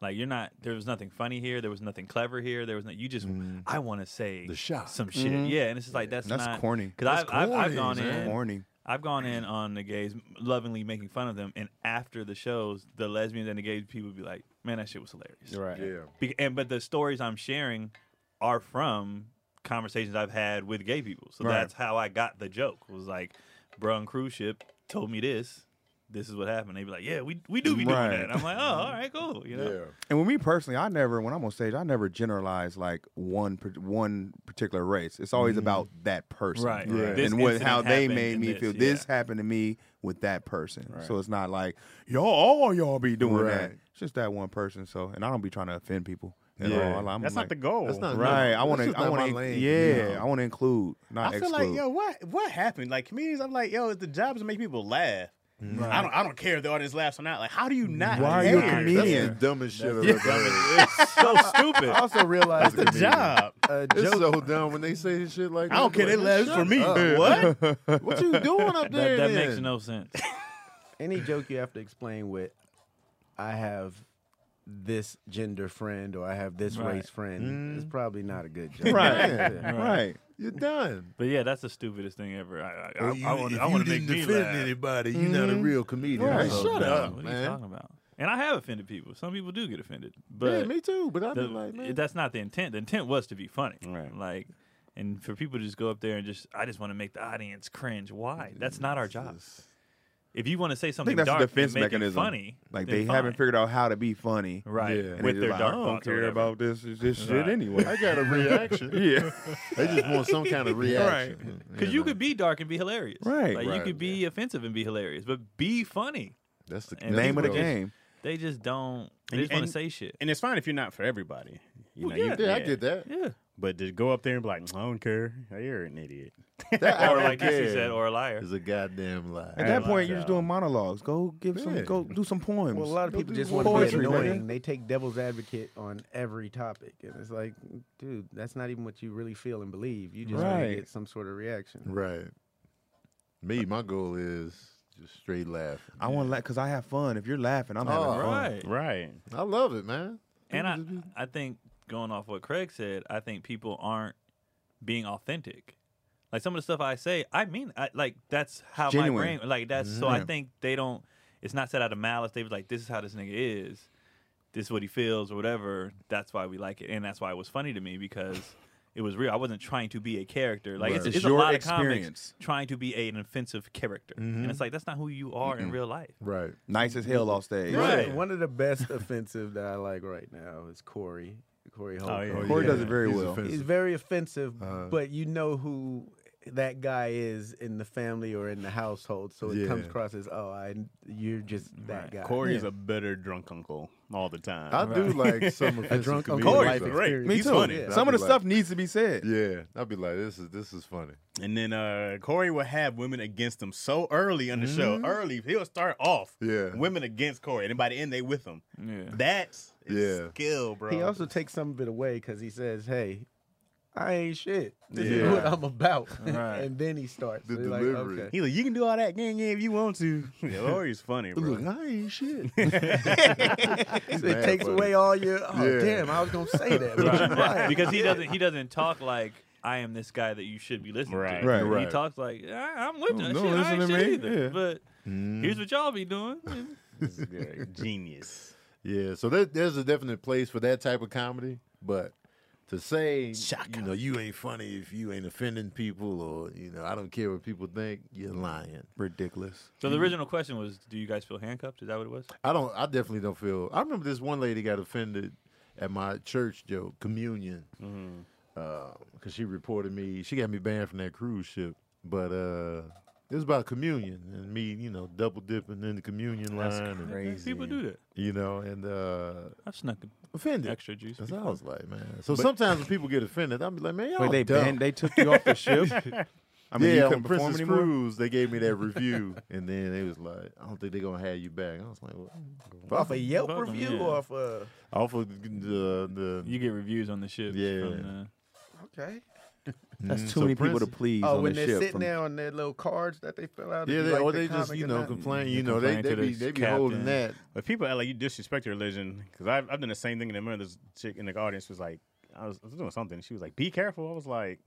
Speaker 1: Like you're not. There was nothing funny here. There was nothing clever here. There was no. You just. I want to say
Speaker 5: Mm. The shock.
Speaker 1: some shit. Yeah, and it's just like that's
Speaker 4: That's
Speaker 1: not,
Speaker 4: corny.
Speaker 1: Because
Speaker 5: That's
Speaker 1: I've, I've,
Speaker 5: corny,
Speaker 1: I've gone
Speaker 5: man.
Speaker 1: in.
Speaker 4: Corny.
Speaker 1: I've gone in on the gays, lovingly making fun of them, and after the shows, the lesbians and the gay people would be like, "Man, that shit was hilarious."
Speaker 2: Right.
Speaker 5: Yeah,
Speaker 1: Be- and but the stories I'm sharing are from conversations I've had with gay people. So
Speaker 4: Right.
Speaker 1: that's how I got the joke. Was like, bro on cruise ship told me this. this is what happened. They be like, yeah, we we do be doing
Speaker 4: Right.
Speaker 1: that. I'm like, oh, all right, cool. You know,
Speaker 4: And with me personally, I never, when I'm on stage, I never generalize like one par- one particular race. It's always about that person,
Speaker 1: Right.
Speaker 5: Yeah.
Speaker 1: This
Speaker 4: And what
Speaker 1: incident
Speaker 4: how they
Speaker 1: happened
Speaker 4: made
Speaker 1: and
Speaker 4: me
Speaker 1: this,
Speaker 4: feel.
Speaker 1: yeah.
Speaker 4: This happened to me with that person. So it's not like y'all all y'all be doing that.
Speaker 5: Right.
Speaker 4: It's just that one person. So and I don't be trying to offend people at
Speaker 5: Yeah.
Speaker 4: all. I'm
Speaker 2: That's
Speaker 4: like,
Speaker 2: not the goal.
Speaker 5: That's not
Speaker 4: right. I
Speaker 5: That's
Speaker 4: want to.
Speaker 5: just
Speaker 4: I
Speaker 5: not
Speaker 4: want
Speaker 5: my
Speaker 4: to.
Speaker 5: lane,
Speaker 4: Yeah,
Speaker 5: you know.
Speaker 4: I want to include, not
Speaker 2: I feel
Speaker 4: exclude.
Speaker 2: like, yo, what what happened? Like comedians, I'm like, yo, it's the job is to make people laugh. I don't I don't care if the audience laughs or not. Like, how do you not?
Speaker 4: Why are
Speaker 2: care?
Speaker 4: you a
Speaker 5: That's
Speaker 4: comedian?
Speaker 5: the dumbest shit I've ever heard.
Speaker 1: it's so stupid.
Speaker 3: I also realized
Speaker 2: That's the job.
Speaker 3: uh,
Speaker 5: It's
Speaker 3: jokes-
Speaker 5: so dumb when they say shit like that.
Speaker 2: I don't care. They
Speaker 5: Like,
Speaker 2: laugh for
Speaker 5: shut
Speaker 2: me.
Speaker 5: up.
Speaker 2: What?
Speaker 5: What you doing up there?
Speaker 1: That, that
Speaker 5: then?
Speaker 1: makes no sense.
Speaker 3: any joke you have to explain with I have this gender friend or I have this
Speaker 1: Right.
Speaker 3: race friend
Speaker 5: Mm.
Speaker 3: is probably not a good joke.
Speaker 4: Right.
Speaker 3: Yeah.
Speaker 4: right.
Speaker 5: You're done.
Speaker 1: But yeah, that's the stupidest thing ever. I I,
Speaker 5: Well,
Speaker 1: I,
Speaker 5: you-
Speaker 1: want
Speaker 5: if
Speaker 1: I
Speaker 5: you
Speaker 1: want to make
Speaker 5: didn't
Speaker 1: me
Speaker 5: offend
Speaker 1: laugh.
Speaker 5: anybody. You're not a real comedian. Like,
Speaker 4: Right.
Speaker 5: shut up,
Speaker 1: What are you
Speaker 5: man.
Speaker 1: talking about? And I have offended people. Some people do get offended,
Speaker 5: Yeah,
Speaker 1: but
Speaker 5: me too. But I've
Speaker 1: the-
Speaker 5: been like, man,
Speaker 1: that's not the intent. The intent was to be funny,
Speaker 2: Right.
Speaker 1: Like, and for people to just go up there and just, I just want to make the audience cringe. Why? That's not our job. If you want to say
Speaker 4: I
Speaker 1: something
Speaker 4: think that's
Speaker 1: dark
Speaker 4: a defense
Speaker 1: and make
Speaker 4: mechanism.
Speaker 1: it funny,
Speaker 4: like
Speaker 1: then
Speaker 4: they
Speaker 1: fine.
Speaker 4: haven't figured out how to be funny.
Speaker 1: right
Speaker 5: Yeah.
Speaker 4: And
Speaker 1: with
Speaker 4: they
Speaker 1: their
Speaker 4: just like,
Speaker 1: dark
Speaker 4: I don't
Speaker 1: thoughts or
Speaker 4: care
Speaker 1: whatever.
Speaker 4: about this this shit
Speaker 1: Right.
Speaker 4: anyway.
Speaker 5: I got a reaction.
Speaker 4: yeah.
Speaker 5: they just want some kind of reaction.
Speaker 1: Because you could be dark and be hilarious,
Speaker 4: Right.
Speaker 1: Like you
Speaker 5: Right.
Speaker 1: could be offensive and be hilarious, but be funny.
Speaker 5: That's the
Speaker 1: And
Speaker 4: Name of
Speaker 1: people
Speaker 4: the
Speaker 1: just-
Speaker 4: game.
Speaker 1: They just don't. They
Speaker 2: And-
Speaker 1: just want
Speaker 2: and-
Speaker 1: to say shit.
Speaker 2: And it's fine if you're not for everybody. You
Speaker 1: Well,
Speaker 2: know,
Speaker 1: yeah.
Speaker 2: you,
Speaker 5: Yeah, I get that.
Speaker 1: Yeah,
Speaker 2: But to go up there and be like, I don't care. You're an idiot.
Speaker 5: That
Speaker 1: or like you said, or a liar.
Speaker 5: is a goddamn lie.
Speaker 4: At
Speaker 2: Yeah.
Speaker 4: that point, you're just doing monologues. Go give
Speaker 5: Yeah.
Speaker 4: some. Go do some poems.
Speaker 3: Well, a lot of
Speaker 5: Go
Speaker 3: people
Speaker 5: do
Speaker 3: just want to be
Speaker 4: poetry,
Speaker 3: annoying.
Speaker 4: nigga.
Speaker 3: They take devil's advocate on every topic, and it's like, dude, that's not even what you really feel and believe. You just want to
Speaker 4: Right.
Speaker 3: get some sort of reaction.
Speaker 5: Right. Me, my goal is just straight laugh.
Speaker 4: I want to laugh because I have fun. If you're laughing, I'm having
Speaker 5: Oh,
Speaker 4: fun.
Speaker 1: Right.
Speaker 2: Right.
Speaker 5: I love it, man.
Speaker 1: And I,
Speaker 5: People
Speaker 4: Mm-hmm.
Speaker 5: just be-
Speaker 1: I think going off what Craig said, I think people aren't being authentic. Like some of the stuff I say, I mean, I, like that's how my
Speaker 4: Genuine.
Speaker 1: brain, like that's. So I
Speaker 4: Yeah.
Speaker 1: think they don't. It's not set out of malice. They was like, this is how this nigga is. This is what he feels or whatever. That's why we like it, and that's why it was funny to me because it was real. I wasn't trying to be a character. Like it's,
Speaker 4: Right.
Speaker 1: it's,
Speaker 4: It's
Speaker 1: a
Speaker 4: your
Speaker 1: lot of comics
Speaker 4: experience. Mm-hmm.
Speaker 1: trying to be an offensive character, and it's like that's not who you are in real life.
Speaker 5: right.
Speaker 4: Nice as hell off stage.
Speaker 1: Right.
Speaker 3: One of- One of the best offensive that I like right now is Corey. Corey Holcomb.
Speaker 2: yeah.
Speaker 4: Corey does it very
Speaker 5: Oh, He's
Speaker 4: well.
Speaker 5: offensive.
Speaker 3: He's very offensive,
Speaker 5: Uh,
Speaker 3: but you know who that guy is in the family or in the household, so it
Speaker 5: Yeah.
Speaker 3: comes across as, oh, I, you're just that guy.
Speaker 2: Corey
Speaker 3: Yeah.
Speaker 2: is a better drunk uncle all the time.
Speaker 5: I do like some offensive
Speaker 3: drunk uncle
Speaker 5: comedians,
Speaker 2: life
Speaker 5: though.
Speaker 2: experience. Great.
Speaker 4: Me
Speaker 2: He's
Speaker 4: too.
Speaker 2: funny.
Speaker 3: Yeah.
Speaker 4: Some of
Speaker 5: I'll be
Speaker 4: the stuff needs to be said.
Speaker 5: Yeah, I'd be like, this is this is funny.
Speaker 2: And then uh, Corey would have women against him so early on the
Speaker 4: Mm-hmm.
Speaker 2: show. Early, he'll start off
Speaker 5: Yeah.
Speaker 2: women against Corey, and then by the end they with him.
Speaker 1: Yeah.
Speaker 2: That's his
Speaker 5: Yeah.
Speaker 2: skill, bro.
Speaker 3: He also takes some of it away because he says, "Hey, I ain't shit. This
Speaker 5: Yeah.
Speaker 3: is what I'm about."
Speaker 1: Right.
Speaker 3: and then he starts
Speaker 5: The
Speaker 3: So you're like,
Speaker 5: delivery.
Speaker 3: okay.
Speaker 2: He like, you can do all that gang gang if you want to. Yeah, Corey's funny, bro.
Speaker 5: Look, I ain't shit.
Speaker 3: So it takes away all your. Oh
Speaker 5: Yeah.
Speaker 3: damn! I was gonna say that. but
Speaker 1: Right.
Speaker 3: you're right.
Speaker 1: because he doesn't he doesn't talk like I am this guy that you should be listening
Speaker 2: Right.
Speaker 1: to.
Speaker 4: Right, Oh,
Speaker 1: He
Speaker 5: right.
Speaker 1: talks like I, I'm with
Speaker 4: No,
Speaker 1: that
Speaker 4: no,
Speaker 1: shit. I ain't
Speaker 4: listen to
Speaker 1: shit
Speaker 4: me.
Speaker 1: either.
Speaker 4: Yeah. Mm.
Speaker 1: But here's what y'all be doing.
Speaker 2: Genius.
Speaker 5: Yeah, so there, there's a definite place for that type of comedy, but to say
Speaker 2: Shaka.
Speaker 5: you know you ain't funny if you ain't offending people or you know I don't care what people think, you're lying.
Speaker 4: Ridiculous.
Speaker 1: So the original question was, do you guys feel handcuffed? Is that what it was?
Speaker 5: I don't. I definitely don't feel. I remember this one lady got offended at my church joke communion
Speaker 4: Mm-hmm.
Speaker 5: because she reported me. She got me banned from that cruise ship, but uh, it was about communion and me, you know, double dipping in the communion line, and,
Speaker 1: People do that.
Speaker 5: you know, and uh,
Speaker 1: I've snuck a
Speaker 5: offended.
Speaker 1: extra juice.
Speaker 5: That's what I
Speaker 1: before.
Speaker 5: was like, man. So sometimes when people get offended, I'm like, man, y'all
Speaker 4: Wait, they
Speaker 5: dumb.
Speaker 4: banned, they took you off the ship. I mean, you
Speaker 5: yeah,
Speaker 4: couldn't
Speaker 5: on
Speaker 4: perform
Speaker 5: Princess
Speaker 4: anymore.
Speaker 5: Cruise, they gave me that review, and then they was like, I don't think they're gonna have you back. I was like, well,
Speaker 3: off a Yelp
Speaker 1: Fuck 'em,
Speaker 3: review,
Speaker 1: yeah.
Speaker 3: off uh, a
Speaker 5: off of the, the
Speaker 1: You get reviews on the ship.
Speaker 5: Yeah.
Speaker 1: from the-
Speaker 3: okay.
Speaker 4: That's too
Speaker 5: So
Speaker 4: many
Speaker 5: Prince-
Speaker 4: people to please
Speaker 3: Oh,
Speaker 4: on
Speaker 3: when
Speaker 4: the
Speaker 3: they're
Speaker 4: ship.
Speaker 3: sitting
Speaker 4: from-
Speaker 3: there on their little cards that they fill out. if
Speaker 5: Yeah,
Speaker 3: you
Speaker 5: they,
Speaker 3: like
Speaker 5: or
Speaker 3: the
Speaker 5: they just
Speaker 3: comic
Speaker 5: you
Speaker 3: or
Speaker 5: know
Speaker 3: not.
Speaker 5: complain.
Speaker 1: They
Speaker 5: You know they
Speaker 1: complain to
Speaker 5: they be
Speaker 1: the
Speaker 5: they be holding
Speaker 1: captain.
Speaker 5: that.
Speaker 2: If people act like you disrespect your religion, because I've, I've done the same thing. And I remember this chick in the audience was like, I was, I was doing something. She was like, "Be careful." I was like,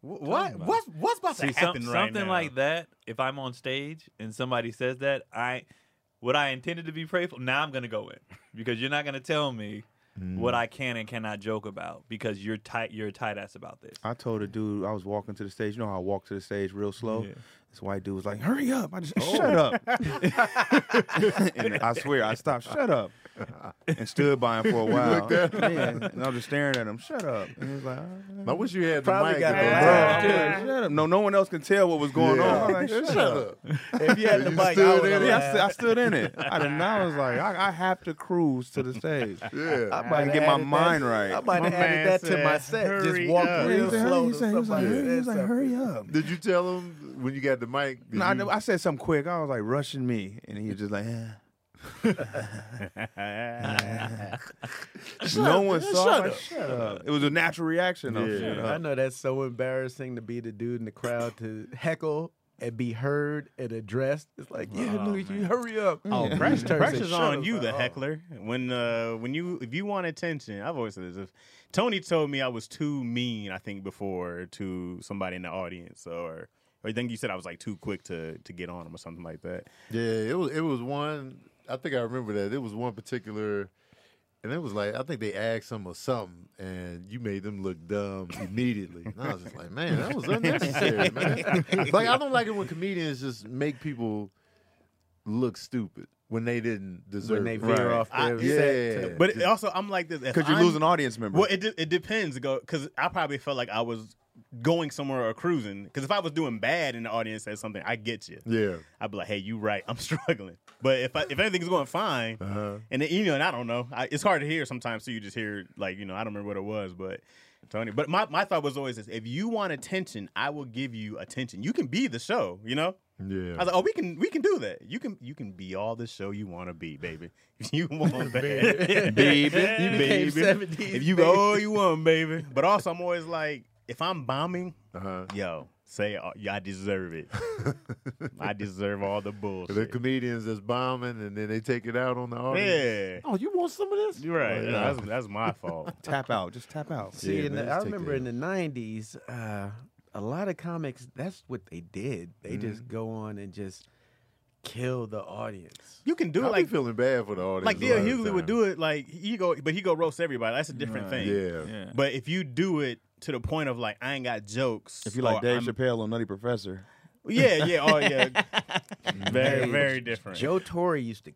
Speaker 2: "Wh- "What?
Speaker 1: about?
Speaker 2: What's what's about
Speaker 1: See,
Speaker 2: to
Speaker 1: some,
Speaker 2: happen right
Speaker 1: something
Speaker 2: now?"
Speaker 1: like that. If I'm on stage and somebody says that, I what I intended to be playful. Now I'm gonna go in because you're not gonna tell me
Speaker 4: Mm.
Speaker 1: what I can and cannot joke about because you're tight. You're a tight ass about this.
Speaker 4: I told a dude I was walking to the stage. You know how I walk to the stage real slow. This white dude was like, "Hurry up!" I just shut up. and I swear, I stopped. Shut up, and stood by him for a while. Yeah, and I'm just staring at him. Shut up. And he was like, "All right."
Speaker 5: I wish you had
Speaker 3: Probably
Speaker 5: the mic.
Speaker 3: got
Speaker 5: though.
Speaker 3: the
Speaker 4: Bro,
Speaker 3: Yeah.
Speaker 4: I'm like, "Shut up." No, no one else could tell what was going
Speaker 5: Yeah.
Speaker 4: on. I'm like, shut, up.
Speaker 3: If you had the
Speaker 5: You
Speaker 3: mic, I
Speaker 5: stood
Speaker 3: would
Speaker 5: in
Speaker 3: have
Speaker 5: it.
Speaker 4: Yeah, I, st- I stood in it. I did not. I was like, I, I have to cruise to the stage.
Speaker 5: Yeah.
Speaker 4: I might get my mind right.
Speaker 3: I might
Speaker 2: My
Speaker 3: have
Speaker 2: man
Speaker 3: added that to my
Speaker 2: said,
Speaker 3: set.
Speaker 2: "Hurry
Speaker 3: Just walk
Speaker 2: up."
Speaker 4: Yeah, he
Speaker 3: real
Speaker 4: was like,
Speaker 3: slow.
Speaker 4: hurry, he
Speaker 3: to
Speaker 4: said- he was like,
Speaker 3: somebody
Speaker 4: hurry, he
Speaker 3: said
Speaker 4: was like, hurry up.
Speaker 5: Did you tell him when you got the mic? did
Speaker 4: No, I,
Speaker 5: you-
Speaker 4: know- I said something quick. I was like rushing me, and he was just like, eh. no one saw. Shut, like, shut up! It was a natural reaction. Though.
Speaker 5: Yeah.
Speaker 4: Shut
Speaker 3: I
Speaker 4: up.
Speaker 3: know that's so embarrassing to be the dude in the crowd to heckle and be heard and addressed. It's like, yeah,
Speaker 1: Oh,
Speaker 3: dude, you
Speaker 1: man.
Speaker 3: hurry up. Mm.
Speaker 4: Oh,
Speaker 3: Yeah.
Speaker 4: pressure-
Speaker 3: These turds say,
Speaker 2: pressure's
Speaker 3: "Shut
Speaker 2: on
Speaker 3: up."
Speaker 2: you,
Speaker 3: Like,
Speaker 2: the
Speaker 3: oh.
Speaker 2: heckler. When uh, when you if you want attention, I've always said this. If Tony told me I was too mean, I think before to somebody in the audience, or or I think you said I was like too quick to to get on him or something like that.
Speaker 5: Yeah, it was it was one. I think I remember that. It was one particular, and it was like I think they asked him or something, and you made them look dumb immediately. And I was just like, man, that was unnecessary, man. Like I don't like it when comedians just make people look stupid when they didn't deserve.
Speaker 3: When they
Speaker 5: it.
Speaker 3: veer
Speaker 4: Right.
Speaker 3: off
Speaker 2: I-
Speaker 3: their
Speaker 5: yeah.
Speaker 3: set to-
Speaker 2: But it also, I'm like this if
Speaker 4: Because you
Speaker 2: I'm-
Speaker 4: lose an audience member.
Speaker 2: Well, it de- it depends. Go because I probably felt like I was going somewhere or cruising. Because if I was doing bad and the audience said something, I get you.
Speaker 5: Yeah,
Speaker 2: I'd be like, "Hey, you right? I'm struggling." But if I, if everything's going fine,
Speaker 5: uh-huh.
Speaker 2: and then, you know, and I don't know, I, it's hard to hear sometimes. So you just hear like, you know, I don't remember what it was, but Tony. But my, my thought was always this: if you want attention, I will give you attention. You can be the show, you know.
Speaker 5: yeah.
Speaker 2: I was like, oh, we can we can do that. You can you can be all the show you want to be, baby. If you want, baby,
Speaker 4: Baby. You
Speaker 2: baby.
Speaker 3: became 70s,
Speaker 2: If you go, oh, you want, baby. But also, I'm always like, if I'm bombing,
Speaker 5: uh-huh.
Speaker 2: yo, say, uh, yeah, I deserve it. I deserve all the
Speaker 5: The
Speaker 2: bullshit.
Speaker 5: comedians that's bombing and then they take it out on the audience.
Speaker 2: Yeah,
Speaker 5: Oh, you want some of this?
Speaker 2: you're right.
Speaker 5: Oh,
Speaker 2: Yeah,
Speaker 5: yeah.
Speaker 2: That's that's my fault.
Speaker 4: tap out. Just tap out.
Speaker 3: See,
Speaker 5: Yeah,
Speaker 3: in
Speaker 5: man,
Speaker 3: the, I
Speaker 5: just take that.
Speaker 3: remember in the '90s, uh, a lot of comics. That's what they did. They just go on and just kill the audience.
Speaker 2: You can do
Speaker 5: I
Speaker 2: it
Speaker 5: be
Speaker 2: like
Speaker 5: feeling bad for the audience.
Speaker 2: like
Speaker 5: a lot
Speaker 2: Dale
Speaker 5: of
Speaker 2: Hughley would
Speaker 5: time.
Speaker 2: do it. Like he go, but he go roast everybody. That's a different
Speaker 1: Right.
Speaker 2: thing.
Speaker 5: Yeah.
Speaker 1: Yeah.
Speaker 2: But if you do it to the point of like I ain't got jokes,
Speaker 4: If you like
Speaker 2: or Oh,
Speaker 4: Dave
Speaker 2: I'm-
Speaker 4: Chappelle on Nutty Professor,
Speaker 2: yeah, yeah, oh yeah, very
Speaker 3: Hey,
Speaker 2: very different.
Speaker 3: Joe Torre used to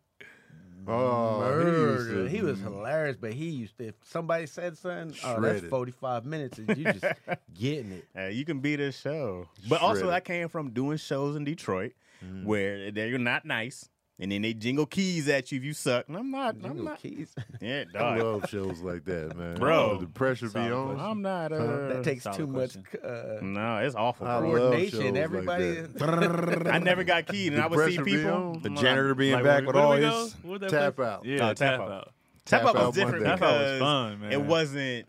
Speaker 5: Oh,
Speaker 3: murder.
Speaker 5: he used to-
Speaker 3: He was hilarious, but he used to. If somebody said something, oh, that's
Speaker 5: Shredded.
Speaker 3: 45 minutes, and you just getting it.
Speaker 2: Uh, you can be this show, but also
Speaker 5: Shredded.
Speaker 2: I came from doing shows in Detroit where they're not nice, and then they jingle keys at you if you suck. And I'm not, I'm
Speaker 3: Jingle
Speaker 2: not,
Speaker 3: keys.
Speaker 2: yeah,
Speaker 5: I
Speaker 2: dog.
Speaker 5: love shows like that, man.
Speaker 2: Bro.
Speaker 5: Oh, the pressure be
Speaker 1: Solid
Speaker 5: on.
Speaker 1: question.
Speaker 2: I'm not. Uh,
Speaker 3: That takes
Speaker 1: solid
Speaker 3: too much
Speaker 1: question.
Speaker 3: uh,
Speaker 2: no, it's awful.
Speaker 5: I
Speaker 2: bro.
Speaker 5: love shows
Speaker 3: coordination.
Speaker 5: like
Speaker 3: Everybody.
Speaker 2: I never got keyed, and
Speaker 5: The
Speaker 2: I would see
Speaker 5: pressure be
Speaker 2: people.
Speaker 5: on.
Speaker 4: the
Speaker 2: I'm like,
Speaker 4: janitor being
Speaker 1: Like,
Speaker 4: back
Speaker 1: where-
Speaker 4: with
Speaker 1: where do
Speaker 4: all
Speaker 1: we
Speaker 4: his.
Speaker 1: go? Where'd that
Speaker 5: Tap
Speaker 1: place-
Speaker 5: out.
Speaker 1: Yeah,
Speaker 2: Oh,
Speaker 1: tap
Speaker 2: tap
Speaker 1: out.
Speaker 2: Tap
Speaker 5: Tap
Speaker 2: Up
Speaker 5: Out
Speaker 2: was different
Speaker 5: Monday.
Speaker 1: Tap out was
Speaker 2: because
Speaker 1: fun, man.
Speaker 2: it wasn't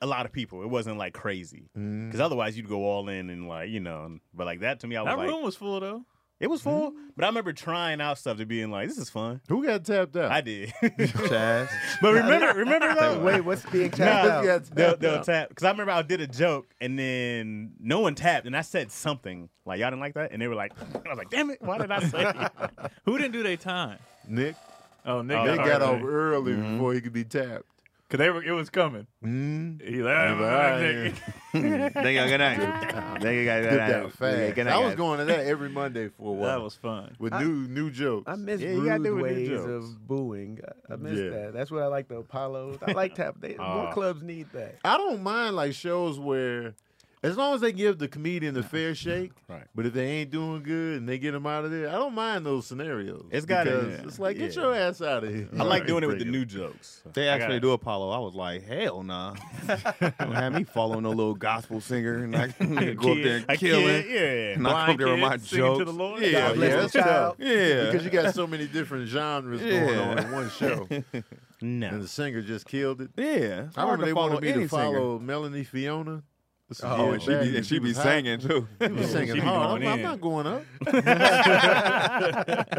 Speaker 2: a lot of people. It wasn't like crazy.
Speaker 5: Mm.
Speaker 2: Because otherwise, you'd go all in and like you know. But like that to me, I was
Speaker 1: That
Speaker 2: like,
Speaker 1: room was full though.
Speaker 2: it was full.
Speaker 5: Mm.
Speaker 2: But I remember trying out stuff to being like, this is fun.
Speaker 5: Who got tapped out?
Speaker 2: I did.
Speaker 4: Chaz.
Speaker 2: but remember, remember though.
Speaker 3: Wait, what's being
Speaker 2: Nah,
Speaker 3: tapped out?
Speaker 5: Who got
Speaker 2: They'll,
Speaker 5: tapped
Speaker 2: they'll
Speaker 5: out?
Speaker 2: tap because I remember I did a joke and then no one tapped and I said something like y'all didn't like that and they were like I was like damn it why did I say it?
Speaker 1: Who didn't do their time?
Speaker 5: Nick,
Speaker 1: Oh, Nick
Speaker 2: Oh, Mm-hmm.
Speaker 5: they
Speaker 1: got,
Speaker 5: got
Speaker 1: off
Speaker 5: off early before he could be tapped.
Speaker 1: because they were. It was coming.
Speaker 5: Mm.
Speaker 1: He like, "Ah,
Speaker 5: All right.
Speaker 1: Nick."
Speaker 2: Mm,
Speaker 4: They got good night. They got
Speaker 5: Get that fast. I was going to that every Monday for a while
Speaker 1: that was fun.
Speaker 5: with
Speaker 3: I-
Speaker 5: new new jokes.
Speaker 3: I miss
Speaker 2: Yeah, you gotta
Speaker 3: rude
Speaker 2: do what you
Speaker 3: ways
Speaker 2: do.
Speaker 3: of booing. I, I miss
Speaker 5: Yeah.
Speaker 3: that. That's what I like. The Apollos. I like tap. They, more
Speaker 2: Aw.
Speaker 3: clubs need that.
Speaker 5: I don't mind like shows where, as long as they give the comedian a fair shake.
Speaker 2: Right.
Speaker 5: But if they ain't doing good and they get them out of there, I don't mind those scenarios.
Speaker 2: It's gotta-
Speaker 5: because
Speaker 2: yeah.
Speaker 5: it's like get
Speaker 2: Yeah.
Speaker 5: your ass out of here.
Speaker 2: I like
Speaker 5: Right.
Speaker 2: doing it with the
Speaker 5: Bring
Speaker 2: new jokes
Speaker 4: They
Speaker 2: I gotta-
Speaker 4: actually do Apollo. I was like, hell nah. Don't have me following no little gospel singer and I go up there
Speaker 2: A
Speaker 4: and kill
Speaker 2: kid,
Speaker 4: it.
Speaker 2: yeah
Speaker 4: And I come up there with my
Speaker 1: Blind kids singing
Speaker 4: jokes.
Speaker 1: to the Lord?
Speaker 4: Yeah,
Speaker 5: God
Speaker 3: God bless
Speaker 5: yeah,
Speaker 3: the
Speaker 5: that's
Speaker 3: child.
Speaker 5: tough.
Speaker 4: yeah.
Speaker 5: because you got so many different genres going
Speaker 4: Yeah.
Speaker 5: on in one show, and
Speaker 2: no
Speaker 5: the singer just killed it.
Speaker 4: yeah. It's
Speaker 5: I remember
Speaker 4: hard to
Speaker 5: they wanted
Speaker 4: follow
Speaker 5: me
Speaker 4: any
Speaker 5: to
Speaker 4: singer.
Speaker 5: follow Melanie Fiona. This is
Speaker 3: Oh,
Speaker 4: and
Speaker 5: years
Speaker 4: she
Speaker 5: back,
Speaker 4: be, and she be
Speaker 5: was hot.
Speaker 4: singing too.
Speaker 5: She was singing
Speaker 1: she be
Speaker 5: hard. I'm,
Speaker 1: going
Speaker 5: I'm
Speaker 1: in.
Speaker 5: not going up. I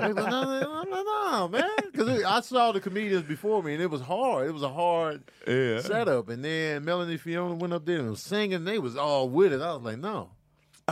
Speaker 5: was like, no, no, no, no, man. Because I saw the comedians before me, and it was hard. It was a hard
Speaker 4: Yeah.
Speaker 5: setup. And then Melanie Fiona went up there and was singing. They was all with it. I was like, no.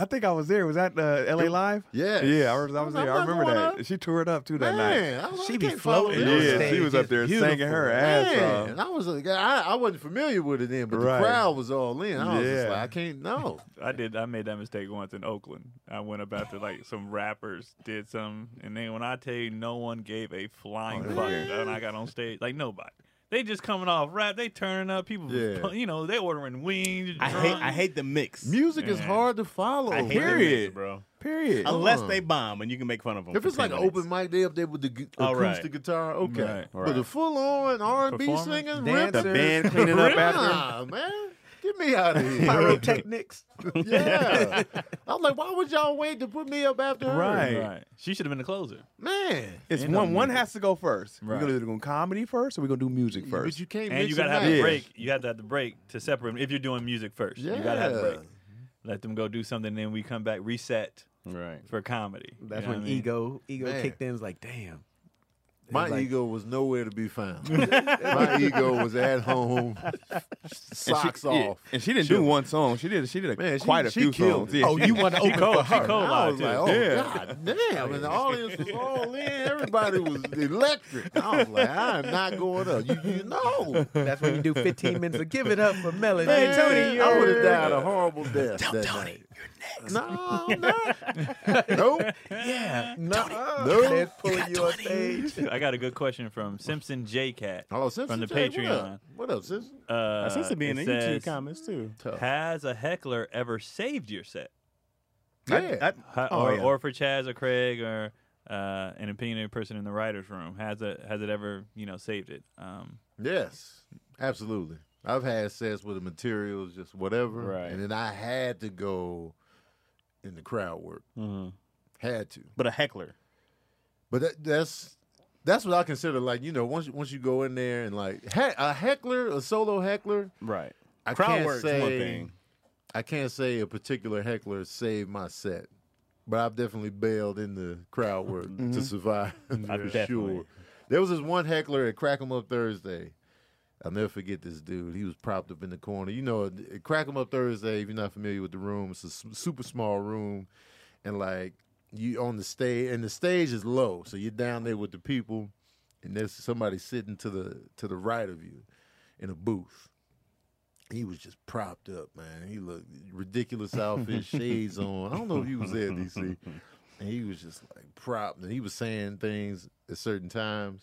Speaker 4: I think I was there. Was that uh, L.A. Live?
Speaker 5: Yes.
Speaker 4: Yeah, I was, I was
Speaker 5: I'm
Speaker 4: there. I
Speaker 5: not
Speaker 4: remember
Speaker 5: going
Speaker 4: that.
Speaker 5: up.
Speaker 4: She tore it up too that night.
Speaker 5: Man, I was,
Speaker 3: She
Speaker 5: I
Speaker 3: be
Speaker 5: can't follow
Speaker 3: floating
Speaker 5: this.
Speaker 3: on
Speaker 4: Yeah,
Speaker 3: stage.
Speaker 4: she was up
Speaker 3: It's
Speaker 4: there singing her ass
Speaker 5: Man,
Speaker 4: off.
Speaker 5: I was like, I, I wasn't familiar with it then, but
Speaker 4: Right.
Speaker 5: the crowd was all in. I was just
Speaker 4: Yeah.
Speaker 5: like, I can't know.
Speaker 1: I did. I made that mistake once in Oakland. I went up after like some rappers did some, and then when I tell you, no one gave a flying
Speaker 4: Oh,
Speaker 1: fuck
Speaker 4: yeah.
Speaker 1: when I got on stage. Like nobody. They just coming off rap. They turning up. People, was
Speaker 5: Yeah.
Speaker 1: pu- you know, they ordering wings.
Speaker 2: I hate I hate the mix.
Speaker 5: Music is
Speaker 1: Yeah.
Speaker 5: hard to follow.
Speaker 2: I
Speaker 5: man.
Speaker 2: hate the
Speaker 4: Period.
Speaker 2: mix, bro.
Speaker 4: Period.
Speaker 2: Unless
Speaker 5: on.
Speaker 2: they bomb and you can make fun of them.
Speaker 5: If
Speaker 2: for
Speaker 5: it's like
Speaker 2: 10
Speaker 5: an
Speaker 2: minutes.
Speaker 5: open mic, they up there with the gu- acoustic
Speaker 2: All right.
Speaker 5: guitar, okay.
Speaker 1: Right.
Speaker 5: But the full on R and B
Speaker 1: Performance,
Speaker 5: singing,
Speaker 4: the
Speaker 5: dancing,
Speaker 4: band cleaning up after.
Speaker 5: nah, man, get me out of here.
Speaker 3: Pyrotechnics.
Speaker 5: yeah, I'm like, why would y'all wait to put me up after her?
Speaker 4: Right.
Speaker 1: Right. She should have been the closer.
Speaker 5: man.
Speaker 4: It's
Speaker 1: Ain't no
Speaker 4: one. One
Speaker 1: music.
Speaker 4: has to go first. We're
Speaker 1: Right.
Speaker 4: gonna do the comedy first, or we're gonna do music
Speaker 5: But
Speaker 4: first.
Speaker 5: you can't.
Speaker 1: And
Speaker 5: mix
Speaker 1: you gotta have
Speaker 5: match.
Speaker 1: a break. You have to have the break to separate 'em if you're doing music first. You gotta have a break.
Speaker 5: Yeah.
Speaker 1: Let them go do something, then we come back, reset
Speaker 2: right. E
Speaker 1: for comedy. You
Speaker 3: That's
Speaker 1: know what
Speaker 3: when
Speaker 1: I mean?
Speaker 3: ego ego
Speaker 5: Man.
Speaker 3: kicked in. It's like, damn.
Speaker 5: My
Speaker 3: Like-
Speaker 5: ego was nowhere to be found. My ego was at home,
Speaker 4: And she-
Speaker 5: socks
Speaker 4: yeah,
Speaker 5: off.
Speaker 4: and she didn't do one song. She did. She did a,
Speaker 5: Man, she-
Speaker 4: quite a
Speaker 5: she
Speaker 4: few
Speaker 5: killed
Speaker 4: songs.
Speaker 5: it.
Speaker 4: Yeah,
Speaker 5: Oh,
Speaker 4: she-
Speaker 5: you want to open
Speaker 1: co- she co-lied,
Speaker 5: I was
Speaker 1: too.
Speaker 5: like, oh
Speaker 4: Yeah.
Speaker 5: god damn! And the audience was all in. Everybody was electric. I was like, I am not going up. You, you know,
Speaker 3: That's when you do 15 minutes of give it up for Melody.
Speaker 5: Man, I would have
Speaker 3: you're-
Speaker 5: died a horrible death. that night. No, I'm not. nope.
Speaker 3: Yeah. No.
Speaker 5: Nope.
Speaker 3: They're pulling you on stage.
Speaker 2: oh.
Speaker 1: I got a good question from Simpson J Cat.
Speaker 5: Hello, Simpson.
Speaker 1: the
Speaker 5: Jay, what up?
Speaker 1: Patreon.
Speaker 5: What up, Simpson?
Speaker 1: Uh,
Speaker 2: That seems to be in the
Speaker 1: it
Speaker 2: YouTube
Speaker 1: says,
Speaker 2: comments too.
Speaker 5: Tough.
Speaker 1: Has a heckler ever saved your set?
Speaker 5: Yeah.
Speaker 2: I, I,
Speaker 1: Ha-
Speaker 2: Oh,
Speaker 1: or,
Speaker 2: yeah.
Speaker 1: or for Chaz or Craig or uh, an opinionated person in the writers' room, has it has it ever you know saved it? Um,
Speaker 5: Yes, absolutely. I've had sets with the materials, just whatever,
Speaker 2: Right.
Speaker 5: and then I had to go in the crowd work.
Speaker 2: Mhm.
Speaker 5: Had to,
Speaker 2: But a heckler.
Speaker 5: but that, that's that's what I consider like you know once you- once you go in there and like he- a heckler, a solo heckler.
Speaker 2: Right.
Speaker 5: I
Speaker 2: Crowd
Speaker 5: can't
Speaker 2: work's
Speaker 5: say
Speaker 2: one thing.
Speaker 5: I can't say a particular heckler saved my set, but I've definitely bailed in the crowd work to survive. for
Speaker 2: definitely.
Speaker 5: sure. There was this one heckler at Crack 'em Up Thursday. I'll never forget this dude. He was propped up in the corner. You know, at Crack 'em Up Thursday, if you're not familiar with the room, it's a s- super small room. And like, you on the stage, and the stage is low. So you're down there with the people, and there's somebody sitting to the to the right of you in a booth he was just propped up, man. He looked ridiculous outfit, shades on. I don't know if he was there, DC. And he was just like propped, and he was saying things at certain times.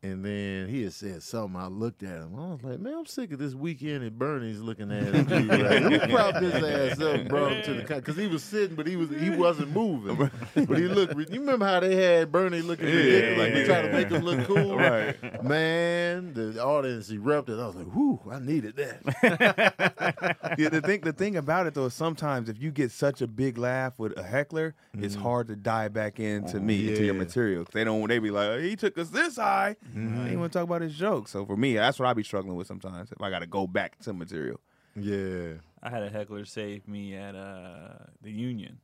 Speaker 5: And then he had said something. I looked at him. I was like, man, I'm sick of this weekend at Bernie's looking at him. dude, right? Let me prop his ass up, bro, to the because he was sitting, but he was he wasn't moving. But he looked. ri- You remember how they had Bernie looking ridiculous? Like we trying to make him look cool, right? Man, the audience erupted. I was like, whew, I needed that.
Speaker 4: yeah, the thing the thing about it though is sometimes if you get such a big laugh with a heckler, it's hard to dive back into me into your
Speaker 5: yeah.
Speaker 4: material. They don't they be like, "Oh, he took us this high. They want to talk about his jokes. So for me, that's what I be struggling with sometimes if I got to go back to material.
Speaker 5: Yeah.
Speaker 1: I had a heckler save me at uh, the Union.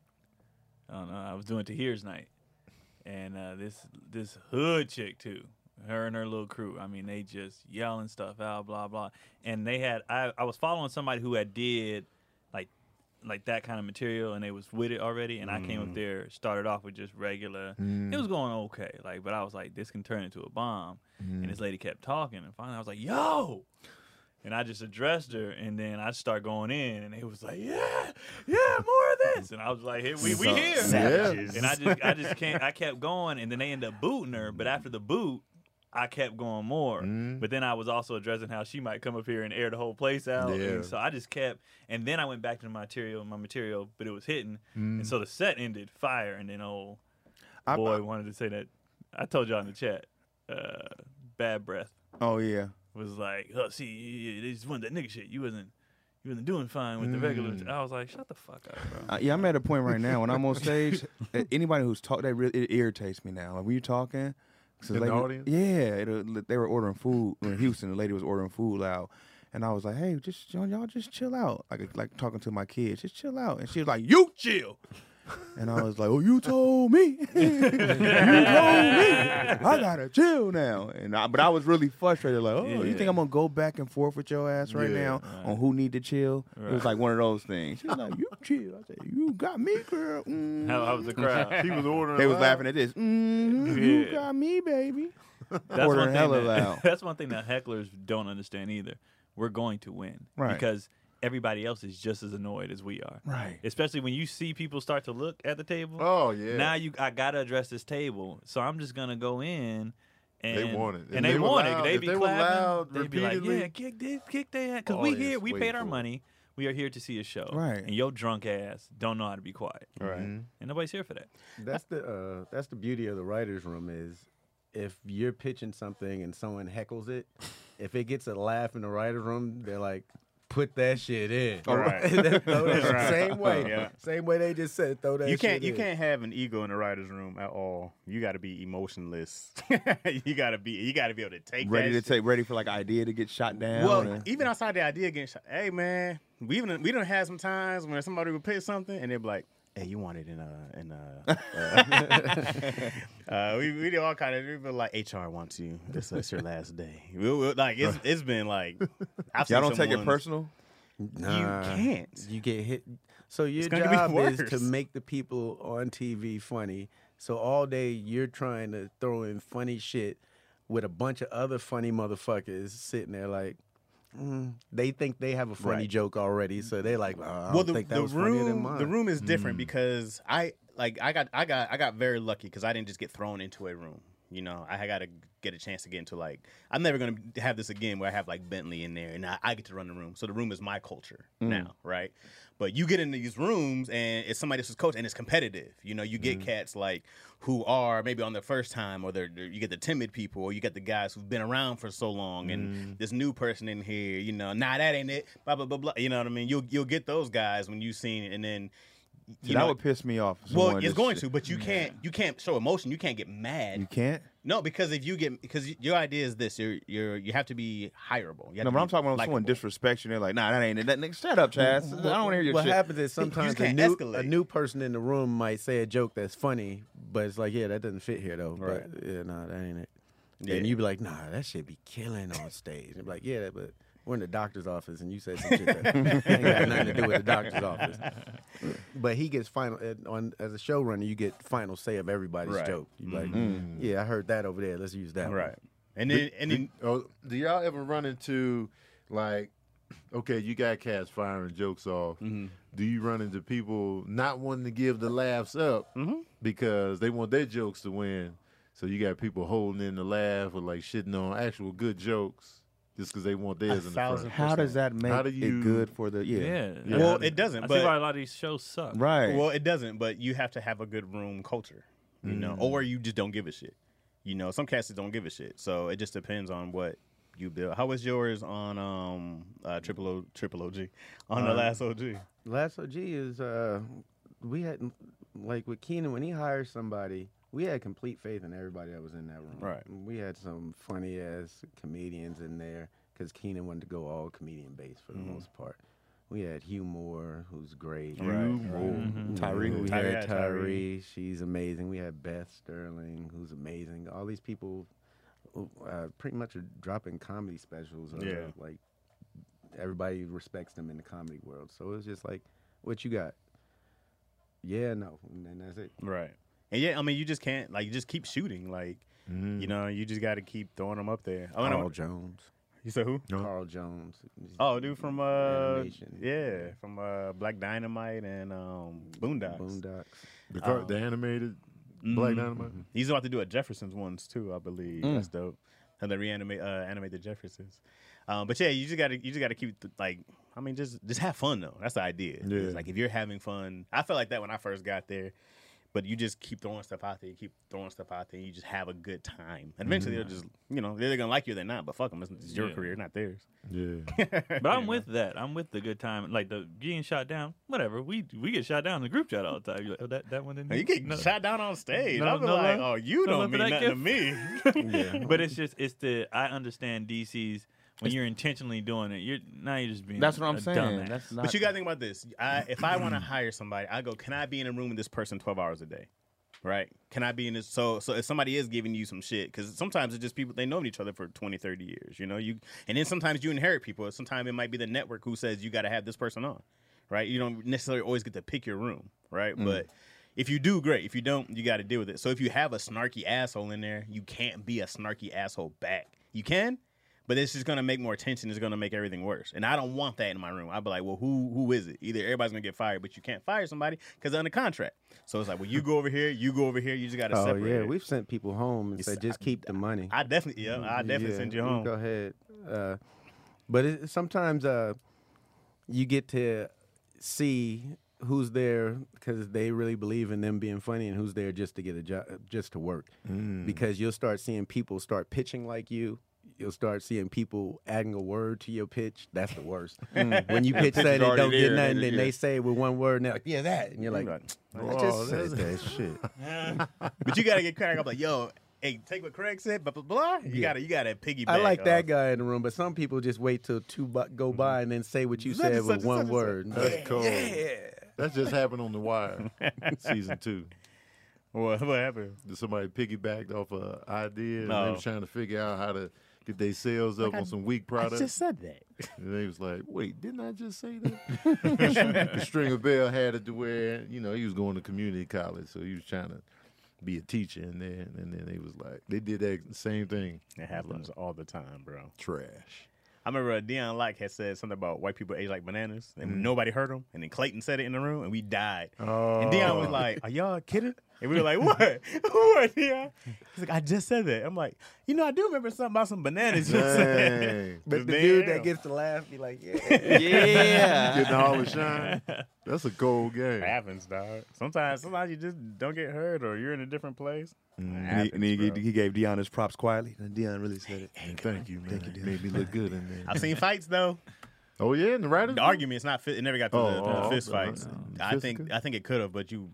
Speaker 1: I don't know. I was doing Tahir's night, and uh, this this hood chick too. Her and her little crew. I mean, they just yelling stuff out, blah blah. And they had I, I was following somebody who had did like like that kind of material, and they was with it already. And I came up there, started off with just regular. It was going okay, like, but I was like, this can turn into a bomb. And this lady kept talking, and finally I was like, yo, and I just addressed her, and then I start going in, and it was like, yeah, yeah, more of this, and I was like, here we we here,
Speaker 2: Savages.
Speaker 1: and I just I just can't I kept going, and then they ended up booting her, but after the boot. I kept going more,
Speaker 4: Mm.
Speaker 1: but then I was also addressing how she might come up here and air the whole place out. and
Speaker 5: Yeah.
Speaker 1: so I just kept, and then I went back to my material, my material, but it was hitting, and so the set ended fire. And then old
Speaker 4: Mm. I-
Speaker 1: boy wanted to say that I told y'all in the chat, uh, bad breath
Speaker 4: Oh yeah.
Speaker 1: was like, oh, see, you- you- they just wanted that nigga shit. You wasn't, you wasn't doing fine with the
Speaker 4: Mm.
Speaker 1: regular. I was like, shut the fuck up, bro.
Speaker 4: Uh, yeah, I'm at a point right now when I'm on stage. uh, anybody who's talk that really it irritates me now. Like when you talking, 'cause
Speaker 5: In the
Speaker 4: lady-
Speaker 5: audience?
Speaker 4: yeah, it'll- they were ordering food in Houston. The lady was ordering food loud, and I was like, "Hey, just y'all, y'all just chill out." Like like talking to my kids, just chill out. And she was like, "You chill." And I was like, "Oh, you told me, you told me, I gotta chill now." And I, but I was really frustrated. Like, "Oh, you think I'm gonna go back and forth with your ass right now on who need to chill?" It was like one of those things. She's like, "You chill." I said, "You got me, girl." Mm.
Speaker 1: How, how was the crowd?
Speaker 5: He was ordering.
Speaker 4: They was
Speaker 5: loud.
Speaker 4: laughing at this. Mm, You
Speaker 1: Yeah.
Speaker 4: got me, baby.
Speaker 1: That's
Speaker 4: Ordering
Speaker 1: one, thing
Speaker 4: hella
Speaker 1: that,
Speaker 4: loud.
Speaker 1: that's one thing that hecklers don't understand either. We're going to win.
Speaker 4: Right.
Speaker 1: Because everybody else is just as annoyed as we are.
Speaker 4: Right.
Speaker 1: Especially when you see people start to look at the table.
Speaker 5: Oh yeah.
Speaker 1: Now you I gotta address this table. So I'm just gonna go in and
Speaker 5: They want it. If
Speaker 1: And they,
Speaker 5: they were
Speaker 1: want
Speaker 5: loud-
Speaker 1: it. They
Speaker 5: if
Speaker 1: be
Speaker 5: they were
Speaker 1: clapping.
Speaker 5: loud
Speaker 1: they be like,
Speaker 5: repeatedly-
Speaker 1: Yeah, kick this, kick that. Because
Speaker 5: Oh,
Speaker 1: we
Speaker 5: yeah,
Speaker 1: here,
Speaker 5: it's
Speaker 1: we
Speaker 5: way
Speaker 1: paid our
Speaker 5: cool.
Speaker 1: money. We are here to see a show.
Speaker 4: Right. Mm-hmm.
Speaker 1: And your drunk ass don't know how to be quiet.
Speaker 2: Right.
Speaker 1: And nobody's here for that.
Speaker 3: That's the uh, that's the beauty of the writers' room is if you're pitching something and someone heckles it, if it gets a laugh in the writers' room, they're like, "Put that shit in."
Speaker 2: All right.
Speaker 3: And they throw that shit-
Speaker 2: Right.
Speaker 3: Same way,
Speaker 2: Yeah.
Speaker 3: same way they just said, "Throw that."
Speaker 2: You can't
Speaker 3: shit
Speaker 2: you
Speaker 3: in."
Speaker 2: can't have an ego in the writer's room at all. You got to be emotionless. you got to be you got to be able to take
Speaker 4: Ready
Speaker 2: that
Speaker 4: to
Speaker 2: shit.
Speaker 4: take, ready for like idea to get shot down.
Speaker 2: Well,
Speaker 4: and-
Speaker 2: even outside the idea getting shot, hey man, we even we don't have some times when somebody would pitch something and they'd be like, "Hey, you want it in a in a." uh, uh, we we do all kind of people like HR wants you. It's, it's your last day. We, we, like it's it's been like I've seen
Speaker 4: y'all don't take it
Speaker 2: someone's-
Speaker 4: personal.
Speaker 3: Nah.
Speaker 2: You can't.
Speaker 3: You get hit. So your
Speaker 2: gonna be
Speaker 3: job is to
Speaker 2: worse.
Speaker 3: make the people on TV funny. So all day you're trying to throw in funny shit with a bunch of other funny motherfuckers sitting there like. mm, They think they have a funny
Speaker 2: Right.
Speaker 3: joke already, so they're like, "Oh, I don't think that was funnier than mine.
Speaker 2: The room is different because I like I got I got I got very lucky because I didn't just get thrown into a room. You know, I got to get a chance to get into like I'm never gonna have this again where I have like Bentley in there and I, I get to run the room. So the room is my culture now, right? But you get in these rooms and it's somebody else's coach and it's competitive. You know, you get
Speaker 4: Mm-hmm.
Speaker 2: cats like who are maybe on their first time or they're, they're- you get the timid people or you get the guys who've been around for so long
Speaker 4: Mm.
Speaker 2: and this new person in here, you know, nah, that ain't it. Blah blah blah blah. You know what I mean? You'll you'll get those guys when you seen it and then
Speaker 4: See,
Speaker 2: you
Speaker 4: that
Speaker 2: know,
Speaker 4: would piss me off. if
Speaker 2: well,
Speaker 4: someone
Speaker 2: it's
Speaker 4: just-
Speaker 2: going to, but you can't you can't show emotion. You can't get mad.
Speaker 4: You can't.
Speaker 2: No, because if you get because y- your idea is this, you're you're you have to be hireable. You have
Speaker 4: No,
Speaker 2: to
Speaker 4: but
Speaker 2: be
Speaker 4: I'm talking about someone
Speaker 2: likable.
Speaker 4: disrespecting. They're like, nah, that ain't it. That nigga, shut up, Chaz. I don't want to hear your
Speaker 3: what
Speaker 4: shit.
Speaker 3: happens is sometimes a
Speaker 2: can't
Speaker 3: new, a
Speaker 2: escalate.
Speaker 3: new person in the room might say a joke that's funny, but it's like, yeah, that doesn't fit here though.
Speaker 2: Right.
Speaker 3: But yeah, nah, that ain't it.
Speaker 2: Yeah.
Speaker 3: And you be like, nah, that should be killing on stage. And be like, yeah, but we're in the doctor's office and you said some shit that ain't got nothing to do with the doctor's office. But he gets final and on as a showrunner, you get final say of everybody's
Speaker 2: Right. Mm-hmm.
Speaker 3: joke. You like, yeah, I heard that over there. Let's use that. one."
Speaker 2: right, and then and then
Speaker 5: Oh, do y'all ever run into like, okay, you got cats firing jokes off.
Speaker 4: Mm-hmm.
Speaker 5: Do you run into people not wanting to give the laughs up
Speaker 4: Mm-hmm.
Speaker 5: because they want their jokes to win? So you got people holding in the laugh or like shitting on actual good jokes just because they want theirs in the front.
Speaker 2: thousand
Speaker 4: How does that make
Speaker 5: How do
Speaker 4: it
Speaker 5: you-
Speaker 4: good for the yeah?
Speaker 1: Yeah.
Speaker 2: Well,
Speaker 1: I-
Speaker 2: it doesn't,
Speaker 1: I
Speaker 2: but-
Speaker 1: see why a lot of these shows suck.
Speaker 4: Right.
Speaker 2: Well, it doesn't, but you have to have a good room culture, you know, or you just don't give a shit. You know, some cats just don't give a shit. So it just depends on what you build. How was yours on um uh, triple O triple OG on the last OG?
Speaker 3: Last OG is uh, we had like with Keenan when he hired somebody, we had complete faith in everybody that was in that room.
Speaker 2: Right.
Speaker 3: We had some funny ass comedians in there because Keenan wanted to go all comedian based for the most part. We had Hugh Moore, who's great.
Speaker 5: You more.
Speaker 3: Tyree. We
Speaker 2: Tyree, yeah,
Speaker 3: had
Speaker 2: Tyree.
Speaker 3: Tyree. She's amazing. We had Beth Sterling, who's amazing. All these people who, uh, pretty much are dropping comedy specials. Or,
Speaker 2: Yeah.
Speaker 3: Like, everybody respects them in the comedy world. So it's just like, what you got? Yeah, no. And then that's it.
Speaker 2: Right. And yeah, I mean, you just can't like you just keep shooting. Like
Speaker 5: Mm-hmm.
Speaker 2: you know, you just got to keep throwing them up there. Mm. Oh,
Speaker 3: Carl
Speaker 2: no,
Speaker 3: Jones.
Speaker 2: you said who?
Speaker 3: Carl Jones.
Speaker 2: Oh, dude from uh,
Speaker 3: Animation.
Speaker 2: yeah, from uh, Black Dynamite and um, Boondocks.
Speaker 3: Boondocks.
Speaker 5: The,
Speaker 4: Oh.
Speaker 5: car- the animated Black Dynamite.
Speaker 2: Mm-hmm. He's about to do a Jeffersons ones too, I believe. That's dope. How they reanimate uh, animate the Jeffersons. Um, but yeah, you just gotta you just gotta keep the, like I mean just just have fun though. That's the idea. It's
Speaker 5: Yeah.
Speaker 2: Like if you're having fun, I felt like that when I first got there. But you just keep throwing stuff out there, you keep throwing stuff out there, you just have a good time. And eventually they'll just you know they're either gonna like you or they're not. But fuck them, it's, it's your
Speaker 1: Mm-hmm. Yeah.
Speaker 2: career, not theirs.
Speaker 5: Yeah.
Speaker 1: But I'm with that. I'm with the good time. Like the getting shot down, whatever. We we get shot down in the group chat all the time. You're like, oh, that, that one didn't.
Speaker 2: You get
Speaker 1: no.
Speaker 2: shot down on stage.
Speaker 1: No-
Speaker 2: I'm
Speaker 1: no
Speaker 2: like,
Speaker 1: love-
Speaker 2: oh, you
Speaker 1: no
Speaker 2: don't
Speaker 1: love for
Speaker 2: mean
Speaker 1: that
Speaker 2: nothing to me.
Speaker 1: but it's just it's the I understand DC's when you're intentionally doing it. You're now you're just being.
Speaker 4: That's what
Speaker 1: a
Speaker 4: I'm saying.
Speaker 1: dumbass.
Speaker 4: That's not.
Speaker 2: But you gotta think about this. I, if I want to hire somebody, I go. Can I be in a room with this person twelve hours a day? Right? Can I be in this? So, so if somebody is giving you some shit, because sometimes it's just people they know each other for 20, 30 years. You know, you and then sometimes you inherit people. Sometimes it might be the network who says you got to have this person on. Right? You don't necessarily always get to pick your room. Right? But if you do, great. If you don't, you got to deal with it. So if you have a snarky asshole in there, you can't be a snarky asshole back. You can, but it's just gonna make more tension. It's gonna make everything worse, and I don't want that in my room. I'd be like, well, who who is it? Either everybody's gonna get fired, but you can't fire somebody because they're under contract. So it's like, well, you go over here, you go over here. You just gotta
Speaker 3: Oh
Speaker 2: separate.
Speaker 3: yeah,
Speaker 2: it.
Speaker 3: we've sent people home and
Speaker 2: It's-
Speaker 3: said just keep the money.
Speaker 2: I definitely, yeah, I definitely
Speaker 3: Mm, Yeah,
Speaker 2: send you
Speaker 3: we
Speaker 2: home.
Speaker 3: Go ahead. Uh, but it, sometimes uh, you get to see who's there because they really believe in them being funny, and who's there just to get a job, just to work. Because you'll start seeing people start pitching like you. You'll start seeing people adding a word to your pitch. That's the worst. when you pitch
Speaker 4: pitch is
Speaker 3: something, it
Speaker 4: already
Speaker 3: don't get
Speaker 4: there, and
Speaker 3: nothing,
Speaker 4: it-
Speaker 3: and they
Speaker 4: yeah.
Speaker 3: say it with one word, and they're like, "Yeah, that," and you're like, "I just said that shit."
Speaker 2: but you gotta get cracked up like, yo, hey, take what Craig said, blah blah blah. You gotta, you gotta piggyback.
Speaker 3: I like that
Speaker 2: off.
Speaker 3: guy in the room, but some people just wait till two bu- go by and then say what you
Speaker 2: Mm-hmm. Such and
Speaker 3: said
Speaker 2: such
Speaker 3: with
Speaker 2: and
Speaker 3: one
Speaker 2: such and
Speaker 3: word.
Speaker 5: That's cool. That just happened on The Wire, season two.
Speaker 2: What, what happened?
Speaker 5: That Somebody piggybacked off a idea and they
Speaker 2: No.
Speaker 5: was trying to figure out how to get their sales up on some weak
Speaker 2: I
Speaker 5: products.
Speaker 2: just said that.
Speaker 5: And they was like, wait, didn't I just say that? Stringer Bell had it to where, you know, he was going to community college, so he was trying to be a teacher in there. And then they was like, they did that same thing.
Speaker 2: It happens all the time, bro.
Speaker 5: Trash.
Speaker 2: I remember uh, Dion Locke had said something about white people age like bananas, and
Speaker 3: Mm.
Speaker 2: nobody heard him. And then Clayton said it in the room, and we died.
Speaker 3: Oh,
Speaker 5: Oh,
Speaker 2: And Dion was like, "Are y'all kidding?" And we were like, "What? what, Dion?" He's like, "I just said that." I'm like, "You know, I do remember something about some bananas." You said.
Speaker 5: Dang.
Speaker 3: But the
Speaker 2: Man.
Speaker 3: dude that gets to laugh be like, yeah.
Speaker 4: yeah.
Speaker 5: Getting all the shine. That's a gold game.
Speaker 2: It happens, dog. Sometimes, sometimes you just don't get heard, or you're in a different place. It
Speaker 4: And he, and he-
Speaker 2: happens, bro.
Speaker 4: he gave Dion his props quietly. And Dion really said it.
Speaker 5: And thank you, man. Thank you, Made me look good in there.
Speaker 2: I've seen fights though.
Speaker 5: Oh yeah, and the writers.
Speaker 2: The argument's not. Fit, it never got to the,
Speaker 5: Oh,
Speaker 2: the
Speaker 5: oh,
Speaker 2: fist
Speaker 5: okay.
Speaker 2: fights.
Speaker 5: No.
Speaker 2: I think.
Speaker 5: Physical?
Speaker 2: I think it could have, but you,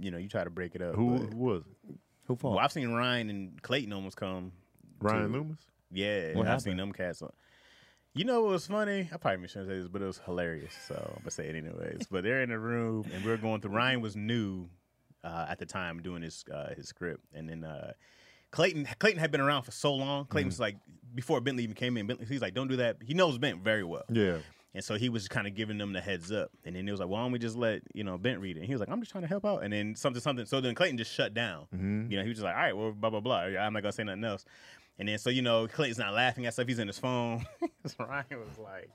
Speaker 2: you know, you try to break it up.
Speaker 5: Who
Speaker 2: but-
Speaker 5: was it?
Speaker 4: Who fought?
Speaker 2: Well, I've seen Ryan and Clayton almost come.
Speaker 5: Ryan
Speaker 2: Dude.
Speaker 5: Loomis.
Speaker 2: Yeah,
Speaker 4: What
Speaker 2: I've seen them cats. on- You know what was funny? I probably shouldn't say this, but it was hilarious. So I'm gonna say it anyways. but they're in the room and we're going through. Ryan was new uh, at the time doing his uh, his script, and then uh, Clayton Clayton had been around for so long. Clayton's like before Bentley even came in. Bentley, he's like, don't do that. He knows Bent very well.
Speaker 5: Yeah.
Speaker 2: And so he was kind of giving them the heads up. And then it was like, why don't we just let, you know, Bent read it? And he was like, I'm just trying to help out. And then something, something. So then Clayton just shut down. You know, he was just like, all right, well, blah, blah, blah. I'm not going to say nothing else. And then, so, you know, Clayton's not laughing at stuff. He's in his phone. So Ryan was like,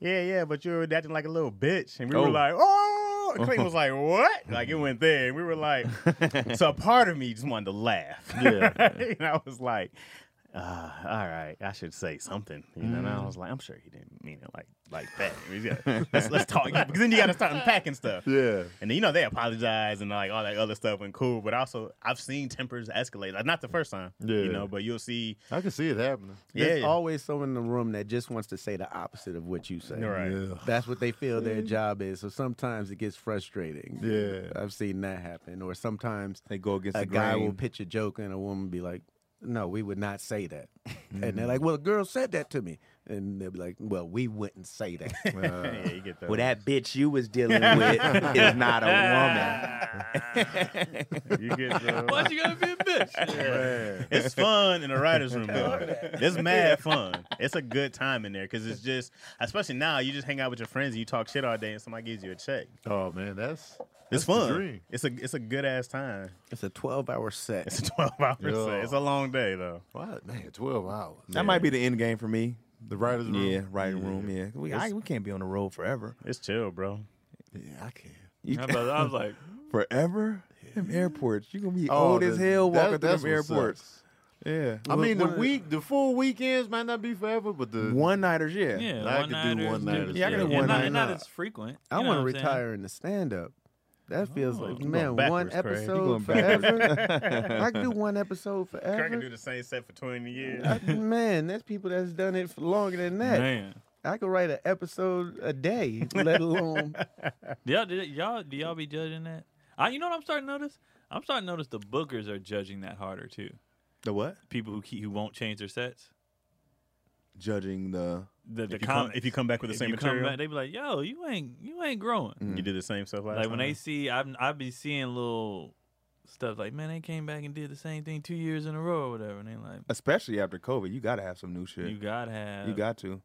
Speaker 2: yeah, yeah, but you're acting like a little bitch. And we were
Speaker 4: Oh.
Speaker 2: like, oh. And Clayton was like, what? Like, it went there. And we were like, so a part of me just wanted to laugh.
Speaker 5: Yeah.
Speaker 2: and I was like, uh, all right, I should say something. You know, and
Speaker 5: Mm.
Speaker 2: I was like, I'm sure he didn't mean it like like that. We gotta- let's let's talk because then you got to start unpacking stuff.
Speaker 5: Yeah.
Speaker 2: And then, you know they apologize and like all that other stuff and cool, but also I've seen tempers escalate. Like not the first time,
Speaker 5: Yeah.
Speaker 2: you know, but you'll see.
Speaker 5: I can see it happening.
Speaker 2: Yeah,
Speaker 3: There's
Speaker 2: yeah.
Speaker 3: always someone in the room that just wants to say the opposite of what you say.
Speaker 2: Right.
Speaker 5: Yeah.
Speaker 3: That's what they feel their job is. So sometimes it gets frustrating.
Speaker 5: Yeah.
Speaker 3: I've seen that happen. Or sometimes
Speaker 4: They go against
Speaker 3: a
Speaker 4: the
Speaker 3: guy
Speaker 4: grain.
Speaker 3: will pitch a joke and a woman be like, no, we would not say that. and they're like,
Speaker 2: Mm-hmm.
Speaker 3: well, a girl said that to me. And they'll be like, well, we wouldn't say
Speaker 5: Uh.
Speaker 3: that.
Speaker 2: yeah, you get that.
Speaker 4: well, that bitch you was dealing with is not a woman.
Speaker 2: you get the-
Speaker 1: Why you gotta be a bitch?
Speaker 2: It's fun in the writers' room though. It's mad fun. It's a good time in there because it's just, especially now, you just hang out with your friends and you talk shit all day, and somebody gives you a check.
Speaker 5: Oh man, that's
Speaker 2: It's
Speaker 5: that's the
Speaker 2: fun.
Speaker 5: dream.
Speaker 2: It's a it's a good ass time.
Speaker 3: It's a 12 hour set.
Speaker 2: It's a twelve hour
Speaker 5: Yeah.
Speaker 2: set. It's a long day though.
Speaker 5: What man, twelve hours.
Speaker 4: that might be the end game for me.
Speaker 5: the writers' room.
Speaker 4: Yeah, writing room. Yeah, we, I, we can't be on the road forever.
Speaker 2: It's chill, bro.
Speaker 5: Yeah, I can.
Speaker 4: You,
Speaker 1: I was- I was like,
Speaker 4: forever? Them airports. You gonna be
Speaker 5: Oh,
Speaker 4: old as hell walking through them airports. Yeah.
Speaker 5: I mean, the
Speaker 3: one of the-
Speaker 5: week, the full weekends might not be forever, but the
Speaker 4: One nighters, yeah.
Speaker 1: yeah,
Speaker 5: I could
Speaker 1: one
Speaker 5: do
Speaker 1: nighters,
Speaker 5: one-nighters,
Speaker 1: dude.
Speaker 4: Yeah, I could do
Speaker 1: And not- and
Speaker 5: one-night.
Speaker 1: Not as frequent.
Speaker 3: I
Speaker 1: want to
Speaker 3: retire in the stand up. That feels like
Speaker 1: you
Speaker 3: man,
Speaker 2: Oh, going
Speaker 3: one
Speaker 2: backwards, Craig. You
Speaker 3: episode
Speaker 4: going
Speaker 3: forever. I can do one episode
Speaker 2: Craig can do
Speaker 3: forever.
Speaker 2: the same set for twenty years.
Speaker 3: I- man, there's people that's done it for longer than that.
Speaker 1: Man,
Speaker 3: I could write an episode a day, let alone
Speaker 1: y'all, did, y'all, do y'all be judging that? I, you know what I'm starting to notice? I'm starting to notice the bookers are judging that harder too.
Speaker 4: The what?
Speaker 1: People who keep, who won't change their sets.
Speaker 4: judging the
Speaker 1: The, the
Speaker 2: if, you come,
Speaker 1: comments.
Speaker 2: if you come back with the
Speaker 1: If
Speaker 2: same
Speaker 1: you come
Speaker 2: material,
Speaker 1: back, they be like, "Yo, you ain't you ain't growing."
Speaker 2: you
Speaker 4: Mm.
Speaker 2: did the same stuff last
Speaker 1: Like when
Speaker 2: time.
Speaker 1: they see, I've I've been seeing little stuff like, "Man, they came back and did the same thing two years in a row or whatever," and they like,
Speaker 4: especially after COVID, you got to have some new shit.
Speaker 1: "You gotta have,
Speaker 4: You got to.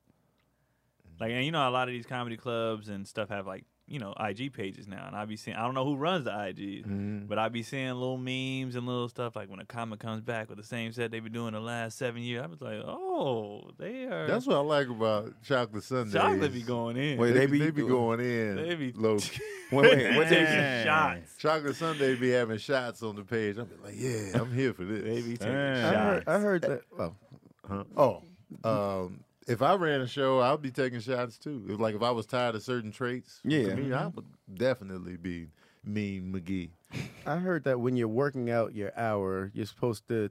Speaker 1: like, and you know, a lot of these comedy clubs and stuff have like." You know, IG pages now, and I be seeing. I don't know who runs the IGs,
Speaker 5: Mm-hmm.
Speaker 1: but I be seeing little memes and little stuff like when a comic comes back with the same set they been doing the last seven years. I was like, oh, they are.
Speaker 5: That's what I like about Chocolate Sunday.
Speaker 1: chocolate be going in.
Speaker 4: Wait,
Speaker 5: They,
Speaker 4: They
Speaker 5: be,
Speaker 4: be-
Speaker 5: they be going in.
Speaker 1: they be
Speaker 5: low.
Speaker 4: Wait, wait,
Speaker 1: They
Speaker 4: what
Speaker 1: be
Speaker 4: they,
Speaker 2: Dang.
Speaker 1: shots.
Speaker 5: Chocolate Sunday be having shots on the page. I'm like, yeah, I'm here for this.
Speaker 1: They be taking
Speaker 2: Dang.
Speaker 1: shots.
Speaker 2: I heard-
Speaker 5: I heard that. Oh, huh? oh, um, if I ran a show, I'd be taking shots too. If, like if I was tired of certain traits,
Speaker 4: Yeah.
Speaker 5: to me, I would definitely be Mean McGee.
Speaker 3: I heard that when you're working out your hour, you're supposed to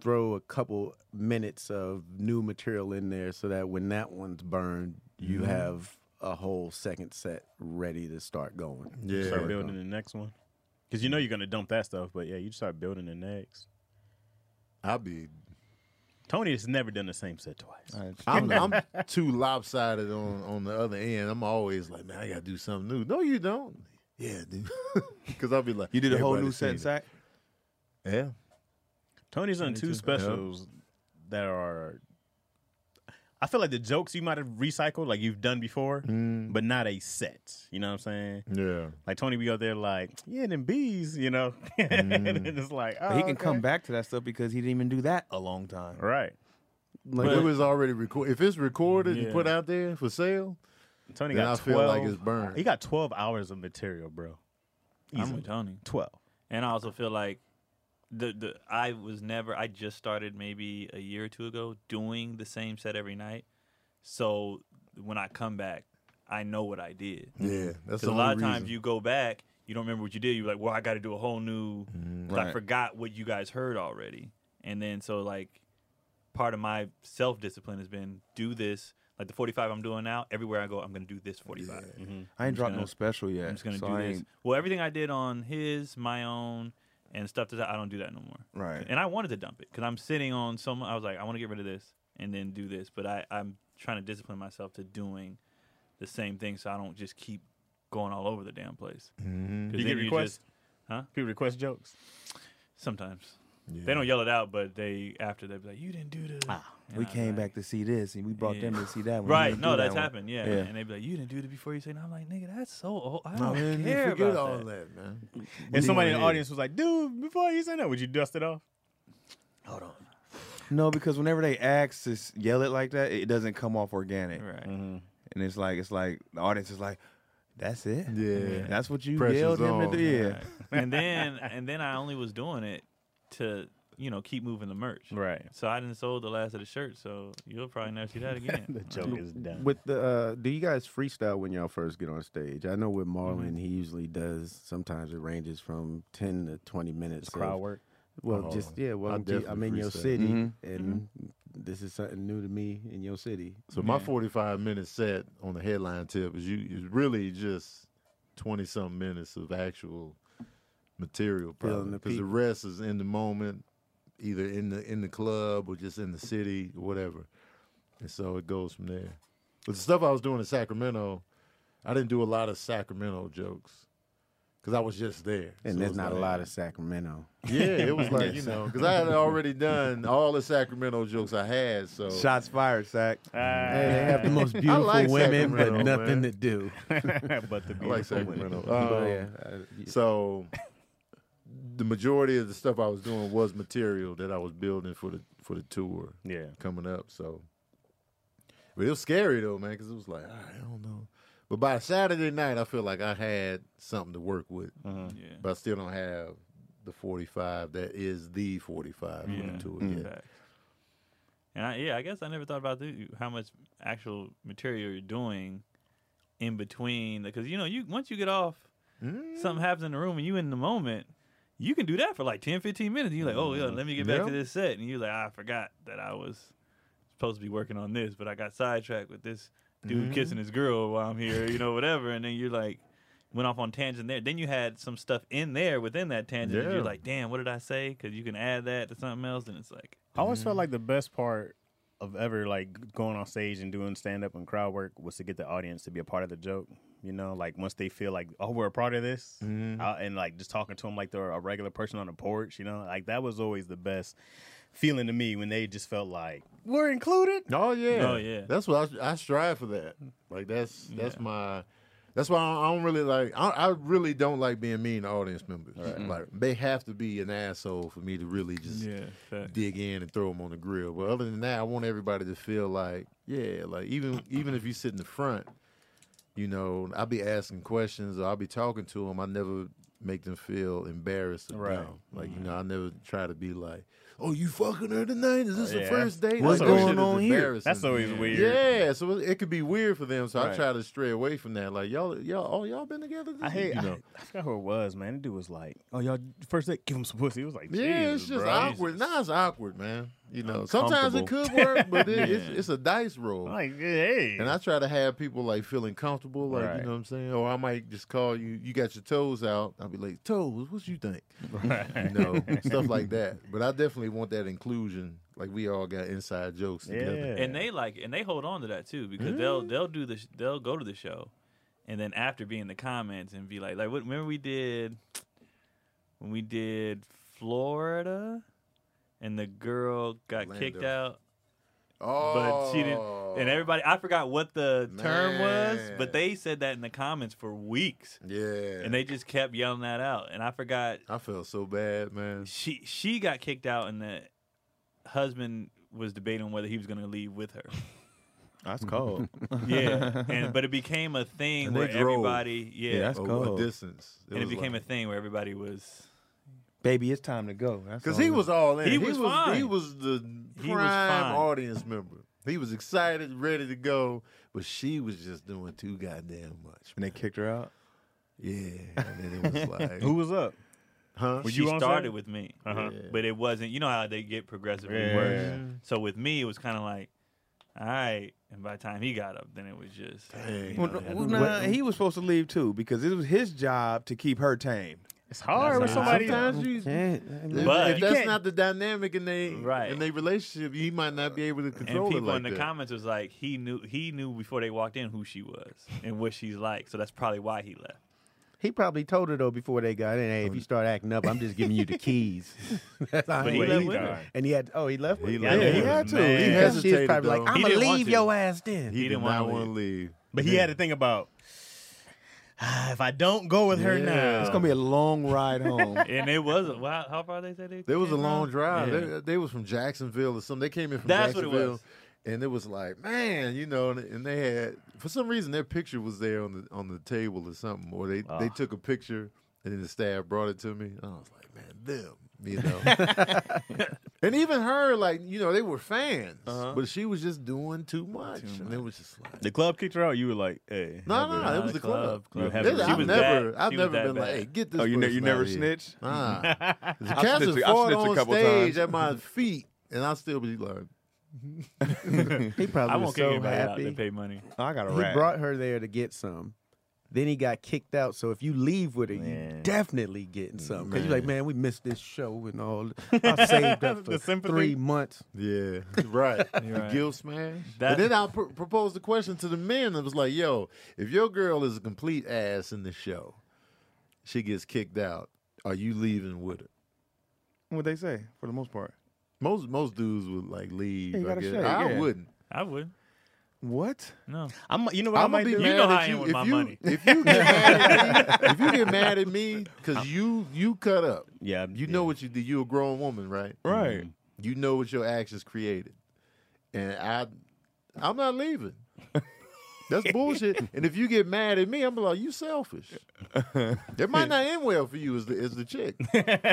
Speaker 3: throw a couple minutes of new material in there so that when that one's burned, you
Speaker 2: Mm-hmm.
Speaker 3: have a whole second set ready to start going.
Speaker 5: Yeah,
Speaker 2: start building the next one. Because you know you're gonna dump that stuff, but yeah, you start building the next.
Speaker 5: I'll be.
Speaker 2: Tony has never done the same set twice.
Speaker 5: I'm, I'm too lopsided on on the other end. I'm always like, man, I gotta do something new. No, you don't. Yeah, dude. Because I'll be like,
Speaker 4: You did a whole new
Speaker 5: "Everybody's
Speaker 4: set
Speaker 5: seen
Speaker 4: inside.
Speaker 5: it." Yeah.
Speaker 2: Tony's done two specials that are. I feel like the jokes you might have recycled, like you've done before,
Speaker 4: Mm.
Speaker 2: but not a set. You know what I'm saying?
Speaker 5: Yeah.
Speaker 2: Like Tony be out there, like yeah, them bees, you know, and then it's like oh,
Speaker 4: Mm. But he can
Speaker 2: okay.
Speaker 4: come back to that stuff because he didn't even do that a long time.
Speaker 2: Right,
Speaker 5: Like it was already recorded. If it's recorded and put out there for sale,
Speaker 2: Tony
Speaker 5: Then
Speaker 2: got
Speaker 5: I feel
Speaker 2: twelve.
Speaker 5: like it's burned.
Speaker 2: He got twelve hours of material, bro.
Speaker 1: I'm with Tony.
Speaker 2: Twelve.
Speaker 1: And I also feel like the the I was never I just started maybe a year or two ago doing the same set every night. So when I come back, I know what I did.
Speaker 5: yeah, that's
Speaker 1: 'Cause
Speaker 5: the
Speaker 1: a
Speaker 5: only
Speaker 1: lot of
Speaker 5: reason.
Speaker 1: times you go back, you don't remember what you did. You're like, well, I got to do a whole new.
Speaker 5: Mm,
Speaker 1: 'cause I
Speaker 4: right.
Speaker 1: forgot what you guys heard already, and then so like part of my self discipline has been do this. Like the 45 I'm doing now, everywhere I go, I'm going to do this 45.
Speaker 4: I ain't dropped
Speaker 1: gonna-
Speaker 4: no special yet.
Speaker 1: I'm just gonna
Speaker 4: so
Speaker 1: do
Speaker 4: I
Speaker 1: this.
Speaker 4: ain't-
Speaker 1: Well, everything I did on his, my own, and stuff that I don't do that no more.
Speaker 4: Right.
Speaker 1: And I wanted to dump it because I'm sitting on some. I was like, I want to get rid of this and then do this, but I I'm trying to discipline myself to doing the same thing so I don't just keep going all over the damn place. Mm-hmm.
Speaker 2: You get requests,
Speaker 1: huh?
Speaker 2: People request jokes.
Speaker 1: sometimes they don't yell it out, but they after they be like, you didn't do the. And
Speaker 4: We
Speaker 1: I'm
Speaker 4: came
Speaker 1: like,
Speaker 4: back to see this, and we brought
Speaker 1: Yeah.
Speaker 4: them to see that one. We
Speaker 1: Right,
Speaker 4: didn't
Speaker 1: no,
Speaker 4: do that
Speaker 1: that's
Speaker 4: one.
Speaker 1: happened, yeah.
Speaker 4: Yeah.
Speaker 1: And they be like, "You didn't do it before you say." No, I'm like, "Nigga, that's so old. I
Speaker 5: Oh,
Speaker 1: don't
Speaker 5: man, you
Speaker 1: care
Speaker 5: forget
Speaker 1: about
Speaker 5: all
Speaker 1: that."
Speaker 5: that, man.
Speaker 2: And somebody in the audience was like, "Dude, before you said that, would you dust it off?"
Speaker 4: No, because whenever they ask to s- yell it like that, it doesn't come off organic,
Speaker 1: Right.
Speaker 4: and it's like it's like the audience is like, "That's it,
Speaker 5: Yeah.
Speaker 4: that's what you
Speaker 5: Pressure's
Speaker 4: yelled him
Speaker 5: on.
Speaker 4: to do." Yeah,
Speaker 1: and then and then I only was doing it to you know keep moving the merch.
Speaker 2: Right.
Speaker 1: So I didn't sold the last of the shirt. So you'll probably never see that again.
Speaker 2: The joke is done.
Speaker 3: With the, uh, do you guys freestyle when y'all first get on stage? I know
Speaker 5: Mm-hmm.
Speaker 3: with Marlon, he usually does. Sometimes it ranges from ten to twenty minutes.
Speaker 2: crowd
Speaker 3: of-
Speaker 2: work.
Speaker 3: Well,
Speaker 5: Oh,
Speaker 3: just yeah. Well, I'm,
Speaker 5: definitely
Speaker 3: I'm in your
Speaker 5: freestyle. Mm-hmm.
Speaker 3: city, and this is something new to me in your city.
Speaker 5: So my 45 minute set on the headline tip is you is really just 20 something minutes of actual material
Speaker 3: Feeling the
Speaker 5: because the
Speaker 3: people.
Speaker 5: rest is in the moment either in the in the club or just in the city whatever and so it goes from there but the stuff i was doing in sacramento i didn't do a lot of sacramento jokes because i was just there
Speaker 3: And
Speaker 5: So
Speaker 3: there's
Speaker 5: it's
Speaker 3: not a
Speaker 5: like-
Speaker 3: lot of Sacramento.
Speaker 5: yeah it was like you know because i had already done all the sacramento jokes i had so
Speaker 4: shots fired, sack.
Speaker 3: Hey, they have the most beautiful
Speaker 5: like
Speaker 3: women, but
Speaker 5: Sacramento,
Speaker 3: nothing
Speaker 5: man.
Speaker 3: to do.
Speaker 2: but the
Speaker 5: I like
Speaker 2: beautiful women.
Speaker 5: Sacramento.
Speaker 3: But
Speaker 5: Um,
Speaker 3: yeah, uh,
Speaker 5: So the majority of the stuff I was doing was material that I was building for the for the tour
Speaker 2: Yeah.
Speaker 5: coming up. So, but it was scary though, man, because it was like "All right, I don't know. But by Saturday night, I feel like I had something to work with,
Speaker 1: Uh-huh. Yeah.
Speaker 5: but I still don't have the forty five that is the forty five for the tour
Speaker 3: Mm.
Speaker 5: yet.
Speaker 1: Facts. And I, yeah, I guess I never thought about the, how much actual material you're doing in between, because you know, you once you get off,
Speaker 5: Mm.
Speaker 1: something happens in the room, and you in the moment, you can do that for like 10, 15 minutes. And you're like, oh yeah, let me get back to
Speaker 5: Yeah.
Speaker 1: this set, and you're like, "Ah, I forgot that I was supposed to be working on this, but I got sidetracked with this dude
Speaker 5: Mm-hmm.
Speaker 1: kissing his girl while I'm here, you know, whatever. And then you're like, went off on tangent there. Then you had some stuff in there within that tangent. that
Speaker 5: Yeah.
Speaker 1: You're like, damn, what did I say? Because you can add that to something else, and it's like,
Speaker 5: Mm-hmm.
Speaker 2: I always felt like the best part of ever like going on stage and doing stand up and crowd work was to get the audience to be a part of the joke. You know, like once they feel like, oh, we're a part of this,
Speaker 5: Mm-hmm.
Speaker 2: uh, and like just talking to them like they're a regular person on the porch. You know, like that was always the best feeling to me when they just felt like we're included.
Speaker 5: Oh yeah,
Speaker 1: Oh, yeah.
Speaker 5: That's what I, I strive for. That like that's that's my. That's why I don't, I don't really like. I, I really don't like being mean to audience members. Like they have to be an asshole for me to really just
Speaker 1: Yeah, fact.
Speaker 5: dig in and throw them on the grill. But other than that, I want everybody to feel like, yeah, like even even if you sit in the front, you know, I'll be asking questions or I'll be talking to them. I never make them feel embarrassed or
Speaker 2: Right. Mm-hmm.
Speaker 5: dumb. Like you know, I never try to be like, "Oh, you fucking her tonight? Is this the
Speaker 2: yeah,
Speaker 5: first date?
Speaker 2: that's
Speaker 5: What's
Speaker 2: always-
Speaker 5: going on here?"
Speaker 2: That's always weird.
Speaker 5: Yeah, so it it could be weird for them. So I
Speaker 2: Right.
Speaker 5: try to stray away from that. Like y'all, y'all, oh, y'all been together. This
Speaker 2: I hate.
Speaker 5: you know.
Speaker 2: I, I forgot who it was, man. The dude was like, "Oh, y'all first date, give him some pussy." It was like,
Speaker 5: Yeah, it's
Speaker 2: "Jesus,
Speaker 5: just
Speaker 2: bro."
Speaker 5: awkward. Nah, it's awkward, man. You know, sometimes it could work, but it, it's, it's a dice roll.
Speaker 2: I'm Like, hey,
Speaker 5: And I try to have people like feeling comfortable, like you
Speaker 2: Right.
Speaker 5: know what I'm saying. Or I might just call you. You got your toes out. I'll be like, toes. What you think? You know, stuff like that. But I definitely want that inclusion. Like we all got inside jokes together.
Speaker 2: Yeah.
Speaker 1: and they like and they hold on to that too because they'll
Speaker 5: Mm.
Speaker 1: they'll do the sh- they'll go to the show and then after be in the comments and be like like what remember we did when we did Florida and the girl got kicked
Speaker 5: Orlando.
Speaker 1: out
Speaker 5: Oh,
Speaker 1: but she didn't and everybody I forgot what the term was
Speaker 5: Man.
Speaker 1: but they said that in the comments for weeks
Speaker 5: Oh, Yeah,
Speaker 1: and they just kept yelling that out and I forgot
Speaker 5: I felt so bad, man.
Speaker 1: she she got kicked out and the husband was debating whether he was going to leave with her
Speaker 4: That's cold.
Speaker 1: Yeah, and but it became a thing
Speaker 5: And they
Speaker 1: where
Speaker 5: drove.
Speaker 1: everybody, yeah,
Speaker 4: Yeah, that's
Speaker 5: Over
Speaker 4: cold.
Speaker 5: a distance,
Speaker 1: and it
Speaker 5: was
Speaker 1: became
Speaker 5: like-
Speaker 1: a thing where everybody was.
Speaker 4: Baby, it's time to go.
Speaker 5: Because he was all in.
Speaker 1: He was
Speaker 5: He
Speaker 1: fine.
Speaker 5: was the
Speaker 1: He was
Speaker 5: prime
Speaker 1: fine.
Speaker 5: audience member. He was excited, ready to go, but she was just doing too goddamn much.
Speaker 4: and they kicked her out.
Speaker 5: Yeah, and then it was like,
Speaker 2: who was up?
Speaker 5: huh?
Speaker 2: Were
Speaker 1: she
Speaker 2: you on
Speaker 1: started
Speaker 2: set?
Speaker 1: with me,
Speaker 2: Uh-huh.
Speaker 5: Yeah.
Speaker 1: but it wasn't. You know how they get progressively worse. So with me, it was kind of like, all right. And by the time he got up, then it was just.
Speaker 5: Dang.
Speaker 1: you know,
Speaker 4: Well,
Speaker 1: they had-
Speaker 4: no, nah, he was supposed to leave too because it was his job to keep her tame.
Speaker 2: It's hard when
Speaker 1: Nah,
Speaker 2: somebody.
Speaker 5: Sometimes you, if,
Speaker 1: But
Speaker 5: if
Speaker 1: you
Speaker 5: that's
Speaker 2: can't-
Speaker 5: not the dynamic in they
Speaker 1: Right.
Speaker 5: in their relationship, you might not be able to
Speaker 1: and
Speaker 5: control
Speaker 1: people
Speaker 5: it like
Speaker 1: in the
Speaker 5: that.
Speaker 1: comments was like, he knew he knew before they walked in who she was and what she's like. So that's probably why he left.
Speaker 6: He probably told her though before they got in,
Speaker 5: Oh,
Speaker 6: hey, if you start acting up, I'm just giving you the keys. That's how
Speaker 1: But
Speaker 6: he
Speaker 1: he
Speaker 6: was.
Speaker 1: left with her.
Speaker 6: And he had oh he left. He
Speaker 5: left.
Speaker 4: yeah, he
Speaker 5: was
Speaker 4: had to.
Speaker 2: mad.
Speaker 4: He
Speaker 5: He
Speaker 4: had-
Speaker 6: She was
Speaker 5: hesitated,
Speaker 6: probably
Speaker 5: though.
Speaker 6: like,
Speaker 1: He
Speaker 6: I'm gonna
Speaker 1: didn't want
Speaker 6: leave
Speaker 1: to.
Speaker 6: your ass then.
Speaker 5: he,
Speaker 1: he
Speaker 5: did
Speaker 1: didn't wanna
Speaker 5: not want to leave.
Speaker 2: But he had to think about "Ah, if I don't go with her
Speaker 5: Yeah.
Speaker 2: now,
Speaker 5: It's
Speaker 4: It's gonna be a long ride home.
Speaker 1: And it was a- wow, how far they said they.
Speaker 5: There was a
Speaker 1: came
Speaker 5: long
Speaker 1: out?
Speaker 5: drive.
Speaker 1: uh, Yeah.
Speaker 5: They, they was from Jacksonville or something. They came in from
Speaker 1: That's what it
Speaker 5: Jacksonville.
Speaker 1: was.
Speaker 5: And it was like, man, you know, and, and they had for some reason their picture was there on the on the table or something, or they, they took a picture and then the staff brought it to me. And I was like, man, them, you know. and even her, like, you know, they were fans, but she was just doing too much, and it was just like,
Speaker 2: the club kicked her out. You were like, hey,
Speaker 5: no, no,
Speaker 1: Nah,
Speaker 5: no, it was the club.
Speaker 2: You have
Speaker 5: This-
Speaker 2: it. She
Speaker 5: I've
Speaker 1: was
Speaker 5: never,
Speaker 1: that-
Speaker 5: I've
Speaker 1: she was
Speaker 5: never
Speaker 1: that
Speaker 5: been like,
Speaker 1: bad.
Speaker 5: hey, get this.
Speaker 4: oh, you, ne- you
Speaker 5: person
Speaker 4: never
Speaker 5: out of here.
Speaker 4: snitch?
Speaker 5: Nah. The cats
Speaker 4: snitched
Speaker 5: would
Speaker 4: a- I
Speaker 5: fought
Speaker 4: snitched a
Speaker 5: on
Speaker 4: couple
Speaker 5: stage
Speaker 4: times.
Speaker 5: at my feet, and I still be like,
Speaker 6: He probably
Speaker 1: I
Speaker 6: was
Speaker 1: won't kick
Speaker 6: so
Speaker 1: anybody out. They
Speaker 6: happy.
Speaker 1: pay money.
Speaker 4: I got a
Speaker 6: He
Speaker 4: rat.
Speaker 6: brought her there to get some. Then he got kicked out. So if you leave with it, you
Speaker 2: Man.
Speaker 6: definitely getting something. Because you're like, man, we missed this show and all. I saved up for
Speaker 2: The sympathy.
Speaker 6: three months.
Speaker 5: yeah, right. The
Speaker 1: right.
Speaker 5: guilt smash.
Speaker 1: That-
Speaker 5: and then I pr- proposed the question to the men. I was like, yo, if your girl is a complete ass in the show, she gets kicked out. Are you leaving with her?
Speaker 4: What they say for the most part?
Speaker 5: Most most dudes would like leave.
Speaker 4: Yeah, you
Speaker 5: I,
Speaker 4: gotta
Speaker 5: guess.
Speaker 4: shake,
Speaker 5: I
Speaker 4: yeah.
Speaker 5: wouldn't.
Speaker 1: I would.
Speaker 4: What?
Speaker 1: No.
Speaker 2: I'm. You know what i
Speaker 5: I'm
Speaker 2: might
Speaker 5: gonna be
Speaker 2: do?
Speaker 5: mad
Speaker 1: know
Speaker 5: at
Speaker 1: how I
Speaker 5: you.
Speaker 1: am with
Speaker 5: if
Speaker 1: my
Speaker 5: you,
Speaker 1: money.
Speaker 5: If you get mad at me, if you get mad at me, because you you cut up.
Speaker 2: Yeah,
Speaker 5: You know what you did. You a grown woman, right? Mm-hmm.
Speaker 4: Right.
Speaker 5: You know what your actions created, and I, I'm not leaving. That's bullshit. And if you get mad at me, I'm like, you selfish. It might not end well for you as the as the chick,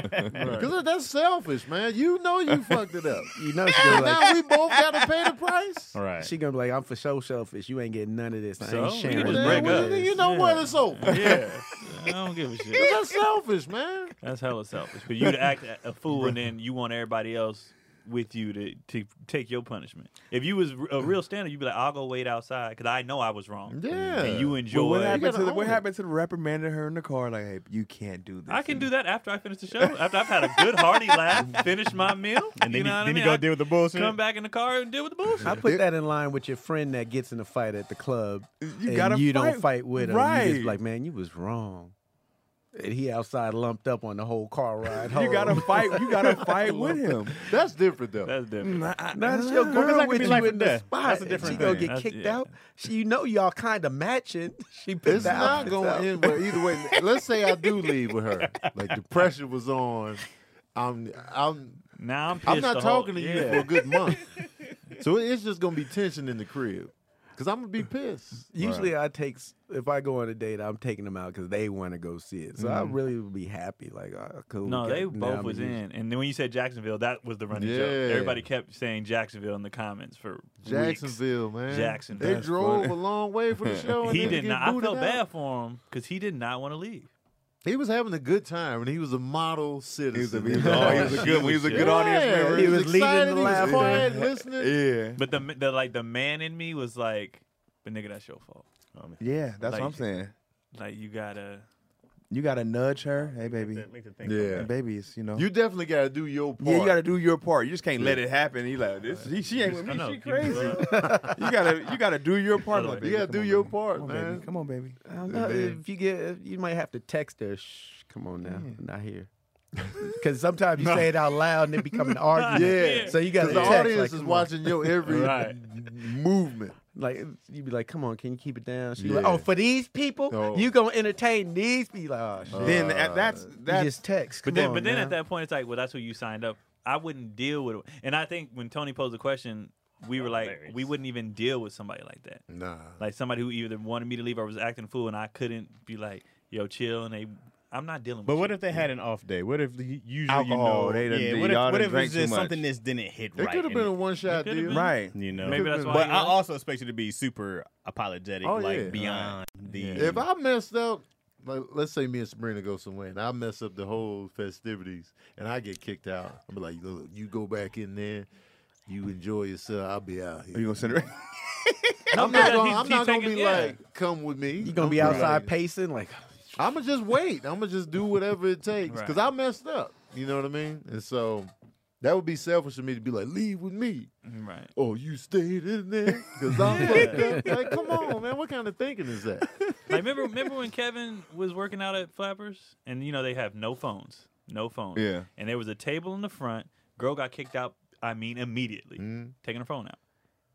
Speaker 5: because that's selfish, man. You know you fucked it up.
Speaker 6: You know she's gonna be
Speaker 5: And
Speaker 6: like,
Speaker 5: now we both got to pay the price.
Speaker 2: All right.
Speaker 6: she gonna be like, I'm for show selfish. You ain't getting none of this. I
Speaker 1: So?
Speaker 6: ain't
Speaker 1: We
Speaker 6: sharing.
Speaker 1: just
Speaker 6: none
Speaker 5: Man,
Speaker 6: of
Speaker 1: break
Speaker 5: what
Speaker 1: up.
Speaker 5: do
Speaker 6: this."
Speaker 5: you- You know what? It's over.
Speaker 1: Yeah. I don't give a shit.
Speaker 5: That's selfish, man.
Speaker 1: That's hella selfish. But you to act a fool and then you want everybody else with you to, to take your punishment. If you was a real standard, you'd be like, I'll go wait outside because I know I was wrong.
Speaker 5: Yeah.
Speaker 1: And you enjoy.
Speaker 4: Well, what happened
Speaker 5: gotta
Speaker 4: to the what
Speaker 5: own it.
Speaker 4: happened to the reprimanding her in the car? Like, hey, you can't do this.
Speaker 1: I can
Speaker 4: And-
Speaker 1: do that after I finish the show. After I've had a good hearty laugh, finish my meal,
Speaker 2: And then
Speaker 1: you
Speaker 2: you,
Speaker 1: know what I
Speaker 2: then
Speaker 1: mean?
Speaker 2: you go
Speaker 1: I
Speaker 2: deal with the bullshit.
Speaker 1: come back in the car and deal with the bullshit.
Speaker 3: I put that in line with your friend that gets in a fight at the club.
Speaker 4: You
Speaker 3: and
Speaker 4: gotta
Speaker 3: you
Speaker 4: fight.
Speaker 3: don't fight with him. You
Speaker 4: Right.
Speaker 3: just like, man, you was wrong. And he outside lumped up on the whole car ride.
Speaker 4: You gotta fight. You gotta fight with him.
Speaker 5: That's different though.
Speaker 1: That's different.
Speaker 3: That's your girl
Speaker 2: that could
Speaker 3: with
Speaker 2: be
Speaker 3: you
Speaker 2: life
Speaker 3: in
Speaker 2: and
Speaker 3: the
Speaker 2: death.
Speaker 3: spot.
Speaker 2: That's a
Speaker 3: and
Speaker 2: different
Speaker 3: she gonna
Speaker 2: thing.
Speaker 3: get
Speaker 1: That's-
Speaker 3: kicked
Speaker 1: yeah.
Speaker 3: out. She, you know y'all kind of matching. She picked
Speaker 5: it's
Speaker 3: the
Speaker 5: not
Speaker 3: outfits
Speaker 5: going
Speaker 3: out.
Speaker 5: to end well either way. Let's say I do leave with her. Like the pressure was on. I'm I'm
Speaker 1: Now I'm pissed
Speaker 5: I'm not
Speaker 1: the whole-
Speaker 5: talking to you
Speaker 1: yeah.
Speaker 5: for a good month. so it- it's just gonna be tension in the crib. Cause I'm gonna be pissed.
Speaker 3: Usually, I take s- if I go on a date, I'm taking them out because they want to go see it. So I really would be happy. Like, oh, cool. we
Speaker 1: No,
Speaker 3: got-
Speaker 1: they
Speaker 3: now
Speaker 1: both
Speaker 3: I'm
Speaker 1: was
Speaker 3: used-
Speaker 1: in. And then when you said Jacksonville, that was the running joke.
Speaker 5: Yeah.
Speaker 1: Everybody kept saying Jacksonville in the comments for weeks.
Speaker 5: Jacksonville, man.
Speaker 1: Jacksonville.
Speaker 5: They
Speaker 1: That's
Speaker 5: drove
Speaker 4: funny.
Speaker 5: a long way for the show. And
Speaker 1: He
Speaker 5: then
Speaker 1: did
Speaker 5: get
Speaker 1: not. I
Speaker 5: booted
Speaker 1: felt
Speaker 5: out.
Speaker 1: bad for him because he did not want to leave.
Speaker 5: He was having a good time, and he was a model
Speaker 4: He was a,
Speaker 5: citizen.
Speaker 4: he was, oh, he was a good. He was a good
Speaker 5: Yeah,
Speaker 4: audience member.
Speaker 5: He
Speaker 3: He
Speaker 5: was,
Speaker 3: was leading
Speaker 5: excited,
Speaker 3: the
Speaker 5: he was
Speaker 3: laugh.
Speaker 5: quiet, listening.
Speaker 4: Yeah.
Speaker 1: But the the like the man in me was like, but nigga, that's your fault.
Speaker 4: Yeah. That's what I'm
Speaker 1: Like-
Speaker 4: saying.
Speaker 1: Like you gotta.
Speaker 4: You gotta nudge her. Hey, baby.
Speaker 2: Make the thing come
Speaker 5: Yeah,
Speaker 4: And baby, it's you know.
Speaker 5: you definitely got to do your part.
Speaker 4: yeah, you gotta do your part. You just can't let it happen. You like this. She, she ain't with
Speaker 1: I
Speaker 4: me.
Speaker 1: know,
Speaker 4: She
Speaker 1: keep it
Speaker 4: crazy.
Speaker 1: up.
Speaker 4: You gotta. You gotta do your part.
Speaker 1: Other
Speaker 4: like,
Speaker 1: way.
Speaker 4: baby,
Speaker 5: You gotta
Speaker 4: come
Speaker 5: do
Speaker 4: on,
Speaker 5: your
Speaker 4: baby.
Speaker 5: part,
Speaker 4: Come on,
Speaker 5: man.
Speaker 4: baby. Come on, baby.
Speaker 3: I don't know,
Speaker 5: man.
Speaker 3: uh, if you get, you might have to text her. Shh, come on now, not here. Because sometimes you say it out loud and it becomes an argument.
Speaker 5: Yeah.
Speaker 3: So you got to
Speaker 5: Because the
Speaker 3: text. like,
Speaker 5: audience is
Speaker 3: come on.
Speaker 5: watching your every
Speaker 1: Right.
Speaker 5: movement.
Speaker 3: Like you'd be like, "Come on, can you keep it down?" She
Speaker 5: Yeah.
Speaker 3: like, "Oh, for these people,
Speaker 5: Oh.
Speaker 3: you gonna entertain these people?" Like,
Speaker 5: Uh,
Speaker 3: oh, shit.
Speaker 4: Then that, that's
Speaker 3: you
Speaker 4: that's
Speaker 3: just text.
Speaker 1: But
Speaker 3: Come
Speaker 1: then,
Speaker 3: on
Speaker 1: but then
Speaker 3: now.
Speaker 1: at that point, it's like, well, that's who you signed up. I wouldn't deal with it. And I think when Tony posed the question, we were like,
Speaker 2: hilarious.
Speaker 1: we wouldn't even deal with somebody like that.
Speaker 5: Nah.
Speaker 1: Like somebody who either wanted me to leave or was acting fool, and I couldn't be like, yo, chill. And they, I'm not dealing. with
Speaker 2: But what
Speaker 1: you.
Speaker 2: if they had an off day? What if the, usually
Speaker 4: Alcohol,
Speaker 2: you
Speaker 4: they
Speaker 2: know?
Speaker 4: done-
Speaker 2: yeah,
Speaker 4: they-
Speaker 2: what
Speaker 4: y'all
Speaker 2: if, what
Speaker 4: done
Speaker 2: if
Speaker 4: drank
Speaker 2: it's
Speaker 4: too
Speaker 2: just
Speaker 4: much.
Speaker 2: something that's didn't hit
Speaker 5: It
Speaker 2: right?
Speaker 5: could have
Speaker 2: and
Speaker 5: been
Speaker 2: it-
Speaker 5: a one shot
Speaker 1: could've
Speaker 5: deal.
Speaker 1: been.
Speaker 4: right.
Speaker 2: you know.
Speaker 1: Maybe that's why.
Speaker 2: But
Speaker 1: you
Speaker 2: I
Speaker 1: left.
Speaker 2: also expect you to be super apologetic,
Speaker 5: Oh,
Speaker 2: like
Speaker 5: yeah.
Speaker 2: beyond the.
Speaker 5: If I messed up, like let's say me and Sabrina go somewhere and I mess up the whole festivities and I get kicked out, I'm like, look, you go back in there, you enjoy yourself, I'll be out
Speaker 4: Are you
Speaker 5: here.
Speaker 4: gonna send her?
Speaker 5: I'm
Speaker 1: no,
Speaker 5: not
Speaker 1: no,
Speaker 5: gonna,
Speaker 1: he's-
Speaker 5: I'm not
Speaker 1: he's
Speaker 5: gonna
Speaker 1: taking-
Speaker 5: be
Speaker 1: yeah.
Speaker 5: like, come with me.
Speaker 3: you gonna be outside pacing like.
Speaker 5: I'ma just wait. I'ma just do whatever it takes. Cause I
Speaker 1: Right.
Speaker 5: messed up. You know what I mean? And so that would be selfish of me to be like, leave with me.
Speaker 1: right?
Speaker 5: Oh, you stayed in there? Because I'm fucked up. Like, come on, man. What kind of thinking is that?
Speaker 1: Like remember, remember when Kevin was working out at Flappers, and you know they have no phones, no phones.
Speaker 4: Yeah.
Speaker 1: And there was a table in the front. Girl got kicked out. I mean, immediately
Speaker 4: Mm-hmm.
Speaker 1: taking her phone out,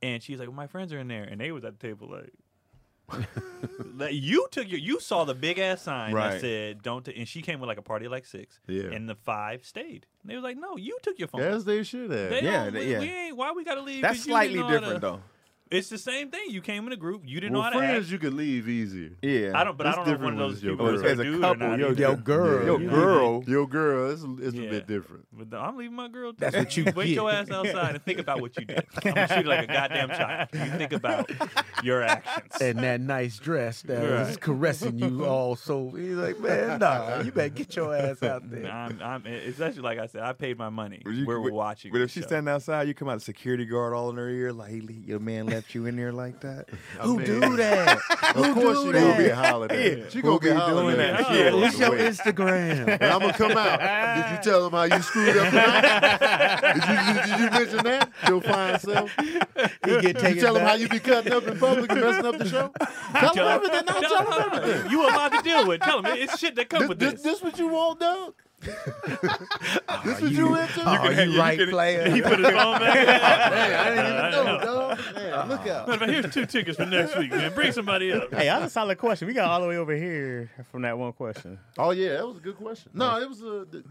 Speaker 1: and she's like, "My friends are in there," and they was at the table like. like you took your, you saw the big ass sign
Speaker 4: Right.
Speaker 1: that said don't, t-, and she came with like a party of like six,
Speaker 5: Yeah.
Speaker 1: and the five stayed. And they was like, no, you took your phone.
Speaker 5: As they should have.
Speaker 1: They
Speaker 4: Yeah,
Speaker 1: don't-
Speaker 4: they-
Speaker 1: we,
Speaker 4: yeah.
Speaker 1: we ain't. Why we gotta leave?
Speaker 4: That's
Speaker 1: 'Cause you didn't
Speaker 4: slightly
Speaker 1: know how to-
Speaker 4: different though.
Speaker 1: It's the same thing. You came in a group. You didn't
Speaker 5: well,
Speaker 1: know how to act.
Speaker 5: friends, you could leave easier.
Speaker 4: Yeah.
Speaker 1: I don't, but I
Speaker 5: That's
Speaker 1: don't know if
Speaker 5: different
Speaker 1: one of
Speaker 5: when
Speaker 1: those
Speaker 5: it's your
Speaker 1: people is
Speaker 5: girl.
Speaker 1: a
Speaker 4: As a
Speaker 1: dude
Speaker 4: couple,
Speaker 1: or not.
Speaker 4: yo,
Speaker 1: either.
Speaker 3: Yo, girl.
Speaker 4: Yo,
Speaker 1: Yeah.
Speaker 4: girl.
Speaker 5: Your girl, it's, it's
Speaker 1: Yeah.
Speaker 5: a bit different.
Speaker 1: But I'm leaving my girl.
Speaker 3: That's what you get.
Speaker 1: wait your ass outside and think about what you did. I'm gonna shoot like a goddamn child. You think about your actions.
Speaker 3: And that nice dress that was
Speaker 1: Right.
Speaker 3: caressing you all so he's like, man, nah, you better get your ass out
Speaker 1: And
Speaker 3: there.
Speaker 1: I'm, I'm, it's actually like I said, I paid my money.
Speaker 4: But you-
Speaker 1: We're
Speaker 4: but-
Speaker 1: watching.
Speaker 4: But
Speaker 1: the
Speaker 4: if she's
Speaker 1: show.
Speaker 4: standing outside, you come out security guard all in her ear, like he, le- your man left you in there like that.
Speaker 3: Who
Speaker 5: mean,
Speaker 3: do that?
Speaker 5: Of course, she gonna
Speaker 3: that?
Speaker 5: be hollering. at. She gonna
Speaker 4: Who
Speaker 5: be
Speaker 4: be
Speaker 5: hollering.
Speaker 4: doing
Speaker 5: at
Speaker 1: that?
Speaker 5: you
Speaker 1: Yeah.
Speaker 5: along
Speaker 3: It's
Speaker 5: the
Speaker 3: your
Speaker 5: way.
Speaker 3: Instagram.
Speaker 5: And I'm gonna come out. Did you tell them how you screwed up? tonight? did, you, did you mention that? Your fine self.
Speaker 3: He get
Speaker 5: You
Speaker 3: taken
Speaker 5: tell them how
Speaker 3: back.
Speaker 5: you be cutting up in public and messing up the show. Tell them everything. Now
Speaker 1: Tell
Speaker 5: tell
Speaker 1: her
Speaker 5: them
Speaker 1: how You allowed to deal with. it. Tell him it's shit that comes
Speaker 5: everything.
Speaker 1: with
Speaker 5: This, this,
Speaker 1: this.
Speaker 5: this what you want, dog? this what you, into?
Speaker 3: Are you, right, player?
Speaker 1: He put his phone back.
Speaker 5: Hey, I didn't
Speaker 1: I
Speaker 5: even
Speaker 1: know.
Speaker 5: know, dog. Man, look out.
Speaker 1: Matter of fact, Here's two tickets for next week, man. Bring somebody up.
Speaker 2: hey, that's a solid question. We got all the way over here from that one question.
Speaker 5: Oh yeah, that was a good question. No, it was a. th-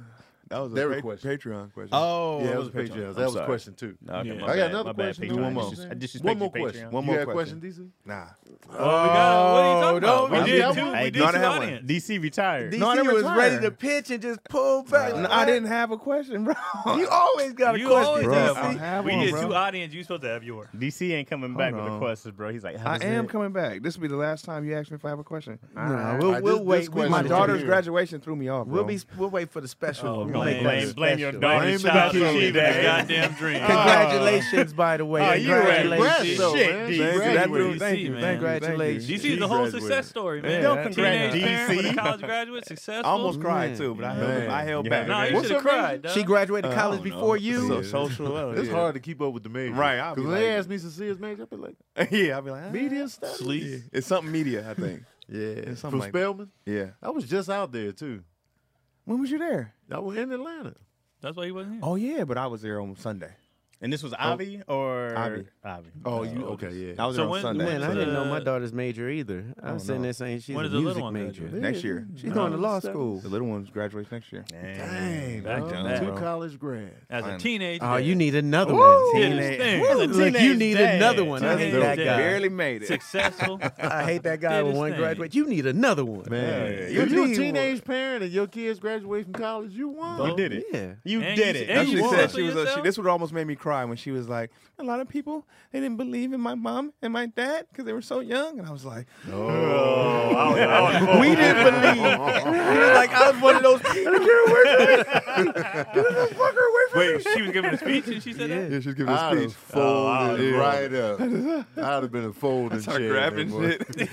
Speaker 4: That was a
Speaker 5: Their
Speaker 4: pa-
Speaker 5: question.
Speaker 4: Patreon question.
Speaker 2: Oh,
Speaker 5: yeah, it was a Patreon. That
Speaker 4: I'm
Speaker 5: was
Speaker 4: sorry.
Speaker 5: question two.
Speaker 2: Okay,
Speaker 1: Yeah.
Speaker 2: my
Speaker 5: I got
Speaker 2: bad,
Speaker 5: another
Speaker 2: my
Speaker 5: question.
Speaker 2: Bad,
Speaker 5: Do
Speaker 2: Patreon.
Speaker 4: one more.
Speaker 2: I disres- I disrespect
Speaker 5: One more
Speaker 2: your Patreon.
Speaker 5: question.
Speaker 4: One
Speaker 5: you
Speaker 4: more
Speaker 5: got
Speaker 4: question.
Speaker 5: a question,
Speaker 4: Nah.
Speaker 1: Oh, we got,
Speaker 3: no, no,
Speaker 1: what are you talking about? We
Speaker 5: no.
Speaker 1: did two.
Speaker 2: Hey,
Speaker 1: We
Speaker 4: no, I
Speaker 1: did two
Speaker 4: didn't have one.
Speaker 1: audience.
Speaker 2: DC retired.
Speaker 3: DC
Speaker 4: No, I didn't
Speaker 3: was
Speaker 4: retire.
Speaker 3: ready to pitch and just pulled back.
Speaker 4: No, I didn't have a question, bro.
Speaker 3: You always got a
Speaker 1: You always
Speaker 3: question.
Speaker 1: have
Speaker 3: DC.
Speaker 4: I have
Speaker 1: We
Speaker 4: one,
Speaker 1: did
Speaker 4: bro.
Speaker 1: two audience. You supposed to have yours.
Speaker 2: DC ain't coming back with the
Speaker 4: on.
Speaker 2: questions, bro. He's like,
Speaker 4: I
Speaker 2: how's
Speaker 4: am
Speaker 2: it?
Speaker 4: coming back. This will be the last time you ask me if I have a question.
Speaker 3: No,
Speaker 4: I-
Speaker 3: we'll,
Speaker 5: All right,
Speaker 3: we'll
Speaker 5: this- this
Speaker 3: wait. We
Speaker 5: question
Speaker 4: my
Speaker 3: might-
Speaker 5: is
Speaker 4: daughter's
Speaker 5: here.
Speaker 4: graduation threw me off, bro.
Speaker 3: We'll be. We'll wait for the special.
Speaker 1: Oh,
Speaker 3: we
Speaker 1: gonna
Speaker 2: blame,
Speaker 1: make
Speaker 2: blame,
Speaker 1: that
Speaker 2: your
Speaker 6: special.
Speaker 2: daughter's
Speaker 5: Blame the
Speaker 2: child
Speaker 5: kid,
Speaker 2: achievement.
Speaker 5: man.
Speaker 1: goddamn dream.
Speaker 6: Congratulations, by the way.
Speaker 2: Oh, you ready?
Speaker 5: Congrats,
Speaker 6: Congratulations.
Speaker 5: though,
Speaker 2: Shit,
Speaker 5: man. Thank
Speaker 2: D.
Speaker 5: you.
Speaker 1: That's
Speaker 5: That's
Speaker 1: what
Speaker 5: what
Speaker 1: it Thank you, man.
Speaker 6: Congratulations.
Speaker 1: DC is the whole success story, man.
Speaker 2: Don't congratulate
Speaker 1: Teenage parent with a
Speaker 2: DC.
Speaker 1: college graduate,
Speaker 4: I
Speaker 1: successful.
Speaker 4: almost cried
Speaker 6: Man.
Speaker 4: too, but I
Speaker 5: Man.
Speaker 4: held, I held
Speaker 2: You
Speaker 4: back.
Speaker 2: had
Speaker 1: No,
Speaker 2: What's
Speaker 1: you should have
Speaker 2: her
Speaker 1: cried. dog.
Speaker 6: She graduated
Speaker 4: Uh, I
Speaker 6: college
Speaker 4: don't know.
Speaker 6: before
Speaker 4: So
Speaker 6: you.
Speaker 4: social. well,
Speaker 5: It's
Speaker 4: yeah.
Speaker 5: hard to keep up with the major.
Speaker 4: Right, I'll be
Speaker 5: Because when
Speaker 4: like-
Speaker 5: they asked me Cecilia's major, I'd be like,
Speaker 4: yeah, I'll be like ah,
Speaker 5: media stuff?
Speaker 1: Sleep.
Speaker 4: It's something media, I think.
Speaker 5: Yeah.
Speaker 4: something
Speaker 5: From
Speaker 4: like that.
Speaker 5: Spelman?
Speaker 4: Yeah.
Speaker 5: I was just out there, too.
Speaker 4: When was you there?
Speaker 5: I was in Atlanta.
Speaker 1: That's why he wasn't here.
Speaker 4: Oh yeah, but I was there on Sunday.
Speaker 2: And this was Avi or
Speaker 4: Avi.
Speaker 2: Avi.
Speaker 5: Oh, you? Okay, yeah.
Speaker 4: I was
Speaker 1: So
Speaker 4: there on
Speaker 1: when-
Speaker 4: Sunday.
Speaker 1: when
Speaker 6: Man, I
Speaker 1: So-
Speaker 6: didn't know my daughter's major either. uh, I was
Speaker 4: Oh,
Speaker 6: sitting
Speaker 4: no.
Speaker 6: there saying she's
Speaker 1: When
Speaker 6: a
Speaker 1: does the little
Speaker 6: music
Speaker 1: one
Speaker 6: major.
Speaker 1: graduate?
Speaker 4: next year,
Speaker 6: She's going to law school.
Speaker 4: the little one graduates next year.
Speaker 5: Dang,
Speaker 1: Back
Speaker 5: bro.
Speaker 1: to back.
Speaker 5: two college grads.
Speaker 1: As a
Speaker 4: Fine.
Speaker 1: teenager.
Speaker 6: Oh, you need another one.
Speaker 1: Did his thing.
Speaker 2: Woo.
Speaker 1: As a
Speaker 6: Look, you
Speaker 2: Teenage
Speaker 6: need
Speaker 2: dad.
Speaker 6: another one. I hate
Speaker 1: Teenage
Speaker 6: that
Speaker 1: dad.
Speaker 6: guy.
Speaker 4: Barely made it.
Speaker 1: Successful.
Speaker 6: I hate that guy
Speaker 1: Did
Speaker 6: with
Speaker 1: his
Speaker 6: one
Speaker 1: thing.
Speaker 6: graduate. You need another one.
Speaker 5: Man,
Speaker 4: Yeah.
Speaker 5: if you're a
Speaker 6: You
Speaker 5: teenage parent and your kids graduate from college, you won.
Speaker 1: You
Speaker 2: did it.
Speaker 6: Yeah.
Speaker 2: You
Speaker 1: And
Speaker 2: did
Speaker 1: you-
Speaker 2: it.
Speaker 1: and
Speaker 4: That's what she
Speaker 1: you won.
Speaker 4: said. She was. A, she,
Speaker 1: Yourself?
Speaker 4: this would almost made me cry when she was like, "A lot of people they didn't believe in my mom and my dad because they were so young." And I was like,
Speaker 6: We didn't believe. like, I was one of those
Speaker 1: Wait, she was giving a speech and she said that?
Speaker 4: "Yeah, she's giving a
Speaker 5: I'd have
Speaker 4: speech."
Speaker 5: folded
Speaker 4: Oh,
Speaker 5: right up. I'd have been a folding
Speaker 4: Start
Speaker 5: chair.
Speaker 4: grabbing
Speaker 5: boy.
Speaker 4: shit.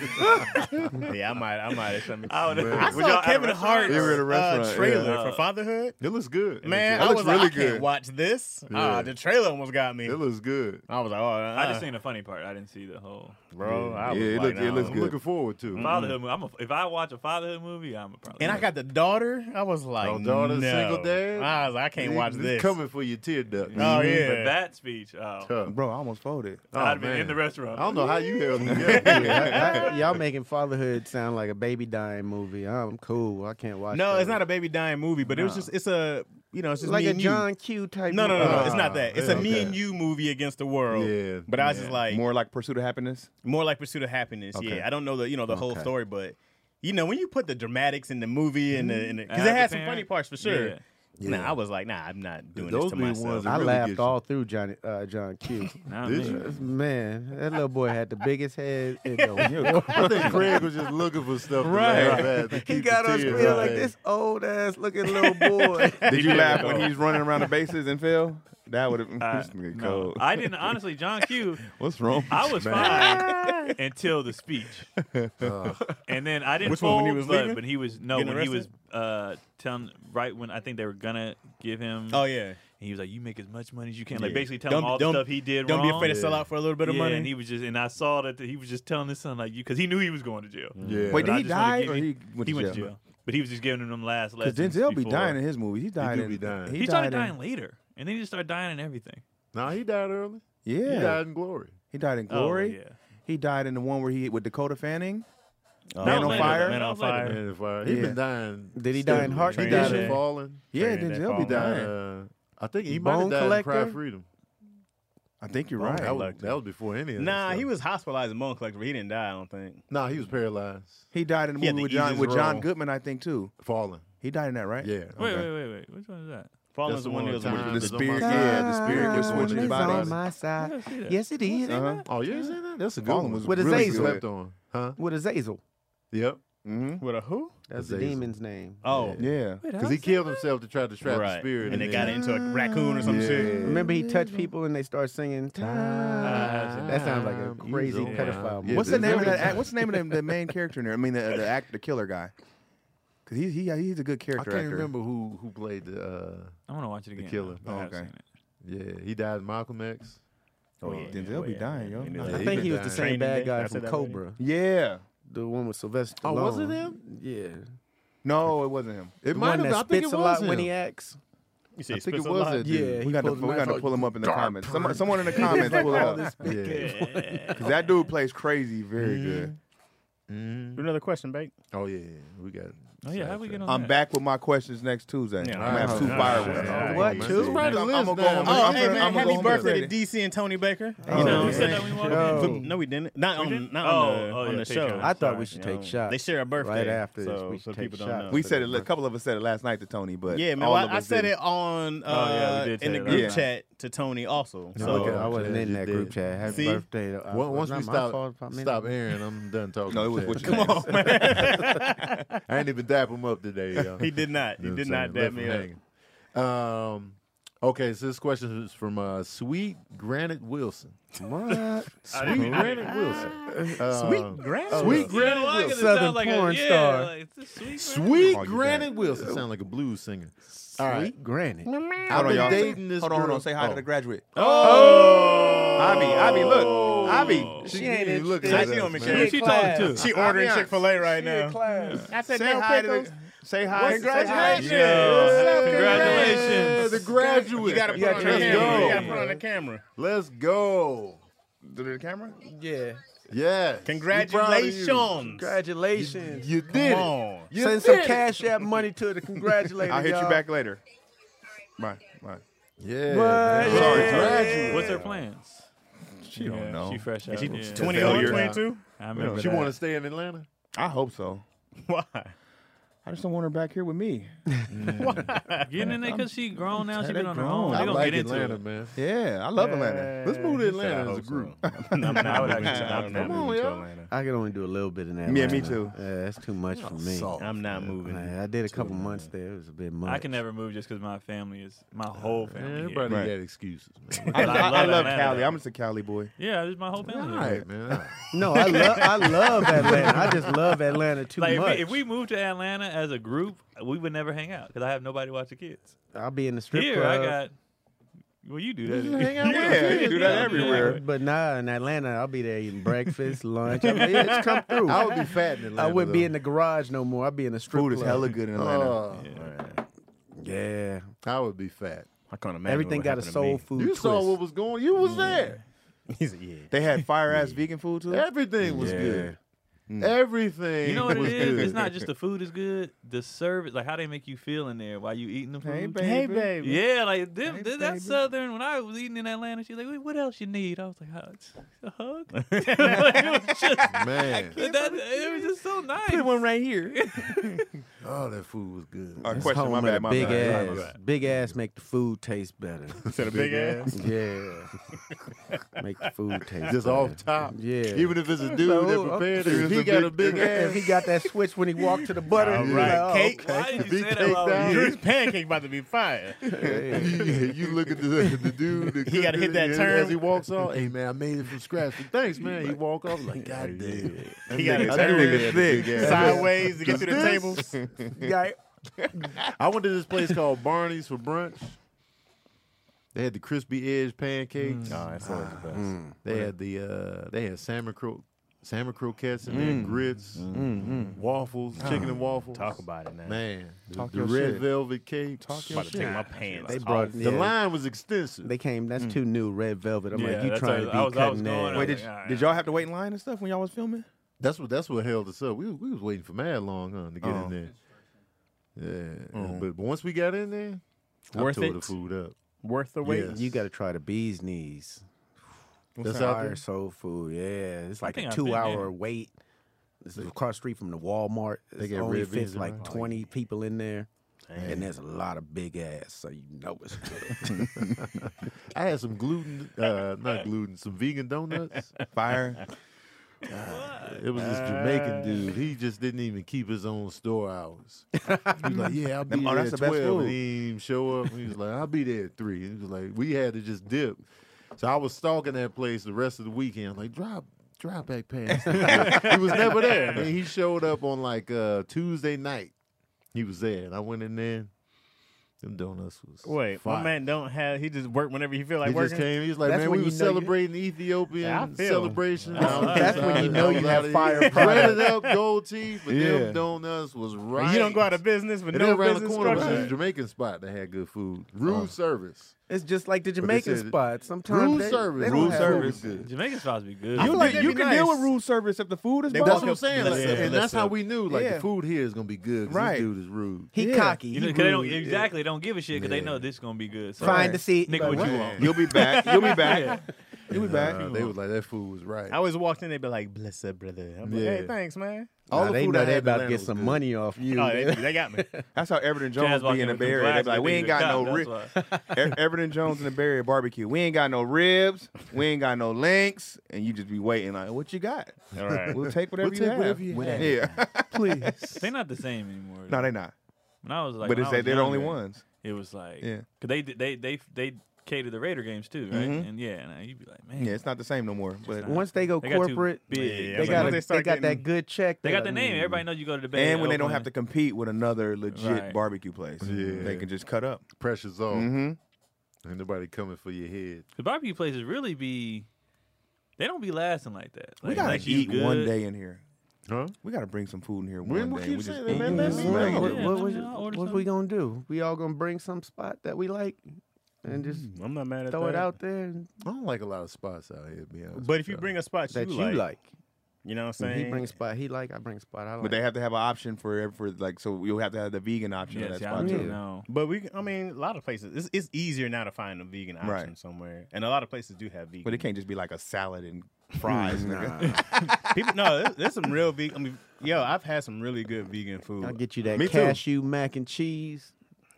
Speaker 2: Yeah, I might. I might have something.
Speaker 1: I, would,
Speaker 2: I
Speaker 1: was
Speaker 2: saw
Speaker 1: y'all at a
Speaker 2: Kevin
Speaker 1: restaurant?
Speaker 2: Hart's
Speaker 4: We were at a
Speaker 2: uh,
Speaker 4: restaurant,
Speaker 2: trailer
Speaker 1: yeah.
Speaker 2: for Fatherhood.
Speaker 5: It looks good.
Speaker 2: Man,
Speaker 5: it
Speaker 2: I
Speaker 5: looks
Speaker 2: was
Speaker 5: really
Speaker 2: like, I
Speaker 5: good.
Speaker 2: can't watch this.
Speaker 5: Yeah.
Speaker 2: Ah, the trailer almost got me.
Speaker 5: It looks good.
Speaker 2: I was like, oh, uh,
Speaker 1: I just seen the funny part. I didn't see the whole
Speaker 2: bro. I was
Speaker 4: Yeah, it
Speaker 2: like,
Speaker 4: looked- it
Speaker 2: nah.
Speaker 4: looks
Speaker 5: I'm
Speaker 4: good.
Speaker 5: looking forward to it.
Speaker 1: fatherhood movie. I'm a, if I watch a fatherhood movie, I'm a probably.
Speaker 2: And I got the daughter. I was like,
Speaker 5: Oh, daughter,
Speaker 2: no.
Speaker 5: single dad?
Speaker 2: I was like, I can't
Speaker 5: It-
Speaker 2: watch
Speaker 5: it's
Speaker 2: this.
Speaker 5: coming for your tear duct. Mm-hmm.
Speaker 2: Oh yeah.
Speaker 1: But that speech, oh,
Speaker 5: Tough.
Speaker 4: Bro, I almost folded.
Speaker 1: I'd
Speaker 5: Oh,
Speaker 1: have been
Speaker 5: man.
Speaker 1: in the restaurant.
Speaker 5: I don't know how you held it together.
Speaker 6: Y'all making fatherhood sound like a baby dying movie. I'm cool. I can't watch.
Speaker 2: No,
Speaker 6: that.
Speaker 2: it's not a baby dying movie, but it was
Speaker 6: No.
Speaker 2: just it's a you know it's just
Speaker 6: like
Speaker 2: me
Speaker 6: a
Speaker 2: and you.
Speaker 6: John Q type.
Speaker 2: No, no, no, no. it's not
Speaker 5: Ah,
Speaker 2: that. It's
Speaker 5: yeah,
Speaker 2: a me
Speaker 5: okay.
Speaker 2: and you movie against the world.
Speaker 5: Yeah,
Speaker 2: But I was just like more,
Speaker 4: More like Pursuit of Happiness.
Speaker 2: like Pursuit of Happiness.
Speaker 4: Okay.
Speaker 2: Yeah. I don't know the you know the whole
Speaker 4: Okay.
Speaker 2: story, but you know when you put the dramatics in the movie and the because
Speaker 1: As
Speaker 2: it
Speaker 1: a
Speaker 2: had some
Speaker 1: parent,
Speaker 2: funny parts for sure.
Speaker 1: yeah.
Speaker 2: Nah, I was like, nah, I'm not doing
Speaker 5: Those
Speaker 2: this to
Speaker 5: be the
Speaker 2: myself.
Speaker 5: ones that
Speaker 6: I
Speaker 5: really gets
Speaker 6: laughed
Speaker 5: you.
Speaker 6: all through Johnny uh, John Q.
Speaker 1: Not
Speaker 5: Did
Speaker 1: me.
Speaker 5: you?
Speaker 6: Man, that little boy had the biggest head in the world.
Speaker 5: I think Craig was just looking for stuff.
Speaker 2: Right.
Speaker 5: To laugh at to
Speaker 6: He
Speaker 5: keep
Speaker 6: got
Speaker 5: the
Speaker 6: on
Speaker 5: tears
Speaker 6: screen
Speaker 5: out.
Speaker 6: like this old ass looking little boy.
Speaker 4: Did you laugh
Speaker 2: go.
Speaker 4: when he was running around the bases and fell? That would have been
Speaker 1: Uh, no,
Speaker 4: cold.
Speaker 1: I didn't honestly. John Q.
Speaker 4: What's wrong?
Speaker 1: I was fine until the speech, and then I didn't
Speaker 2: Which
Speaker 1: fold.
Speaker 2: one, when he was
Speaker 1: but,
Speaker 2: leaving?
Speaker 1: but he was no,
Speaker 2: Getting
Speaker 1: when he was uh, telling right when I think they were gonna give him.
Speaker 2: Oh yeah.
Speaker 1: and he was like, "You make as much money as you can." Like
Speaker 2: Yeah.
Speaker 1: basically telling him
Speaker 2: Don't-
Speaker 1: all the
Speaker 2: don't-
Speaker 1: stuff he did
Speaker 2: Don't
Speaker 1: wrong.
Speaker 2: be afraid to sell out for a little bit of
Speaker 1: yeah,
Speaker 2: money.
Speaker 1: and he was just, and I saw that he was just telling his son like, "You," because he knew he was going to jail.
Speaker 2: Mm.
Speaker 5: Yeah.
Speaker 4: Wait,
Speaker 1: But
Speaker 4: did
Speaker 1: I
Speaker 4: he
Speaker 1: just wanna
Speaker 4: die
Speaker 1: give
Speaker 4: or
Speaker 1: you-
Speaker 4: he went
Speaker 1: he
Speaker 4: to
Speaker 1: went
Speaker 4: jail?
Speaker 1: to jail, but he was just giving him them last
Speaker 4: Because
Speaker 1: lessons.
Speaker 4: Denzel be
Speaker 1: before-
Speaker 4: dying in his movies. He died
Speaker 5: do
Speaker 4: in.
Speaker 5: be dying.
Speaker 4: He,
Speaker 1: He
Speaker 4: died
Speaker 1: started
Speaker 4: in-
Speaker 1: dying later, and then he just started dying in everything.
Speaker 5: Nah, he died early.
Speaker 4: Yeah,
Speaker 5: He died in glory.
Speaker 4: in
Speaker 1: Oh,
Speaker 4: Glory.
Speaker 1: yeah.
Speaker 4: He died in the one where he with Dakota Fanning.
Speaker 2: Oh,
Speaker 4: Man on
Speaker 1: later,
Speaker 4: Fire.
Speaker 1: Man on Fire.
Speaker 5: Man, if I, he
Speaker 4: Yeah.
Speaker 5: been dying.
Speaker 6: Did he die in heart?
Speaker 5: He
Speaker 2: Training
Speaker 5: died
Speaker 2: Day.
Speaker 5: in falling.
Speaker 4: Yeah,
Speaker 2: Training Day
Speaker 4: Denzel be
Speaker 2: Fall.
Speaker 4: dying.
Speaker 5: Uh, I think he
Speaker 6: Bone
Speaker 5: might have died in Cry
Speaker 6: Collector?
Speaker 5: Freedom.
Speaker 4: I think you're
Speaker 5: Bone-
Speaker 4: right.
Speaker 5: That was,
Speaker 2: Collector.
Speaker 5: that was before any of that
Speaker 2: Nah,
Speaker 5: stuff.
Speaker 2: he was hospitalized in Bone Collector, but he didn't die. I don't think.
Speaker 5: Nah, he was paralyzed,
Speaker 4: He died in the
Speaker 2: He had
Speaker 4: movie
Speaker 2: the
Speaker 4: with John
Speaker 2: easiest
Speaker 4: with John
Speaker 2: role.
Speaker 4: Goodman, I think too.
Speaker 5: falling.
Speaker 4: He died in that, right?
Speaker 5: Yeah.
Speaker 1: Wait,
Speaker 4: Okay.
Speaker 1: wait, wait, wait. Which one is that?
Speaker 2: Fallen
Speaker 5: That's
Speaker 2: is the one
Speaker 5: one
Speaker 2: who was
Speaker 5: time.
Speaker 2: with
Speaker 4: The
Speaker 5: It's on
Speaker 4: spirit,
Speaker 5: my
Speaker 4: yeah,
Speaker 5: side.
Speaker 4: the spirit was
Speaker 5: God
Speaker 4: switching the
Speaker 5: is
Speaker 4: bodies.
Speaker 5: on
Speaker 6: my
Speaker 1: I
Speaker 6: side.
Speaker 1: didn't see that.
Speaker 6: Yes, it is.
Speaker 4: Uh-huh.
Speaker 5: Oh, you ain't seen that? That's a good
Speaker 4: Fallen
Speaker 5: one.
Speaker 4: was
Speaker 6: With his
Speaker 4: really
Speaker 6: ace.
Speaker 4: good.
Speaker 5: slept on, huh?
Speaker 6: With Azazel.
Speaker 5: Yep.
Speaker 4: Mm-hmm.
Speaker 2: with a who?
Speaker 6: That's the
Speaker 5: Azazel.
Speaker 6: demon's name.
Speaker 2: Oh,
Speaker 4: Yeah.
Speaker 1: Wait,
Speaker 5: Because
Speaker 1: how's
Speaker 5: he
Speaker 1: that?
Speaker 5: killed himself to try to trap
Speaker 2: right.
Speaker 5: the spirit,
Speaker 2: and they
Speaker 5: in
Speaker 2: got
Speaker 5: him.
Speaker 2: into a raccoon or some
Speaker 5: Yeah.
Speaker 2: shit.
Speaker 6: Remember, he touched people and they start singing. Time. That sounds like a
Speaker 5: Time.
Speaker 6: crazy
Speaker 5: Ah, He's on
Speaker 6: pedophile.
Speaker 5: time. Yeah,
Speaker 4: What's the
Speaker 5: there's
Speaker 4: name of
Speaker 5: really
Speaker 4: that? act- What's the name of the, the main character in there? I mean, the, the act, the killer guy. Because he, he he's a good
Speaker 5: I
Speaker 4: character.
Speaker 5: can't
Speaker 4: actor.
Speaker 5: remember who who played the. Uh,
Speaker 1: I want to watch it again.
Speaker 5: killer.
Speaker 1: I have
Speaker 4: Oh, okay.
Speaker 1: seen it.
Speaker 5: yeah, he died in Malcolm X.
Speaker 4: Oh, yeah. Denzel be dying, yo.
Speaker 2: And
Speaker 4: I
Speaker 2: then-
Speaker 5: Yeah,
Speaker 6: I think
Speaker 5: he been
Speaker 6: he was the
Speaker 5: dying.
Speaker 6: same bad
Speaker 2: Training Day. Did
Speaker 6: guy
Speaker 2: I say
Speaker 6: from
Speaker 2: that already?
Speaker 6: Cobra.
Speaker 4: Yeah.
Speaker 6: The one with Sylvester
Speaker 5: Oh,
Speaker 6: Stallone.
Speaker 5: was it him?
Speaker 6: Yeah.
Speaker 4: No, it wasn't him.
Speaker 5: It
Speaker 6: The
Speaker 5: might
Speaker 6: one
Speaker 5: have been.
Speaker 6: that
Speaker 5: I think
Speaker 6: spits
Speaker 5: it
Speaker 6: a
Speaker 5: was
Speaker 6: lot
Speaker 5: him.
Speaker 6: when he acts.
Speaker 2: You
Speaker 5: I
Speaker 2: say he
Speaker 5: think
Speaker 2: spits
Speaker 5: it
Speaker 2: a
Speaker 5: was
Speaker 2: lot?
Speaker 5: that
Speaker 6: Yeah,
Speaker 5: dude.
Speaker 4: We
Speaker 6: he
Speaker 4: got to
Speaker 6: pulls him
Speaker 4: we
Speaker 6: out
Speaker 4: got to
Speaker 6: like,
Speaker 4: pull him up in the
Speaker 6: "Dark
Speaker 4: comments.
Speaker 6: purr."
Speaker 4: Someone, someone in the comments pull
Speaker 6: all
Speaker 4: up
Speaker 6: this big ass.
Speaker 4: because that dude plays crazy, very good.
Speaker 5: Mhm.
Speaker 2: Another question, babe.
Speaker 5: Oh yeah, we got.
Speaker 1: Oh yeah, how we get on
Speaker 4: I'm
Speaker 1: that?
Speaker 4: back with my questions next Tuesday. I'm gonna have two
Speaker 2: Alright.
Speaker 4: fire
Speaker 2: Alright.
Speaker 4: ones.
Speaker 2: Alright.
Speaker 6: What,
Speaker 5: man.
Speaker 6: two?
Speaker 5: Just write a
Speaker 4: I'm
Speaker 5: list
Speaker 4: gonna go
Speaker 5: down.
Speaker 4: home.
Speaker 2: Oh,
Speaker 4: I'm
Speaker 2: hey,
Speaker 4: gonna-
Speaker 2: man,
Speaker 4: I'm gonna
Speaker 2: happy
Speaker 4: go home
Speaker 2: birthday to
Speaker 4: ready.
Speaker 2: DC and Tony Baker.
Speaker 6: Oh,
Speaker 2: you know what
Speaker 1: we
Speaker 2: I'm
Speaker 1: said
Speaker 2: saying?
Speaker 1: that when we walked
Speaker 6: Yo.
Speaker 1: in.
Speaker 2: But- No, we didn't. Not
Speaker 1: We
Speaker 2: on,
Speaker 1: didn't?
Speaker 2: Not on
Speaker 1: Oh,
Speaker 2: the,
Speaker 1: oh,
Speaker 2: on
Speaker 1: yeah,
Speaker 2: the
Speaker 1: take
Speaker 2: show.
Speaker 1: shots.
Speaker 6: I thought
Speaker 2: Sorry,
Speaker 6: we should
Speaker 2: you know.
Speaker 6: take shots
Speaker 2: They share a birthday
Speaker 6: right after this.
Speaker 2: so,
Speaker 6: We
Speaker 2: so
Speaker 6: should take
Speaker 2: people don't
Speaker 6: shots.
Speaker 2: know.
Speaker 4: We said it. A couple of us said it last night to Tony, but
Speaker 2: yeah, man.
Speaker 4: all
Speaker 2: Well,
Speaker 4: of
Speaker 2: I
Speaker 4: us
Speaker 2: said
Speaker 4: didn't.
Speaker 2: it on uh,
Speaker 1: yeah, we did
Speaker 2: in
Speaker 1: say
Speaker 2: the
Speaker 1: it
Speaker 2: group
Speaker 4: last
Speaker 2: chat to Tony also.
Speaker 5: No,
Speaker 2: So
Speaker 5: okay.
Speaker 6: I wasn't
Speaker 5: Yeah,
Speaker 6: in
Speaker 5: you
Speaker 6: that
Speaker 5: did.
Speaker 6: group chat. Happy
Speaker 2: See?
Speaker 6: birthday. to- uh,
Speaker 5: Once,
Speaker 6: it's
Speaker 5: once
Speaker 6: not
Speaker 5: we
Speaker 6: my fault
Speaker 5: stop,
Speaker 6: if I'm in
Speaker 5: stop
Speaker 6: it.
Speaker 5: airing, I'm done talking.
Speaker 4: No, it was
Speaker 5: shit.
Speaker 4: what you
Speaker 2: come
Speaker 4: said.
Speaker 2: on, man.
Speaker 5: I ain't even dap him up today. Yo.
Speaker 2: he did not. He
Speaker 5: You know
Speaker 2: did
Speaker 5: what
Speaker 2: not
Speaker 5: I'm saying?
Speaker 2: dab
Speaker 5: Left
Speaker 2: me
Speaker 5: him
Speaker 2: up.
Speaker 5: hanging. Um, okay, so this question is from uh, Sweet Granite Wilson.
Speaker 3: What?
Speaker 5: Sweet Granite Wilson. Uh,
Speaker 3: Granite.
Speaker 5: Sweet
Speaker 1: You know,
Speaker 5: Granite
Speaker 1: why 'cause it
Speaker 5: Wilson.
Speaker 3: Southern
Speaker 1: sound like
Speaker 3: porn
Speaker 1: a, yeah,
Speaker 3: star.
Speaker 1: Like, it's a sweet,
Speaker 5: Sweet
Speaker 4: Oh, you got
Speaker 5: Granite
Speaker 4: it.
Speaker 5: Wilson. Sound like a blues singer. All right.
Speaker 3: Granite.
Speaker 4: Hold
Speaker 5: I've
Speaker 4: on,
Speaker 5: been
Speaker 4: y'all.
Speaker 5: dating this
Speaker 4: hold on, hold
Speaker 5: girl-
Speaker 4: on. Say hi
Speaker 5: Oh.
Speaker 4: to the graduate.
Speaker 2: Ivy, Ivy, look, Ivy.
Speaker 5: She, ain't even looking
Speaker 2: She
Speaker 5: at
Speaker 2: don't
Speaker 5: us,
Speaker 2: make
Speaker 5: man.
Speaker 1: Who she talking to?
Speaker 2: She ordering Chick Fil A right now.
Speaker 3: I said
Speaker 2: Say hi to the. Say hi.
Speaker 3: Congratulations.
Speaker 2: Say hi.
Speaker 1: Yo,
Speaker 5: Yeah,
Speaker 1: congratulations.
Speaker 5: the graduate.
Speaker 2: You gotta put
Speaker 3: You gotta
Speaker 2: on the
Speaker 3: turn it
Speaker 2: camera.
Speaker 5: on.
Speaker 2: You gotta put on the camera.
Speaker 5: Let's go.
Speaker 2: The camera.
Speaker 3: Yeah.
Speaker 5: Yeah.
Speaker 2: Congratulations.
Speaker 3: Congratulations.
Speaker 5: You did
Speaker 2: Come
Speaker 5: it.
Speaker 2: on.
Speaker 5: You did
Speaker 3: Send some
Speaker 5: it.
Speaker 3: cash app money to the congratulator.
Speaker 4: I'll hit
Speaker 3: y'all.
Speaker 4: you back later. Bye, bye.
Speaker 5: Yeah.
Speaker 3: What?
Speaker 5: man.
Speaker 1: Sorry,
Speaker 5: Yeah.
Speaker 1: sorry.
Speaker 5: graduate.
Speaker 1: What's her plans?
Speaker 4: She don't know.
Speaker 1: She fresh out. yeah.
Speaker 2: Twenty
Speaker 4: Failure.
Speaker 2: over twenty two.
Speaker 1: I remember
Speaker 5: She
Speaker 1: that.
Speaker 5: want to stay in Atlanta?
Speaker 4: I hope so.
Speaker 2: Why?
Speaker 4: I just don't want her back here with me.
Speaker 1: Getting in there because she grown now. She
Speaker 4: they
Speaker 1: been on her
Speaker 4: grown.
Speaker 1: own.
Speaker 4: I
Speaker 1: They
Speaker 5: I
Speaker 1: gonna
Speaker 5: like
Speaker 1: get into
Speaker 5: Atlanta,
Speaker 1: it.
Speaker 5: man.
Speaker 4: Yeah, I love Atlanta.
Speaker 5: Let's move to
Speaker 2: He
Speaker 5: Atlanta
Speaker 2: said, I
Speaker 5: as a
Speaker 2: hope
Speaker 5: group.
Speaker 2: so.
Speaker 1: I mean, I would actually-
Speaker 2: I'm not
Speaker 5: Come on,
Speaker 2: moving to
Speaker 5: y'all.
Speaker 2: Atlanta.
Speaker 3: I could only do a little bit in that.
Speaker 4: Yeah, me too.
Speaker 3: Yeah, that's too much for me.
Speaker 5: Salt.
Speaker 2: I'm not moving.
Speaker 3: Man, I did a couple months there. It was a bit much.
Speaker 1: I can never move just because my family is my whole family. here.
Speaker 5: Everybody
Speaker 4: Right.
Speaker 5: got excuses, man.
Speaker 4: I,
Speaker 1: But I
Speaker 4: I- I
Speaker 1: love
Speaker 4: love
Speaker 1: Atlanta,
Speaker 4: Cali.
Speaker 1: though.
Speaker 4: I'm just a Cali boy.
Speaker 1: Yeah, it's my whole
Speaker 5: All
Speaker 1: family. here.
Speaker 5: right, man. All right.
Speaker 3: No, I love I love Atlanta. I just love Atlanta too
Speaker 1: Like if we,
Speaker 3: much.
Speaker 1: if we moved to Atlanta as a group, we would never hang out because I have nobody to watch the kids.
Speaker 3: I'll be in the strip
Speaker 1: Here
Speaker 3: club.
Speaker 1: I got. Well, you do that.
Speaker 4: Yeah, you do that everywhere.
Speaker 3: But nah, in Atlanta, I'll be there eating breakfast, lunch. I'll be, yeah, just come through.
Speaker 5: I would be fat in Atlanta.
Speaker 3: I wouldn't be
Speaker 5: though.
Speaker 3: in the garage no more. I'd be in the strip
Speaker 4: Food is
Speaker 3: club.
Speaker 4: hella good in Atlanta.
Speaker 5: Oh,
Speaker 3: Yeah,
Speaker 5: I would be fat.
Speaker 2: I can't imagine.
Speaker 3: everything
Speaker 2: what
Speaker 3: got a
Speaker 2: happened to
Speaker 3: soul
Speaker 2: me.
Speaker 3: food
Speaker 5: You
Speaker 3: twist.
Speaker 5: saw what was going. You was there.
Speaker 2: He said, yeah.
Speaker 4: They had fire ass vegan food too.
Speaker 5: Everything was good. Everything.
Speaker 1: You know what it
Speaker 5: was
Speaker 1: is?
Speaker 5: Good.
Speaker 1: It's not just the food is good. The service, like how they make you feel in there while you eating the food.
Speaker 2: Hey, baby.
Speaker 1: Yeah, like them, that Southern. When I was eating in Atlanta, she's like, "Wait, "What else you need?" I was like, "Hugs, a hug." Like, it was just,
Speaker 5: man.
Speaker 1: that, it was just so nice.
Speaker 4: right here.
Speaker 5: Oh, that food was good.
Speaker 4: All right,
Speaker 3: It's
Speaker 4: question.
Speaker 3: home
Speaker 4: My
Speaker 3: of
Speaker 4: bad.
Speaker 3: the
Speaker 4: My
Speaker 3: big
Speaker 4: bad.
Speaker 3: ass, big ass make the food taste better.
Speaker 2: Said a big ass.
Speaker 3: yeah, make the food taste
Speaker 5: Just
Speaker 3: better.
Speaker 5: off top.
Speaker 3: Yeah.
Speaker 5: Even if it's a dude that prepared it, if he got a big
Speaker 3: If he
Speaker 5: ass.
Speaker 3: got that switch when he walked to the butter,
Speaker 2: All
Speaker 3: he's
Speaker 2: right,
Speaker 3: like, oh,
Speaker 2: cake.
Speaker 1: Why did
Speaker 5: Big
Speaker 1: you say that?
Speaker 5: cake
Speaker 1: While
Speaker 5: down.
Speaker 1: we-
Speaker 2: This pancake about to be fire.
Speaker 5: you you look at the, the dude. That
Speaker 2: He gotta
Speaker 5: cooked
Speaker 2: hit
Speaker 5: it
Speaker 2: that
Speaker 5: as-
Speaker 2: turn.
Speaker 5: as he walks off. Hey man, I made it from scratch. Thanks, man. He walk off like, God damn. That
Speaker 2: He gotta
Speaker 5: nigga- that
Speaker 2: turn
Speaker 5: nigga had a
Speaker 4: thick.
Speaker 5: big ass.
Speaker 2: Sideways to get through the tables.
Speaker 3: you got it.
Speaker 5: I went to this place called Barney's for brunch. They had the crispy edge pancakes.
Speaker 2: that's always the best.
Speaker 5: They had the uh, they had salmon cro- salmon croquettes and their grits,
Speaker 4: Mm-hmm.
Speaker 5: waffles, chicken and waffles.
Speaker 2: Mm. Ah, Talk about it now.
Speaker 5: man, the-
Speaker 4: Talk
Speaker 5: the
Speaker 4: your
Speaker 5: red
Speaker 4: shit.
Speaker 5: velvet cake.
Speaker 4: Talk
Speaker 2: I'm
Speaker 4: your
Speaker 2: about to
Speaker 4: shit.
Speaker 2: take my pants.
Speaker 3: They brought
Speaker 2: off.
Speaker 5: The
Speaker 3: yeah,
Speaker 5: line was extensive.
Speaker 3: They came. That's too new. Red Velvet. I'm
Speaker 1: Mm. Yeah,
Speaker 3: like, you
Speaker 1: that's
Speaker 3: trying to
Speaker 1: what
Speaker 3: be
Speaker 1: I was- I was
Speaker 3: cutting
Speaker 1: going
Speaker 3: edge.
Speaker 1: at.
Speaker 4: Wait, did, did y'all have to wait in line and stuff when y'all was filming?
Speaker 5: That's what that's what held us up. We was, we was waiting for mad long huh, to get
Speaker 4: Oh.
Speaker 2: Uh-huh.
Speaker 5: in there. Yeah, but, but once we got in there,
Speaker 2: Worth
Speaker 5: I tore
Speaker 2: it?
Speaker 5: the food up.
Speaker 2: worth the wait.
Speaker 5: Yes.
Speaker 3: You got to try the bee's knees.
Speaker 5: That's out
Speaker 3: Fire
Speaker 5: there.
Speaker 3: soul food. Yeah, it's like
Speaker 1: think
Speaker 3: a
Speaker 1: I've been
Speaker 3: two hour
Speaker 1: there.
Speaker 3: wait. This is across the street from the Walmart. They
Speaker 5: got
Speaker 3: only
Speaker 5: red beans
Speaker 3: fits
Speaker 5: in
Speaker 3: like
Speaker 5: there?
Speaker 3: 20 people in there. And there's a lot of big ass, so you know it's good.
Speaker 5: I had some gluten, uh, not gluten, some vegan donuts.
Speaker 4: Fire.
Speaker 5: It was this Jamaican dude. He just didn't even keep his own store hours. He was like, "Yeah, I'll be
Speaker 4: Them- oh,
Speaker 5: there
Speaker 4: that's
Speaker 5: at
Speaker 4: the best
Speaker 5: 12.
Speaker 4: food.
Speaker 5: And he didn't even show up. He was like, "I'll be there at 3. He was like, "We had to just dip." So I was stalking that place the rest of the weekend. Like, drop, drop back past. he was never there. And then he showed up on like uh, Tuesday night. He was there, and I went in there. Them donuts was
Speaker 2: Wait,
Speaker 5: fire.
Speaker 2: my man don't have. He just work whenever he feel like
Speaker 5: He
Speaker 2: working.
Speaker 5: just came. He was like,
Speaker 3: That's
Speaker 5: man,
Speaker 3: when
Speaker 5: we were
Speaker 3: you know you-
Speaker 5: celebrating the
Speaker 2: Yeah,
Speaker 5: Ethiopian
Speaker 2: I feel.
Speaker 5: celebration.
Speaker 3: That's when you know you have fire
Speaker 5: Breaded up gold teeth, but
Speaker 4: Yeah.
Speaker 5: them donuts was right.
Speaker 2: You don't go out of business with
Speaker 5: And
Speaker 2: no
Speaker 5: then around the
Speaker 2: business
Speaker 5: corner was
Speaker 2: structure.
Speaker 5: this Jamaican spot that had good food.
Speaker 3: Oh.
Speaker 5: Rude service.
Speaker 3: it's just like the Jamaican
Speaker 5: said
Speaker 3: spot. Sometimes
Speaker 5: Rude
Speaker 3: they,
Speaker 5: service.
Speaker 3: They don't
Speaker 5: Rude
Speaker 3: have-
Speaker 5: service.
Speaker 1: Jamaican spots be good.
Speaker 4: You,
Speaker 2: like that'd
Speaker 4: can- you
Speaker 2: be
Speaker 4: can deal
Speaker 2: nice.
Speaker 4: with room service if the food is
Speaker 2: They
Speaker 4: bomb.
Speaker 5: That's
Speaker 2: walk
Speaker 5: what I'm saying.
Speaker 2: Let's
Speaker 5: like,
Speaker 2: up,
Speaker 5: and
Speaker 2: let's
Speaker 5: that's how
Speaker 2: up.
Speaker 5: we knew like
Speaker 4: Yeah.
Speaker 5: the food here is gonna be good. 'cause
Speaker 4: Right.
Speaker 5: This dude is rude.
Speaker 3: He
Speaker 4: Yeah.
Speaker 3: cocky.
Speaker 1: You
Speaker 3: he
Speaker 1: know, 'cause they don't
Speaker 3: rude.
Speaker 1: exactly. They don't give a shit because they know this gonna be good. So
Speaker 3: Find a seat.
Speaker 1: Nigga, what you
Speaker 5: Man.
Speaker 1: want?
Speaker 4: You'll be back. You'll be back. You'll be back.
Speaker 5: Uh, they was like that food was right.
Speaker 2: I always walked in, they'd be like, bless up, brother. I'm like, hey,
Speaker 5: Yeah.
Speaker 2: thanks, man.
Speaker 5: All
Speaker 3: Nah,
Speaker 5: the
Speaker 3: they
Speaker 5: food
Speaker 3: know
Speaker 5: I
Speaker 3: they
Speaker 5: had in
Speaker 3: about to
Speaker 5: Atlanta
Speaker 3: get
Speaker 5: was
Speaker 3: some
Speaker 5: good.
Speaker 3: money off you.
Speaker 2: Oh, they, they got me.
Speaker 4: That's how Everton
Speaker 1: Jazz
Speaker 4: Jones
Speaker 1: walking
Speaker 4: be in the
Speaker 1: with them
Speaker 4: Bay Area. They
Speaker 1: glasses,
Speaker 4: be like, we
Speaker 1: nigga,
Speaker 4: ain't got
Speaker 1: cop,
Speaker 4: no
Speaker 1: that's
Speaker 4: ribs.
Speaker 1: why.
Speaker 4: Everton Jones in the Bay Area barbecue. We ain't got no ribs. We ain't got no links. And you just be waiting like, what you got?
Speaker 2: All right.
Speaker 4: We'll take whatever
Speaker 5: We'll
Speaker 4: you
Speaker 5: take
Speaker 4: have.
Speaker 5: whatever you
Speaker 4: yeah. Please.
Speaker 1: They're not the same anymore.
Speaker 4: no, they not.
Speaker 1: When I was like,
Speaker 4: but
Speaker 1: when
Speaker 4: it's that
Speaker 1: I was
Speaker 4: they're the only
Speaker 1: younger,
Speaker 4: ones.
Speaker 1: It was like,
Speaker 4: Yeah.
Speaker 1: cause they they they they catered the Raider games too, right?
Speaker 4: Mhm.
Speaker 1: And yeah, and you'd be like, man,
Speaker 4: Yeah, it's not the same no more. But
Speaker 1: not.
Speaker 3: Once they go
Speaker 1: They got too
Speaker 3: corporate,
Speaker 1: big.
Speaker 2: Yeah,
Speaker 3: they
Speaker 2: once
Speaker 3: got
Speaker 2: they
Speaker 3: a- they,
Speaker 2: start
Speaker 3: got
Speaker 2: getting-
Speaker 3: that good check.
Speaker 1: they
Speaker 3: that,
Speaker 1: got the
Speaker 3: I
Speaker 1: name.
Speaker 3: mean,
Speaker 1: Everybody knows you go to the Bay.
Speaker 4: and when they don't have to compete with another legit
Speaker 1: Right.
Speaker 4: barbecue place,
Speaker 5: Yeah.
Speaker 4: they can just cut up.
Speaker 5: Pressure's off.
Speaker 4: Mm-hmm.
Speaker 5: Ain't nobody coming for your head.
Speaker 1: the barbecue places really be, they don't be lasting like that. Like,
Speaker 4: we gotta
Speaker 1: like you
Speaker 4: eat one
Speaker 1: good.
Speaker 4: day in here.
Speaker 5: Huh?
Speaker 4: We gotta bring some food in here
Speaker 5: We-
Speaker 4: one
Speaker 5: we
Speaker 4: day.
Speaker 5: keep
Speaker 4: We
Speaker 5: saying
Speaker 4: just
Speaker 5: that,
Speaker 4: eat
Speaker 5: man.
Speaker 4: and
Speaker 5: Let
Speaker 4: just
Speaker 5: me
Speaker 4: bang
Speaker 1: know.
Speaker 4: it.
Speaker 3: Mm-hmm. What, what
Speaker 1: Yeah, let me
Speaker 3: was-
Speaker 1: know. I'll order
Speaker 3: what we gonna do? We all gonna bring some spot that we like and
Speaker 4: Mm-hmm.
Speaker 3: just
Speaker 2: I'm not mad at
Speaker 3: throw
Speaker 2: that.
Speaker 3: it out there. And
Speaker 5: I don't like a lot of spots out here, to be honest.
Speaker 2: But if
Speaker 5: with
Speaker 2: you
Speaker 5: y'all.
Speaker 2: bring a spot
Speaker 3: that you,
Speaker 2: like,
Speaker 3: like.
Speaker 2: you know what I'm
Speaker 3: When
Speaker 2: saying?
Speaker 3: He brings spot he like. I bring spot I like.
Speaker 4: But they have to have an option for for like so you'll have to have the vegan option
Speaker 1: Yeah,
Speaker 4: of that
Speaker 1: see, I
Speaker 4: spot
Speaker 1: don't
Speaker 3: too.
Speaker 4: too.
Speaker 3: Yeah.
Speaker 1: know.
Speaker 2: But we, I mean, a lot of places, it's, it's easier now to find a vegan option
Speaker 4: Right.
Speaker 2: somewhere, and a lot of places do have vegan.
Speaker 4: But it can't just be like a salad and fries. nigga.
Speaker 2: People, no, there's, there's some real vegan. I mean, yo, I've had some really good vegan food.
Speaker 3: I'll get you that
Speaker 4: Me too.
Speaker 3: cashew mac and cheese.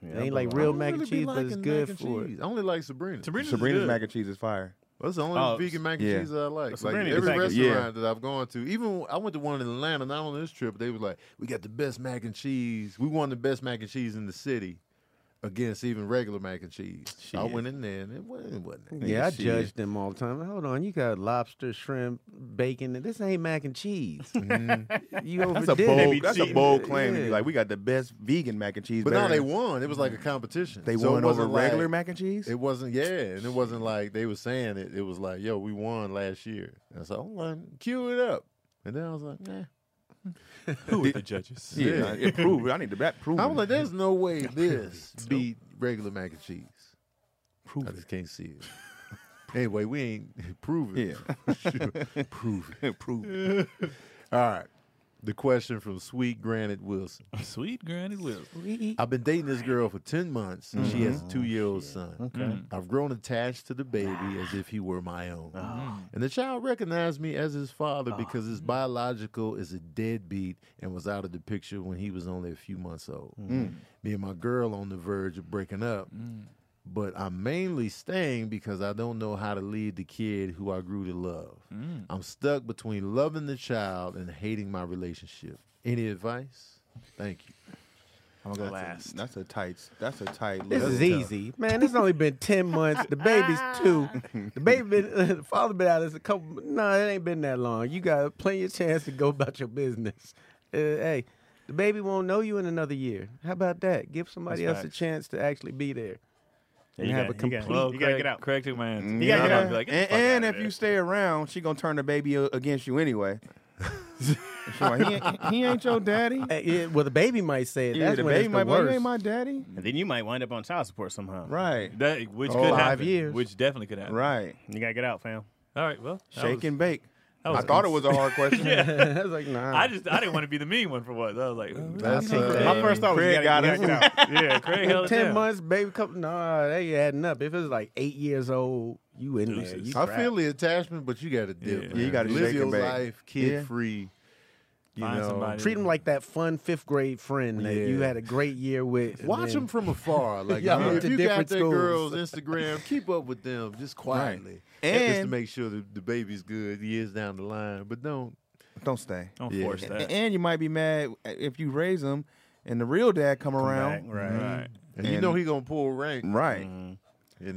Speaker 2: Yeah,
Speaker 3: it ain't
Speaker 2: I'm
Speaker 3: like
Speaker 5: I
Speaker 3: real
Speaker 5: don't
Speaker 3: mac
Speaker 5: really
Speaker 3: and
Speaker 5: be
Speaker 3: cheese, but it's
Speaker 5: liking mac
Speaker 3: good
Speaker 5: and
Speaker 3: for it.
Speaker 5: cheese. I only like Sabrina.
Speaker 1: Sabrina's,
Speaker 4: Sabrina's
Speaker 1: good.
Speaker 4: mac and cheese is fire.
Speaker 5: That's the only
Speaker 2: Oh,
Speaker 5: vegan mac and
Speaker 4: yeah.
Speaker 5: cheese that I like. Like
Speaker 2: Sabrina
Speaker 5: every
Speaker 2: is
Speaker 5: restaurant
Speaker 2: like it.
Speaker 5: that I've gone to, even I went to one in Atlanta, not on this trip, they were like, "We got the best mac and cheese. We won the best mac and cheese in the city." Against even regular mac and cheese, I went in there and it wasn't. It wasn't that.
Speaker 3: Yeah, I
Speaker 4: shit.
Speaker 3: judge them all the time. Hold on, you got lobster, shrimp, bacon. and This ain't mac and cheese. you
Speaker 4: Mm-hmm. That's a
Speaker 3: overdid it.
Speaker 4: bold. That's a
Speaker 2: cheating.
Speaker 4: bold claim to be
Speaker 3: Yeah.
Speaker 4: like we got the best vegan mac and cheese.
Speaker 5: But
Speaker 4: better
Speaker 5: now they
Speaker 4: than-
Speaker 5: won. It was like a competition.
Speaker 4: They
Speaker 5: So it
Speaker 4: won over
Speaker 5: wasn't like-
Speaker 4: regular mac and cheese.
Speaker 5: It wasn't, yeah, and it wasn't like they were saying it. It was like, "Yo, we won last year." And so I'm like, "Cue it up," and then I was like, "Nah."
Speaker 1: Who are the judges?
Speaker 4: yeah,
Speaker 5: Yeah.
Speaker 4: it proved. I need to that prove.
Speaker 5: I was like, "There's no way this beat regular mac and cheese." I just can't see it. anyway, we ain't prove it. Yeah. prove it.
Speaker 4: prove.
Speaker 5: All right. The question from Sweet Granite Wilson.
Speaker 1: Sweet Granny Will.
Speaker 5: I've been dating this girl for 10 months and she has a two year old son. Mm-hmm. Oh, Okay. I've grown attached to the baby as if he were my own. And the child recognized me as his father because his biological is a deadbeat and was out of the picture when he was only a few months old. Me and my girl on the verge of breaking up. But I'm mainly staying because I don't know how to lead the kid who I grew to love. I'm stuck between loving the child and hating my relationship. Any advice? Thank you.
Speaker 4: I'm gonna go last. that's a tight. That's a tight.
Speaker 3: This
Speaker 4: little-
Speaker 3: is easy, man. It's only been ten months. The baby's two. The baby, been, the father been out as a couple. No, it ain't been that long. You got plenty of chance to go about your business. Uh, hey, the baby won't know you in another year. How about that? Give somebody
Speaker 1: That's
Speaker 3: else
Speaker 1: facts.
Speaker 3: a chance to actually be there.
Speaker 2: you gotta-
Speaker 3: have a
Speaker 2: you gotta-
Speaker 3: complete-
Speaker 1: Well,
Speaker 2: you
Speaker 1: Craig,
Speaker 2: gotta get out.
Speaker 1: Craig took my answer.
Speaker 4: Mm,
Speaker 2: You gotta get
Speaker 4: yeah.
Speaker 2: out.
Speaker 1: Be like, get the
Speaker 4: and
Speaker 1: fuck outta
Speaker 4: and if
Speaker 1: there.
Speaker 4: you stay around, she gonna turn the baby a- against you anyway. She like, he, ain't- he ain't your daddy.
Speaker 3: Hey, Eh, yeah, well, the baby might say it.
Speaker 4: Yeah,
Speaker 3: That's
Speaker 4: the
Speaker 3: when
Speaker 4: baby
Speaker 3: it's
Speaker 4: might
Speaker 3: the
Speaker 4: be like, you
Speaker 3: worst.
Speaker 4: ain't my daddy.
Speaker 2: And then you might wind up on child support somehow.
Speaker 4: Right,
Speaker 1: That which
Speaker 3: Oh,
Speaker 1: could
Speaker 3: five
Speaker 1: happen.
Speaker 3: years.
Speaker 1: Which definitely could happen.
Speaker 4: right.
Speaker 2: You gotta get out, fam.
Speaker 1: All right. Well, that
Speaker 4: Shake
Speaker 1: was-
Speaker 4: and bake.
Speaker 1: that was
Speaker 4: I thought it was a hard question.
Speaker 3: I was like, nah.
Speaker 1: I just I didn't want to be the mean one for once. I was like,
Speaker 5: That's
Speaker 1: you know,
Speaker 5: uh,
Speaker 1: Craig-
Speaker 2: My first thought was
Speaker 4: Craig
Speaker 2: you gotta,
Speaker 4: got
Speaker 2: you gotta get out.
Speaker 1: yeah, Craig held it
Speaker 3: ten
Speaker 1: down.
Speaker 3: months, baby. Couple, nah, they adding up. If it's like eight years old, you in there. You
Speaker 1: Deuces.
Speaker 5: I feel the attachment, but you got to dip.
Speaker 1: Yeah.
Speaker 5: man.
Speaker 4: Yeah, you gotta
Speaker 5: live
Speaker 4: shake
Speaker 5: your
Speaker 4: it back.
Speaker 5: life kid
Speaker 4: Yeah.
Speaker 5: free. You
Speaker 1: Find
Speaker 5: know,
Speaker 1: somebody.
Speaker 3: Treat him like that fun fifth grade friend that
Speaker 5: Yeah.
Speaker 3: you had a great year with. and
Speaker 5: watch
Speaker 3: then-
Speaker 5: them from afar. Like
Speaker 3: Yeah,
Speaker 5: you know,
Speaker 3: went
Speaker 5: if
Speaker 3: to
Speaker 5: you got
Speaker 3: different
Speaker 5: that
Speaker 3: schools.
Speaker 5: girl's Instagram, keep up with them just quietly, just to
Speaker 4: And
Speaker 5: make sure that the baby's good years down the line. But don't.
Speaker 4: don't stay.
Speaker 1: Don't
Speaker 5: Yeah.
Speaker 1: force
Speaker 4: A-
Speaker 1: that.
Speaker 4: And you might be mad if you raise him, and the real dad come
Speaker 2: Right,
Speaker 4: around. Mm-hmm.
Speaker 2: right.
Speaker 1: Right.
Speaker 5: And, you know he gonna pull rank,
Speaker 4: Right.
Speaker 5: and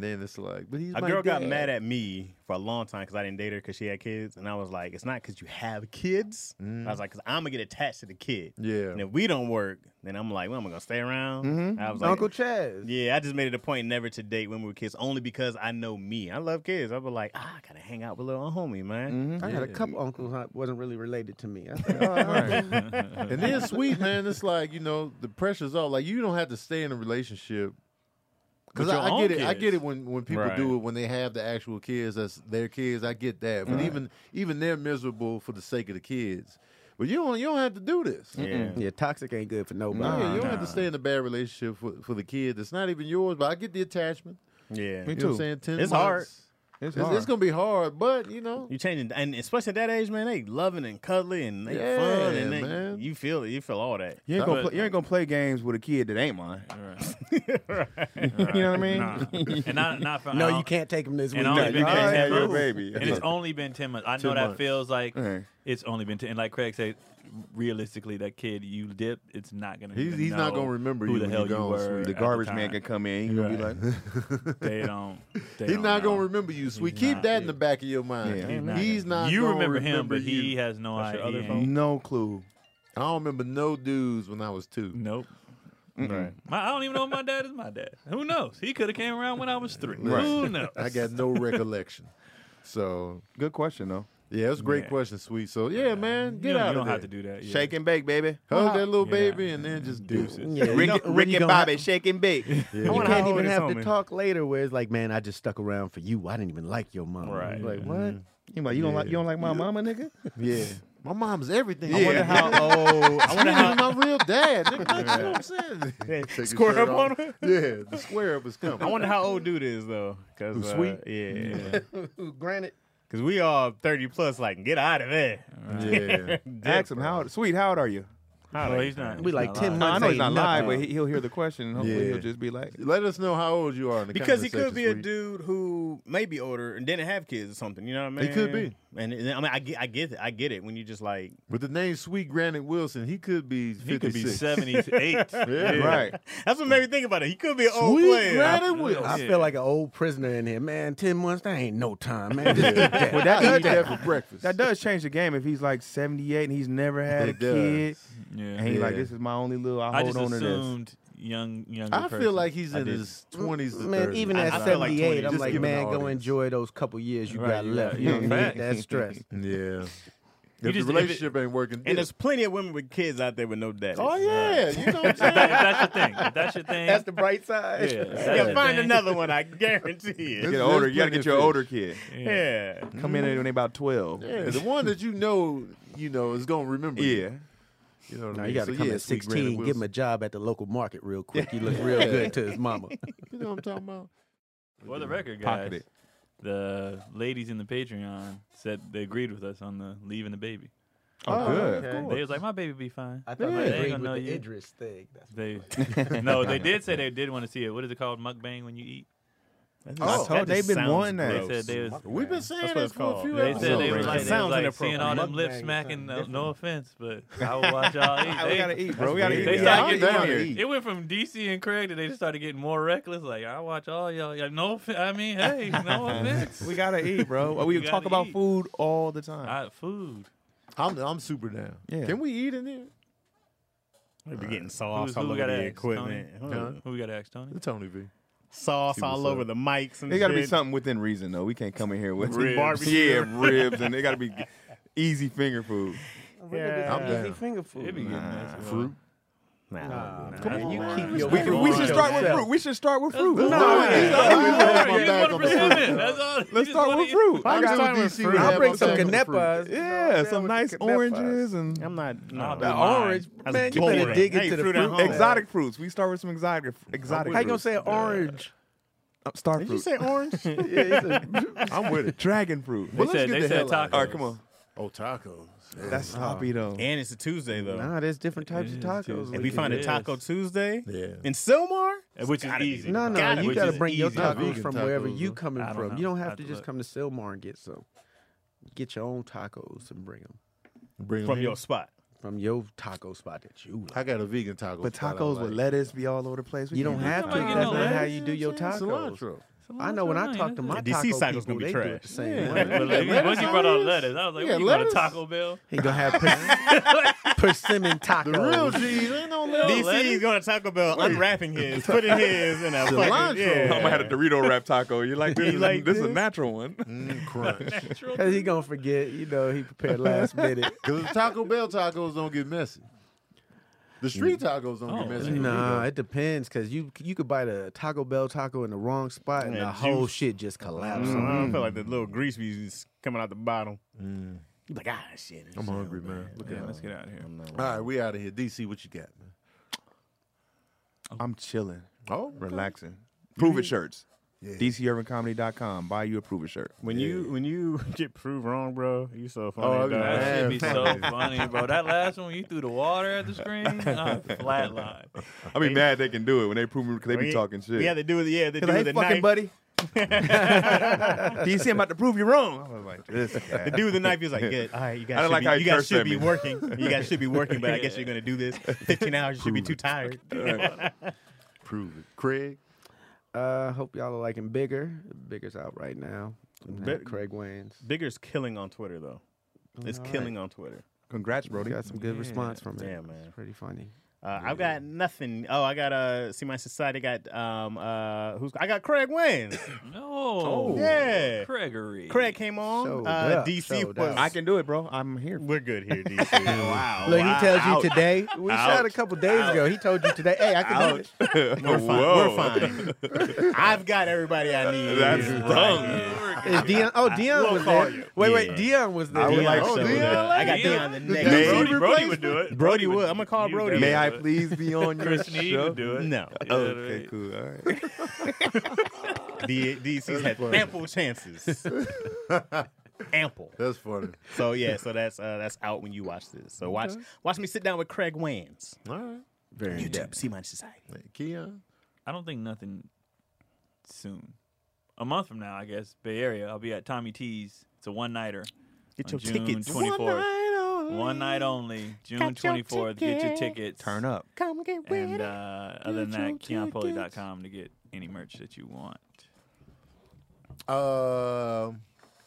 Speaker 5: then it's like, but he's
Speaker 2: A
Speaker 5: my
Speaker 2: girl got
Speaker 5: dad.
Speaker 2: mad at me for a long time because I didn't date her because she had kids, and I was like, "It's not because you have kids." I was like, "Cause I'm gonna get attached to the kid,
Speaker 5: Mm. Yeah.
Speaker 2: and if we don't work, then I'm like, well, I'm gonna stay around."
Speaker 5: Mm-hmm.
Speaker 2: I was like,
Speaker 3: Uncle Chaz.
Speaker 2: Yeah, I just made it a point never to date women with kids only because I know me. I love kids. I was like, ah, I gotta hang out with little homie, man.
Speaker 3: I had a
Speaker 5: Yeah.
Speaker 3: couple uncles that wasn't really related to me. I said, oh,
Speaker 5: And then sweet man, it's like you know the pressure's off. Like you don't have to stay in a relationship. Because
Speaker 1: With
Speaker 5: I,
Speaker 1: your
Speaker 5: I get it,
Speaker 1: own
Speaker 5: I get
Speaker 1: kids.
Speaker 5: it when, when people
Speaker 2: Right.
Speaker 5: do it when they have the actual kids that's their kids. I get that, but even even they're miserable for the sake of the kids. But you don't you don't have to do this.
Speaker 2: Yeah.
Speaker 3: yeah, toxic ain't good for nobody.
Speaker 5: yeah, you don't have to stay in a bad relationship for, for the kid that's not even yours. But I get the attachment.
Speaker 2: Yeah.
Speaker 5: You know what I'm
Speaker 4: Me too.
Speaker 5: saying? Ten
Speaker 2: It's
Speaker 5: months.
Speaker 2: hard.
Speaker 4: It's,
Speaker 5: It's,
Speaker 4: hard.
Speaker 5: it's gonna be hard, but you know,
Speaker 2: You changing, and especially at that age, man, they loving and cuddly and they
Speaker 5: Yeah,
Speaker 2: fun, and they,
Speaker 5: man.
Speaker 2: you feel it, you feel all that.
Speaker 4: you ain't gonna
Speaker 1: But-
Speaker 4: play, you ain't gonna play games with a kid that ain't mine.
Speaker 1: Right.
Speaker 4: You know what I mean?
Speaker 1: Nah. and not not for,
Speaker 3: No,
Speaker 1: I don't-
Speaker 3: you can't take him this
Speaker 1: And
Speaker 3: week.
Speaker 1: I only
Speaker 4: you
Speaker 1: been
Speaker 4: can't
Speaker 1: dating
Speaker 4: have
Speaker 1: ten
Speaker 4: your
Speaker 1: months.
Speaker 4: baby.
Speaker 1: And it's only been ten months. I know
Speaker 5: Two
Speaker 1: that
Speaker 5: months.
Speaker 1: feels like
Speaker 4: Right.
Speaker 1: It's only been ten. And like Craig said, realistically, that kid you dip, it's not gonna.
Speaker 5: He's-
Speaker 1: even
Speaker 5: he's not
Speaker 1: know
Speaker 5: gonna remember
Speaker 1: who
Speaker 5: you
Speaker 1: the
Speaker 5: when
Speaker 1: hell
Speaker 5: you're
Speaker 1: you
Speaker 5: gone,
Speaker 1: were.
Speaker 5: sweetie.
Speaker 4: The
Speaker 1: at
Speaker 4: garbage
Speaker 1: time.
Speaker 4: man can come in. He's gonna be like,
Speaker 1: They don't. They
Speaker 5: He's
Speaker 1: don't
Speaker 5: not
Speaker 1: know.
Speaker 5: gonna remember you. Sweet,
Speaker 1: He's
Speaker 5: keep
Speaker 1: not.
Speaker 5: that in the back of your mind.
Speaker 4: Yeah.
Speaker 5: He's,
Speaker 1: He's
Speaker 5: not,
Speaker 1: not
Speaker 5: gonna,
Speaker 1: gonna- You remember, him, but
Speaker 5: you.
Speaker 1: he has no
Speaker 2: That's your other
Speaker 1: idea.
Speaker 2: phone?
Speaker 4: no clue.
Speaker 5: I don't remember no dudes when I was two.
Speaker 1: Nope.
Speaker 2: Right.
Speaker 1: My, I don't even know if my dad is my dad. Who knows? He could have came around when I was three.
Speaker 5: Right.
Speaker 1: Who knows?
Speaker 5: I got no recollection. So
Speaker 4: Good question though.
Speaker 5: yeah, it's a great
Speaker 1: Yeah.
Speaker 5: question, sweet. So yeah, man,
Speaker 1: you
Speaker 5: get
Speaker 1: don't,
Speaker 5: out
Speaker 1: you
Speaker 5: of
Speaker 1: don't
Speaker 5: there.
Speaker 1: have to do that. Yeah.
Speaker 4: Shake and bake, baby.
Speaker 5: Hug that little
Speaker 1: Yeah.
Speaker 5: baby and then just do it.
Speaker 3: Yeah, you
Speaker 4: Rick,
Speaker 3: know- when
Speaker 4: Rick
Speaker 3: you
Speaker 4: and
Speaker 3: gonna have-
Speaker 4: Bobby, shake and bake.
Speaker 3: You
Speaker 2: wonder
Speaker 3: can't
Speaker 2: how old
Speaker 3: even
Speaker 2: his
Speaker 3: have to
Speaker 2: homie.
Speaker 3: talk later where it's like, man, I just stuck around for you. I didn't even like your mom.
Speaker 1: Right.
Speaker 3: Like, what?
Speaker 4: You like you don't like you don't like my mama, nigga.
Speaker 5: Yeah, my mom's everything.
Speaker 2: I wonder how old. I wonder
Speaker 5: Even
Speaker 2: how.
Speaker 5: my real dad. Nigga, you know what I'm saying? Take his
Speaker 2: Square
Speaker 5: shirt
Speaker 2: up
Speaker 5: off.
Speaker 2: on him?
Speaker 5: Yeah, the square up is coming.
Speaker 2: I wonder how old dude is though. Cause uh,
Speaker 5: Sweet?
Speaker 2: Yeah.
Speaker 3: Granted,
Speaker 2: Cause we all thirty plus. Like get out of there.
Speaker 5: Yeah.
Speaker 4: Ask him how sweet. How old are you?
Speaker 2: How
Speaker 1: Well,
Speaker 2: they-
Speaker 1: he's not.
Speaker 3: we
Speaker 1: he's
Speaker 3: like
Speaker 1: not
Speaker 3: 10
Speaker 1: lying.
Speaker 4: No, I
Speaker 3: months.
Speaker 4: know he's
Speaker 3: ain't
Speaker 4: not live,
Speaker 3: nothing.
Speaker 4: but he, he'll hear the question. and Hopefully,
Speaker 5: Yeah.
Speaker 4: he'll just be like,
Speaker 5: Let us know how old you are in the
Speaker 2: because he could
Speaker 5: conversation,
Speaker 2: be a
Speaker 5: sweet.
Speaker 2: dude who may be older and didn't have kids or something. You know what I mean?
Speaker 5: He could be.
Speaker 2: And, and I mean, I get, I get it. I get it when you just like
Speaker 5: With the name Sweet Granite Wilson, he could be 56.
Speaker 1: He could be seventy-eight.
Speaker 5: Yeah.
Speaker 4: right.
Speaker 2: That's what made me think about it. He could be an old
Speaker 5: Sweet
Speaker 2: player.
Speaker 5: Granite Wilson.
Speaker 3: I
Speaker 1: Yeah.
Speaker 3: feel like an old prisoner in here. Man, 10 months, that ain't no time, man. Just do that.
Speaker 4: Well, that,
Speaker 5: I
Speaker 4: does,
Speaker 5: eat that for breakfast.
Speaker 4: that does change the game if he's like 78 and he's never had
Speaker 5: It
Speaker 4: a kid. And
Speaker 1: Yeah.
Speaker 4: he's like,
Speaker 5: Yeah.
Speaker 4: this is my only little, I
Speaker 1: I
Speaker 4: hold
Speaker 1: just
Speaker 4: on to this.
Speaker 1: assumed young, young.
Speaker 5: I feel like he's
Speaker 4: I
Speaker 5: in
Speaker 4: did.
Speaker 5: his 20s to 30s.
Speaker 3: Man, even at
Speaker 2: I feel like 20,
Speaker 3: 78, I'm
Speaker 5: just
Speaker 3: like,
Speaker 5: given
Speaker 3: man,
Speaker 5: the
Speaker 3: go
Speaker 5: audience.
Speaker 3: enjoy those couple years you
Speaker 1: Right,
Speaker 3: got
Speaker 1: you
Speaker 3: left.
Speaker 1: got-
Speaker 3: You don't
Speaker 1: yeah,
Speaker 3: need
Speaker 1: facts.
Speaker 3: that stress.
Speaker 5: Yeah. If the
Speaker 1: You just- if it-
Speaker 5: relationship ain't working.
Speaker 2: And
Speaker 5: yeah.
Speaker 2: there's plenty of women with kids out there with no dad.
Speaker 5: Oh, yeah. You know what
Speaker 1: If
Speaker 5: I'm
Speaker 1: that-
Speaker 5: saying?
Speaker 1: if that's your thing. If that's your thing.
Speaker 3: That's the bright side.
Speaker 1: yeah, if that's
Speaker 2: You'll
Speaker 1: your
Speaker 2: find
Speaker 1: thing,
Speaker 2: another one, I guarantee
Speaker 4: You
Speaker 2: it.
Speaker 5: There's-
Speaker 4: get
Speaker 5: there's
Speaker 4: older, you gotta
Speaker 5: plenty
Speaker 4: get
Speaker 5: of
Speaker 4: your
Speaker 5: fish.
Speaker 4: older kid.
Speaker 1: Yeah.
Speaker 2: Yeah.
Speaker 4: Come in when they about 12.
Speaker 5: Yeah, the one that you know, you know, is going to remember. you.
Speaker 4: Yeah.
Speaker 5: You know what I
Speaker 3: Now
Speaker 5: mean?
Speaker 3: you got to
Speaker 5: So,
Speaker 3: come
Speaker 5: yeah,
Speaker 3: at
Speaker 5: Sweet Granite
Speaker 3: 16, give him
Speaker 5: Wilson.
Speaker 3: a job at the local market real quick. You look real good to his mama.
Speaker 5: You know what I'm talking about?
Speaker 1: For the record,
Speaker 4: Pocket
Speaker 1: guys,
Speaker 4: it.
Speaker 1: the ladies in the Patreon said they agreed with us on the leaving the baby.
Speaker 4: Oh,
Speaker 5: Oh,
Speaker 4: good.
Speaker 5: okay.
Speaker 1: They was like, my baby be fine.
Speaker 3: I
Speaker 5: Yeah.
Speaker 3: thought I
Speaker 5: They
Speaker 1: ain't
Speaker 3: agreed
Speaker 1: gonna
Speaker 3: with
Speaker 1: know
Speaker 3: the
Speaker 1: you.
Speaker 3: Idris thing. That's-
Speaker 1: They no, they did say they did want to see it. What is it called? Mukbang when you eat.
Speaker 4: I told you, they've been wanting Oh, that.
Speaker 1: They said they was.
Speaker 5: We've been saying
Speaker 2: That's what
Speaker 5: this
Speaker 2: it's
Speaker 5: for a
Speaker 2: called.
Speaker 5: few
Speaker 1: They
Speaker 5: episodes.
Speaker 1: said they was
Speaker 2: It
Speaker 1: like, they was
Speaker 2: sounds
Speaker 1: like
Speaker 2: inappropriate.
Speaker 1: seeing all them lips
Speaker 3: Mukbang
Speaker 1: smacking.
Speaker 3: sound
Speaker 1: No, no offense, but I would watch y'all eat.
Speaker 4: we
Speaker 1: They-
Speaker 4: gotta eat, bro. We gotta eat.
Speaker 1: They
Speaker 4: Yeah,
Speaker 1: gotta
Speaker 4: I'm
Speaker 1: get
Speaker 4: down
Speaker 5: down
Speaker 4: here.
Speaker 5: to eat.
Speaker 1: It went from DC and Craig to they just started getting more reckless. Like I watch all y'all. Yeah, no, off- I mean, hey, no offense.
Speaker 4: We gotta eat, bro.
Speaker 1: We
Speaker 4: We talk
Speaker 1: gotta
Speaker 4: about
Speaker 1: eat.
Speaker 4: food all the time.
Speaker 1: I, food.
Speaker 5: I'm, I'm super down.
Speaker 4: Yeah.
Speaker 5: Can we eat in here?
Speaker 2: They'd be getting
Speaker 1: Who's-
Speaker 2: sauce all
Speaker 1: who
Speaker 2: over
Speaker 1: got
Speaker 2: the
Speaker 1: asked,
Speaker 2: equipment. Huh?
Speaker 1: Who we got to ask Tony?
Speaker 5: The Tony V.
Speaker 2: Sauce all over the mics and
Speaker 4: It gotta be
Speaker 2: shit.
Speaker 4: something within reason, though. We can't come in here with
Speaker 2: Ribs.
Speaker 4: Yeah,
Speaker 2: Barbecue.
Speaker 4: ribs, and they gotta be easy finger food.
Speaker 2: Yeah.
Speaker 5: I'm down.
Speaker 3: finger food.
Speaker 1: It be getting messy.
Speaker 5: Fruit.
Speaker 2: Nah,
Speaker 3: Nah,
Speaker 2: nah.
Speaker 3: come on, you keep your
Speaker 4: We,
Speaker 3: finger
Speaker 4: we should
Speaker 3: on
Speaker 4: start with
Speaker 3: yourself.
Speaker 4: fruit. We should start with fruit.
Speaker 1: No,
Speaker 5: Let's
Speaker 1: Alright,
Speaker 5: back
Speaker 1: you
Speaker 5: on
Speaker 1: just
Speaker 5: the
Speaker 1: want to
Speaker 5: fruit.
Speaker 1: present it. That's all. You
Speaker 4: Let's
Speaker 1: just
Speaker 4: start
Speaker 1: wanna
Speaker 4: with
Speaker 1: eat-
Speaker 4: fruit.
Speaker 5: I
Speaker 2: got
Speaker 5: just want
Speaker 2: something
Speaker 5: DC
Speaker 2: with
Speaker 5: to
Speaker 2: fruit.
Speaker 5: have
Speaker 3: I'll bring
Speaker 5: my
Speaker 3: some
Speaker 5: back on the fruit.
Speaker 3: canepas.
Speaker 4: Yeah, some
Speaker 3: with
Speaker 4: nice
Speaker 3: the canepas.
Speaker 4: oranges and
Speaker 2: I'm not. Nah,
Speaker 1: do
Speaker 2: that's
Speaker 1: mine.
Speaker 3: orange,
Speaker 2: That's
Speaker 3: man, you better
Speaker 2: boring.
Speaker 3: dig
Speaker 2: Hey,
Speaker 3: into the
Speaker 2: fruit at
Speaker 3: fruit.
Speaker 2: home.
Speaker 4: Oh. exotic fruits. We start with some exotic exotic.
Speaker 3: How you gonna
Speaker 4: fruits.
Speaker 3: say orange?
Speaker 4: Uh, star
Speaker 2: Did
Speaker 4: fruit?
Speaker 2: you say orange?
Speaker 4: I'm with it. Dragon fruit.
Speaker 1: They
Speaker 5: let's
Speaker 1: said
Speaker 5: get
Speaker 1: they
Speaker 5: the
Speaker 1: said
Speaker 5: hell out of
Speaker 1: tacos.
Speaker 4: All right, come on.
Speaker 5: Oh, tacos.
Speaker 4: That's sloppy though.
Speaker 2: and it's a Tuesday though.
Speaker 3: Nah, there's different types of
Speaker 1: It is, too.
Speaker 3: tacos.
Speaker 2: if
Speaker 1: It
Speaker 2: we find a
Speaker 1: is.
Speaker 2: Taco Tuesday
Speaker 5: Yeah.
Speaker 2: in Silmar,
Speaker 1: Which is
Speaker 2: gotta be
Speaker 1: easy.
Speaker 2: vegan.
Speaker 3: No, no,
Speaker 2: Gotta-
Speaker 3: you
Speaker 1: which
Speaker 3: got to
Speaker 1: is
Speaker 3: bring your
Speaker 1: easy.
Speaker 3: tacos
Speaker 5: Vegan
Speaker 3: from wherever
Speaker 5: tacos,
Speaker 3: you
Speaker 5: though.
Speaker 3: coming
Speaker 1: I don't
Speaker 3: from.
Speaker 1: know.
Speaker 3: You don't have
Speaker 1: Have
Speaker 3: to
Speaker 1: to
Speaker 3: just
Speaker 1: look.
Speaker 3: come to Silmar and get some. Get your own tacos and bring them
Speaker 5: Bring 'em
Speaker 2: from
Speaker 5: here.
Speaker 2: your spot.
Speaker 3: from your taco spot that you like.
Speaker 5: I got a vegan taco.
Speaker 4: But
Speaker 5: spot I
Speaker 4: tacos
Speaker 5: like.
Speaker 4: with lettuce be all over the place. We
Speaker 3: You don't
Speaker 4: can't do
Speaker 3: have to. That's
Speaker 1: Somebody get
Speaker 3: not
Speaker 1: no
Speaker 3: how
Speaker 1: lettuce,
Speaker 3: you do your tacos.
Speaker 5: cilantro.
Speaker 3: I know when I talk to my
Speaker 2: The DC
Speaker 3: taco
Speaker 2: cycle's gonna
Speaker 3: people,
Speaker 2: be
Speaker 3: they do it
Speaker 2: trash.
Speaker 3: the same
Speaker 5: Yeah.
Speaker 3: way.
Speaker 1: But like,
Speaker 5: Lettuce
Speaker 1: once you
Speaker 5: on
Speaker 1: brought out
Speaker 5: this?
Speaker 1: lettuce, I was like,
Speaker 5: Yeah,
Speaker 1: we got a
Speaker 5: lettuce.
Speaker 1: Taco Bell.
Speaker 3: He gonna have pers- persimmon
Speaker 5: The real
Speaker 3: tacos.
Speaker 5: G's ain't no
Speaker 4: Oh,
Speaker 1: No
Speaker 5: lettuce.
Speaker 2: DC is
Speaker 1: lettuce?
Speaker 2: going to Taco Bell unwrapping his, putting his in a
Speaker 5: Cilantro.
Speaker 2: fucking. Yeah.
Speaker 4: I'm gonna have a Dorito wrap taco. You like this?
Speaker 2: You like
Speaker 4: this is a
Speaker 2: this?
Speaker 4: natural one.
Speaker 5: Mm, crunch.
Speaker 3: Cause he gonna forget, you know, he prepared last minute.
Speaker 5: Because Taco Bell tacos don't get messy. The street tacos don't
Speaker 1: Oh,
Speaker 5: get messy.
Speaker 3: Nah, it depends because you you could buy the Taco Bell taco in the wrong spot and
Speaker 2: Yeah,
Speaker 3: the whole
Speaker 2: juice.
Speaker 3: shit just
Speaker 2: I
Speaker 3: collapses.
Speaker 2: don't feel like
Speaker 4: Mm.
Speaker 2: the little grease bees coming out the bottom. You like ah shit.
Speaker 5: I'm hungry, man. Look at
Speaker 1: Let's get out of here.
Speaker 5: that. All right, we out of here. DC, what you got, man?
Speaker 4: I'm chilling,
Speaker 5: Oh,
Speaker 4: relaxing. Prove it shirts. DCUrbanComedy.com. Buy you a prove it shirt.
Speaker 2: When you when you get proved wrong, bro, you so funny.
Speaker 5: Oh,
Speaker 2: dog.
Speaker 5: yeah.
Speaker 1: That should be so
Speaker 5: Man.
Speaker 1: funny, bro. That last one, you threw the water at the screen. I flatline.
Speaker 4: I mean, mad they can do it when they prove me because they
Speaker 2: We-
Speaker 4: be talking shit.
Speaker 2: We had to do it. Yeah, they do
Speaker 4: Like,
Speaker 2: it
Speaker 4: hey,
Speaker 2: the
Speaker 4: fucking
Speaker 2: knife.
Speaker 4: buddy. DC, I'm about to prove you wrong. I was like, this guy.
Speaker 2: The dude with the knife is like, good. All right, you
Speaker 4: I
Speaker 2: guys,
Speaker 4: don't
Speaker 2: should,
Speaker 4: like
Speaker 2: be,
Speaker 4: how he
Speaker 2: you guys
Speaker 4: cursed
Speaker 2: should
Speaker 4: at
Speaker 2: be
Speaker 4: me.
Speaker 2: working. You guys should be working, but I guess you're gonna do this. 15 hours, you should be too tired.
Speaker 5: Prove it. Craig,
Speaker 6: Uh, hope y'all are liking Bigger. Bigger's out right now. And
Speaker 2: Big-
Speaker 6: Craig Wayans.
Speaker 2: Bigger's killing on Twitter though. It's
Speaker 6: All right.
Speaker 2: killing on Twitter.
Speaker 4: Congrats,
Speaker 6: Bro,
Speaker 4: Brody.
Speaker 6: got some good response from it.
Speaker 2: Yeah, man.
Speaker 6: It's pretty funny.
Speaker 2: Uh, I've got nothing. Oh, I got uh, see my society got um uh who's I got Craig Wayne.
Speaker 1: No. Oh.
Speaker 2: Yeah.
Speaker 1: Gregory.
Speaker 2: Craig came on.
Speaker 6: Showed
Speaker 2: uh,
Speaker 6: up,
Speaker 2: DC
Speaker 6: showed
Speaker 2: was.
Speaker 6: up.
Speaker 4: I can do it, bro. I'm here.
Speaker 2: We're good here, DC. wow.
Speaker 6: Look, he tells
Speaker 2: Ouch.
Speaker 6: you today. We shot a couple days ago. He told you today, hey, I can do it.
Speaker 2: We're fine.
Speaker 4: Whoa.
Speaker 2: We're fine. I've got everybody I need.
Speaker 4: That's
Speaker 2: Right
Speaker 4: dumb.
Speaker 2: here.
Speaker 6: Is Dion, oh, Dion
Speaker 2: we'll
Speaker 6: was
Speaker 2: call
Speaker 6: there.
Speaker 2: you.
Speaker 6: Wait,
Speaker 2: Yeah.
Speaker 6: wait, Dion was there. Oh,
Speaker 4: I would like
Speaker 2: Dion
Speaker 4: some
Speaker 2: showed
Speaker 4: of
Speaker 2: up.
Speaker 4: that.
Speaker 2: I got Dion the next.
Speaker 5: Dion-
Speaker 2: Brody,
Speaker 1: Brody, Brody would do it.
Speaker 2: Brody would. I'ma call
Speaker 1: you
Speaker 2: Brody.
Speaker 1: guys
Speaker 4: May I
Speaker 1: would.
Speaker 4: please be on your
Speaker 1: Chris Need
Speaker 4: show?
Speaker 1: would do it.
Speaker 2: No.
Speaker 1: Yeah,
Speaker 4: Oh,
Speaker 1: that
Speaker 4: okay,
Speaker 1: ain't-
Speaker 4: cool. All right.
Speaker 2: D- DC's had ample chances. ample.
Speaker 5: that's funny.
Speaker 2: So yeah, so that's uh, that's out when you watch this. So watch watch me sit down with Craig Wans.
Speaker 5: All right.
Speaker 6: Very
Speaker 2: YouTube, see my society.
Speaker 5: Hey, Keon.
Speaker 1: I don't think nothing soon. A month from now, I guess, Bay Area, I'll be at Tommy T's. It's a one nighter.
Speaker 2: Get
Speaker 1: On
Speaker 2: your
Speaker 1: June
Speaker 2: tickets.
Speaker 1: 24th. One night only, June
Speaker 2: Got your
Speaker 1: 24th. Get your
Speaker 2: tickets.
Speaker 1: tickets.
Speaker 4: Turn up.
Speaker 2: Come get
Speaker 1: And uh, other than that,
Speaker 2: your
Speaker 1: KeonPolly.com to get any merch that you want.
Speaker 5: Um,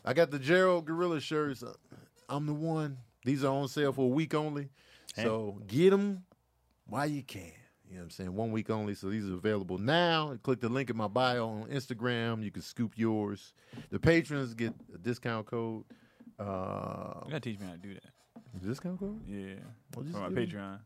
Speaker 5: I got the Gerald Gorilla shirts. I'm the one. These are on sale for a week only. So get them while you can. You know what I'm saying? One week only. So these are available now. Click the link in my bio on Instagram. You can scoop yours. The patrons get a discount code. Uh,
Speaker 1: You gotta teach me how to do that.
Speaker 5: discount code?
Speaker 1: Yeah.
Speaker 5: Well, just
Speaker 1: For my
Speaker 5: give 'em-
Speaker 1: Patreon.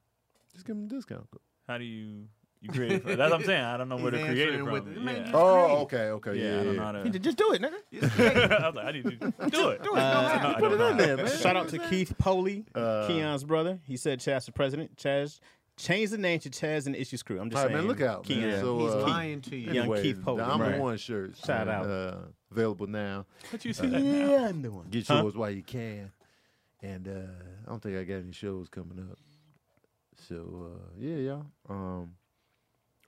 Speaker 5: Just give them a discount code.
Speaker 1: How do you you create it from? That's what I'm saying. I don't know where to create it
Speaker 6: answering
Speaker 1: from.
Speaker 6: with it. Man,
Speaker 1: yeah.
Speaker 5: Oh, okay, okay.
Speaker 1: yeah,
Speaker 5: Yeah,
Speaker 1: I don't know
Speaker 5: yeah.
Speaker 1: how to.
Speaker 6: Just do it, nigga.
Speaker 1: I was like, I need to do it. Uh,
Speaker 6: it. Go ahead.
Speaker 1: I
Speaker 5: Put it
Speaker 1: don't
Speaker 5: in
Speaker 1: know.
Speaker 5: there, man.
Speaker 2: Shout out to Keith Poley,
Speaker 5: Uh,
Speaker 2: Keon's brother. He said Chaz the president. Chaz change the name to Chaz and the Issues Crew. I'm just
Speaker 5: All right,
Speaker 2: saying.
Speaker 5: man, look out, man.
Speaker 2: Keon.
Speaker 5: So,
Speaker 2: He's
Speaker 5: uh,
Speaker 2: lying.
Speaker 6: to
Speaker 2: Young Keith Pope,
Speaker 5: the I'm
Speaker 2: right.
Speaker 5: the one shirts.
Speaker 2: Shout
Speaker 5: man,
Speaker 2: out.
Speaker 5: Uh, available now.
Speaker 1: But you see that now.
Speaker 2: Yeah, I'm the one.
Speaker 5: Get
Speaker 2: Huh?
Speaker 5: yours while you can. And uh, I don't think I got any shows coming up. So uh, yeah, y'all. Um,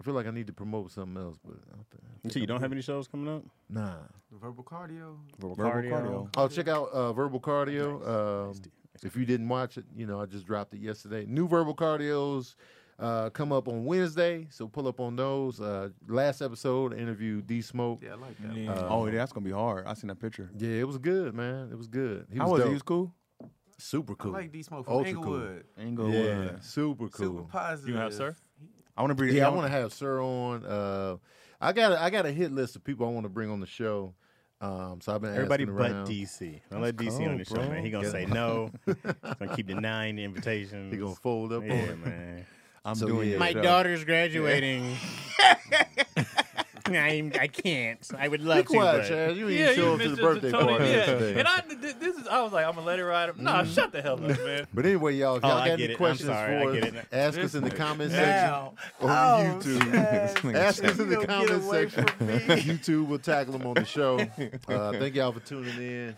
Speaker 5: I feel like I need to promote something else, but I don't think, I think
Speaker 2: So you
Speaker 5: I'm
Speaker 2: don't have
Speaker 5: good.
Speaker 2: any shows coming up?
Speaker 5: Nah.
Speaker 6: Verbal cardio.
Speaker 2: Cardio.
Speaker 5: Oh, check out uh, Verbal Cardio. Um, if you didn't watch it, you know I just dropped it yesterday. New Verbal Cardios uh, come up on Wednesday, so pull up on those. Uh, last episode I interviewed D Smoke.
Speaker 6: Yeah, I like that.
Speaker 1: Yeah.
Speaker 4: Oh, yeah, that's gonna be hard. I seen that picture.
Speaker 5: Yeah, it was good, man. It was good. He
Speaker 4: How
Speaker 5: was,
Speaker 4: was it?
Speaker 5: dope.
Speaker 4: He was cool.
Speaker 5: super cool.
Speaker 6: I like D Smoke from
Speaker 5: Ultra cool.
Speaker 6: Englewood.
Speaker 5: yeah, super cool.
Speaker 6: Super positive.
Speaker 1: You have sir?
Speaker 4: I want to bring.
Speaker 5: Yeah, I want to have Sir on. Uh, I got a, I got a hit list of people I want to bring on the show. Um, so I've been
Speaker 2: Everybody
Speaker 5: asking
Speaker 2: but
Speaker 5: around.
Speaker 2: DC. Don't let DC on
Speaker 4: cold,
Speaker 2: the show,
Speaker 4: bro.
Speaker 2: man. He gonna
Speaker 5: Get
Speaker 2: say no. He's gonna keep denying the invitations.
Speaker 5: They gonna fold up
Speaker 2: yeah,
Speaker 5: on it.
Speaker 2: man.
Speaker 4: I'm
Speaker 5: So,
Speaker 4: doing
Speaker 5: yeah.
Speaker 4: it.
Speaker 5: My
Speaker 4: So-
Speaker 2: daughter's graduating. I'm, I can't. I would love
Speaker 5: Be quiet, Chaz. You ain't show up to the birthday party Mm.
Speaker 1: Yeah.
Speaker 5: today.
Speaker 1: And I, th- this is, I was like, I'm gonna let it ride. Nah, shut the hell up, man.
Speaker 5: But anyway, y'all, if
Speaker 2: Oh,
Speaker 5: y'all
Speaker 2: I
Speaker 5: got any
Speaker 2: get it. I'm
Speaker 5: questions
Speaker 2: sorry. I
Speaker 5: for
Speaker 2: get
Speaker 5: us,
Speaker 2: it.
Speaker 5: ask us in the comment section.
Speaker 6: Now.
Speaker 4: on
Speaker 6: Oh,
Speaker 4: YouTube.
Speaker 5: Ask us in the
Speaker 6: You'll get
Speaker 5: comment
Speaker 6: away
Speaker 5: section.
Speaker 6: from me.
Speaker 5: YouTube will tackle them on the show. Uh, thank y'all for tuning in.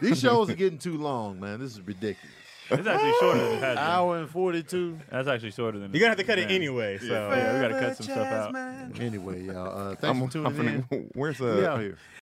Speaker 5: These shows are getting too long, man. This is ridiculous.
Speaker 1: It's actually shorter than it has been.
Speaker 5: Hour and forty-two.
Speaker 1: That's actually shorter than
Speaker 2: You're gonna have to cut it
Speaker 1: Yeah.
Speaker 2: anyway. So
Speaker 1: Yeah, we gotta cut some stuff out.
Speaker 5: Anyway, y'all, uh, thanks
Speaker 4: I'm,
Speaker 5: for tuning in.
Speaker 4: I'm finna, where's
Speaker 5: We
Speaker 4: uh?
Speaker 5: out here.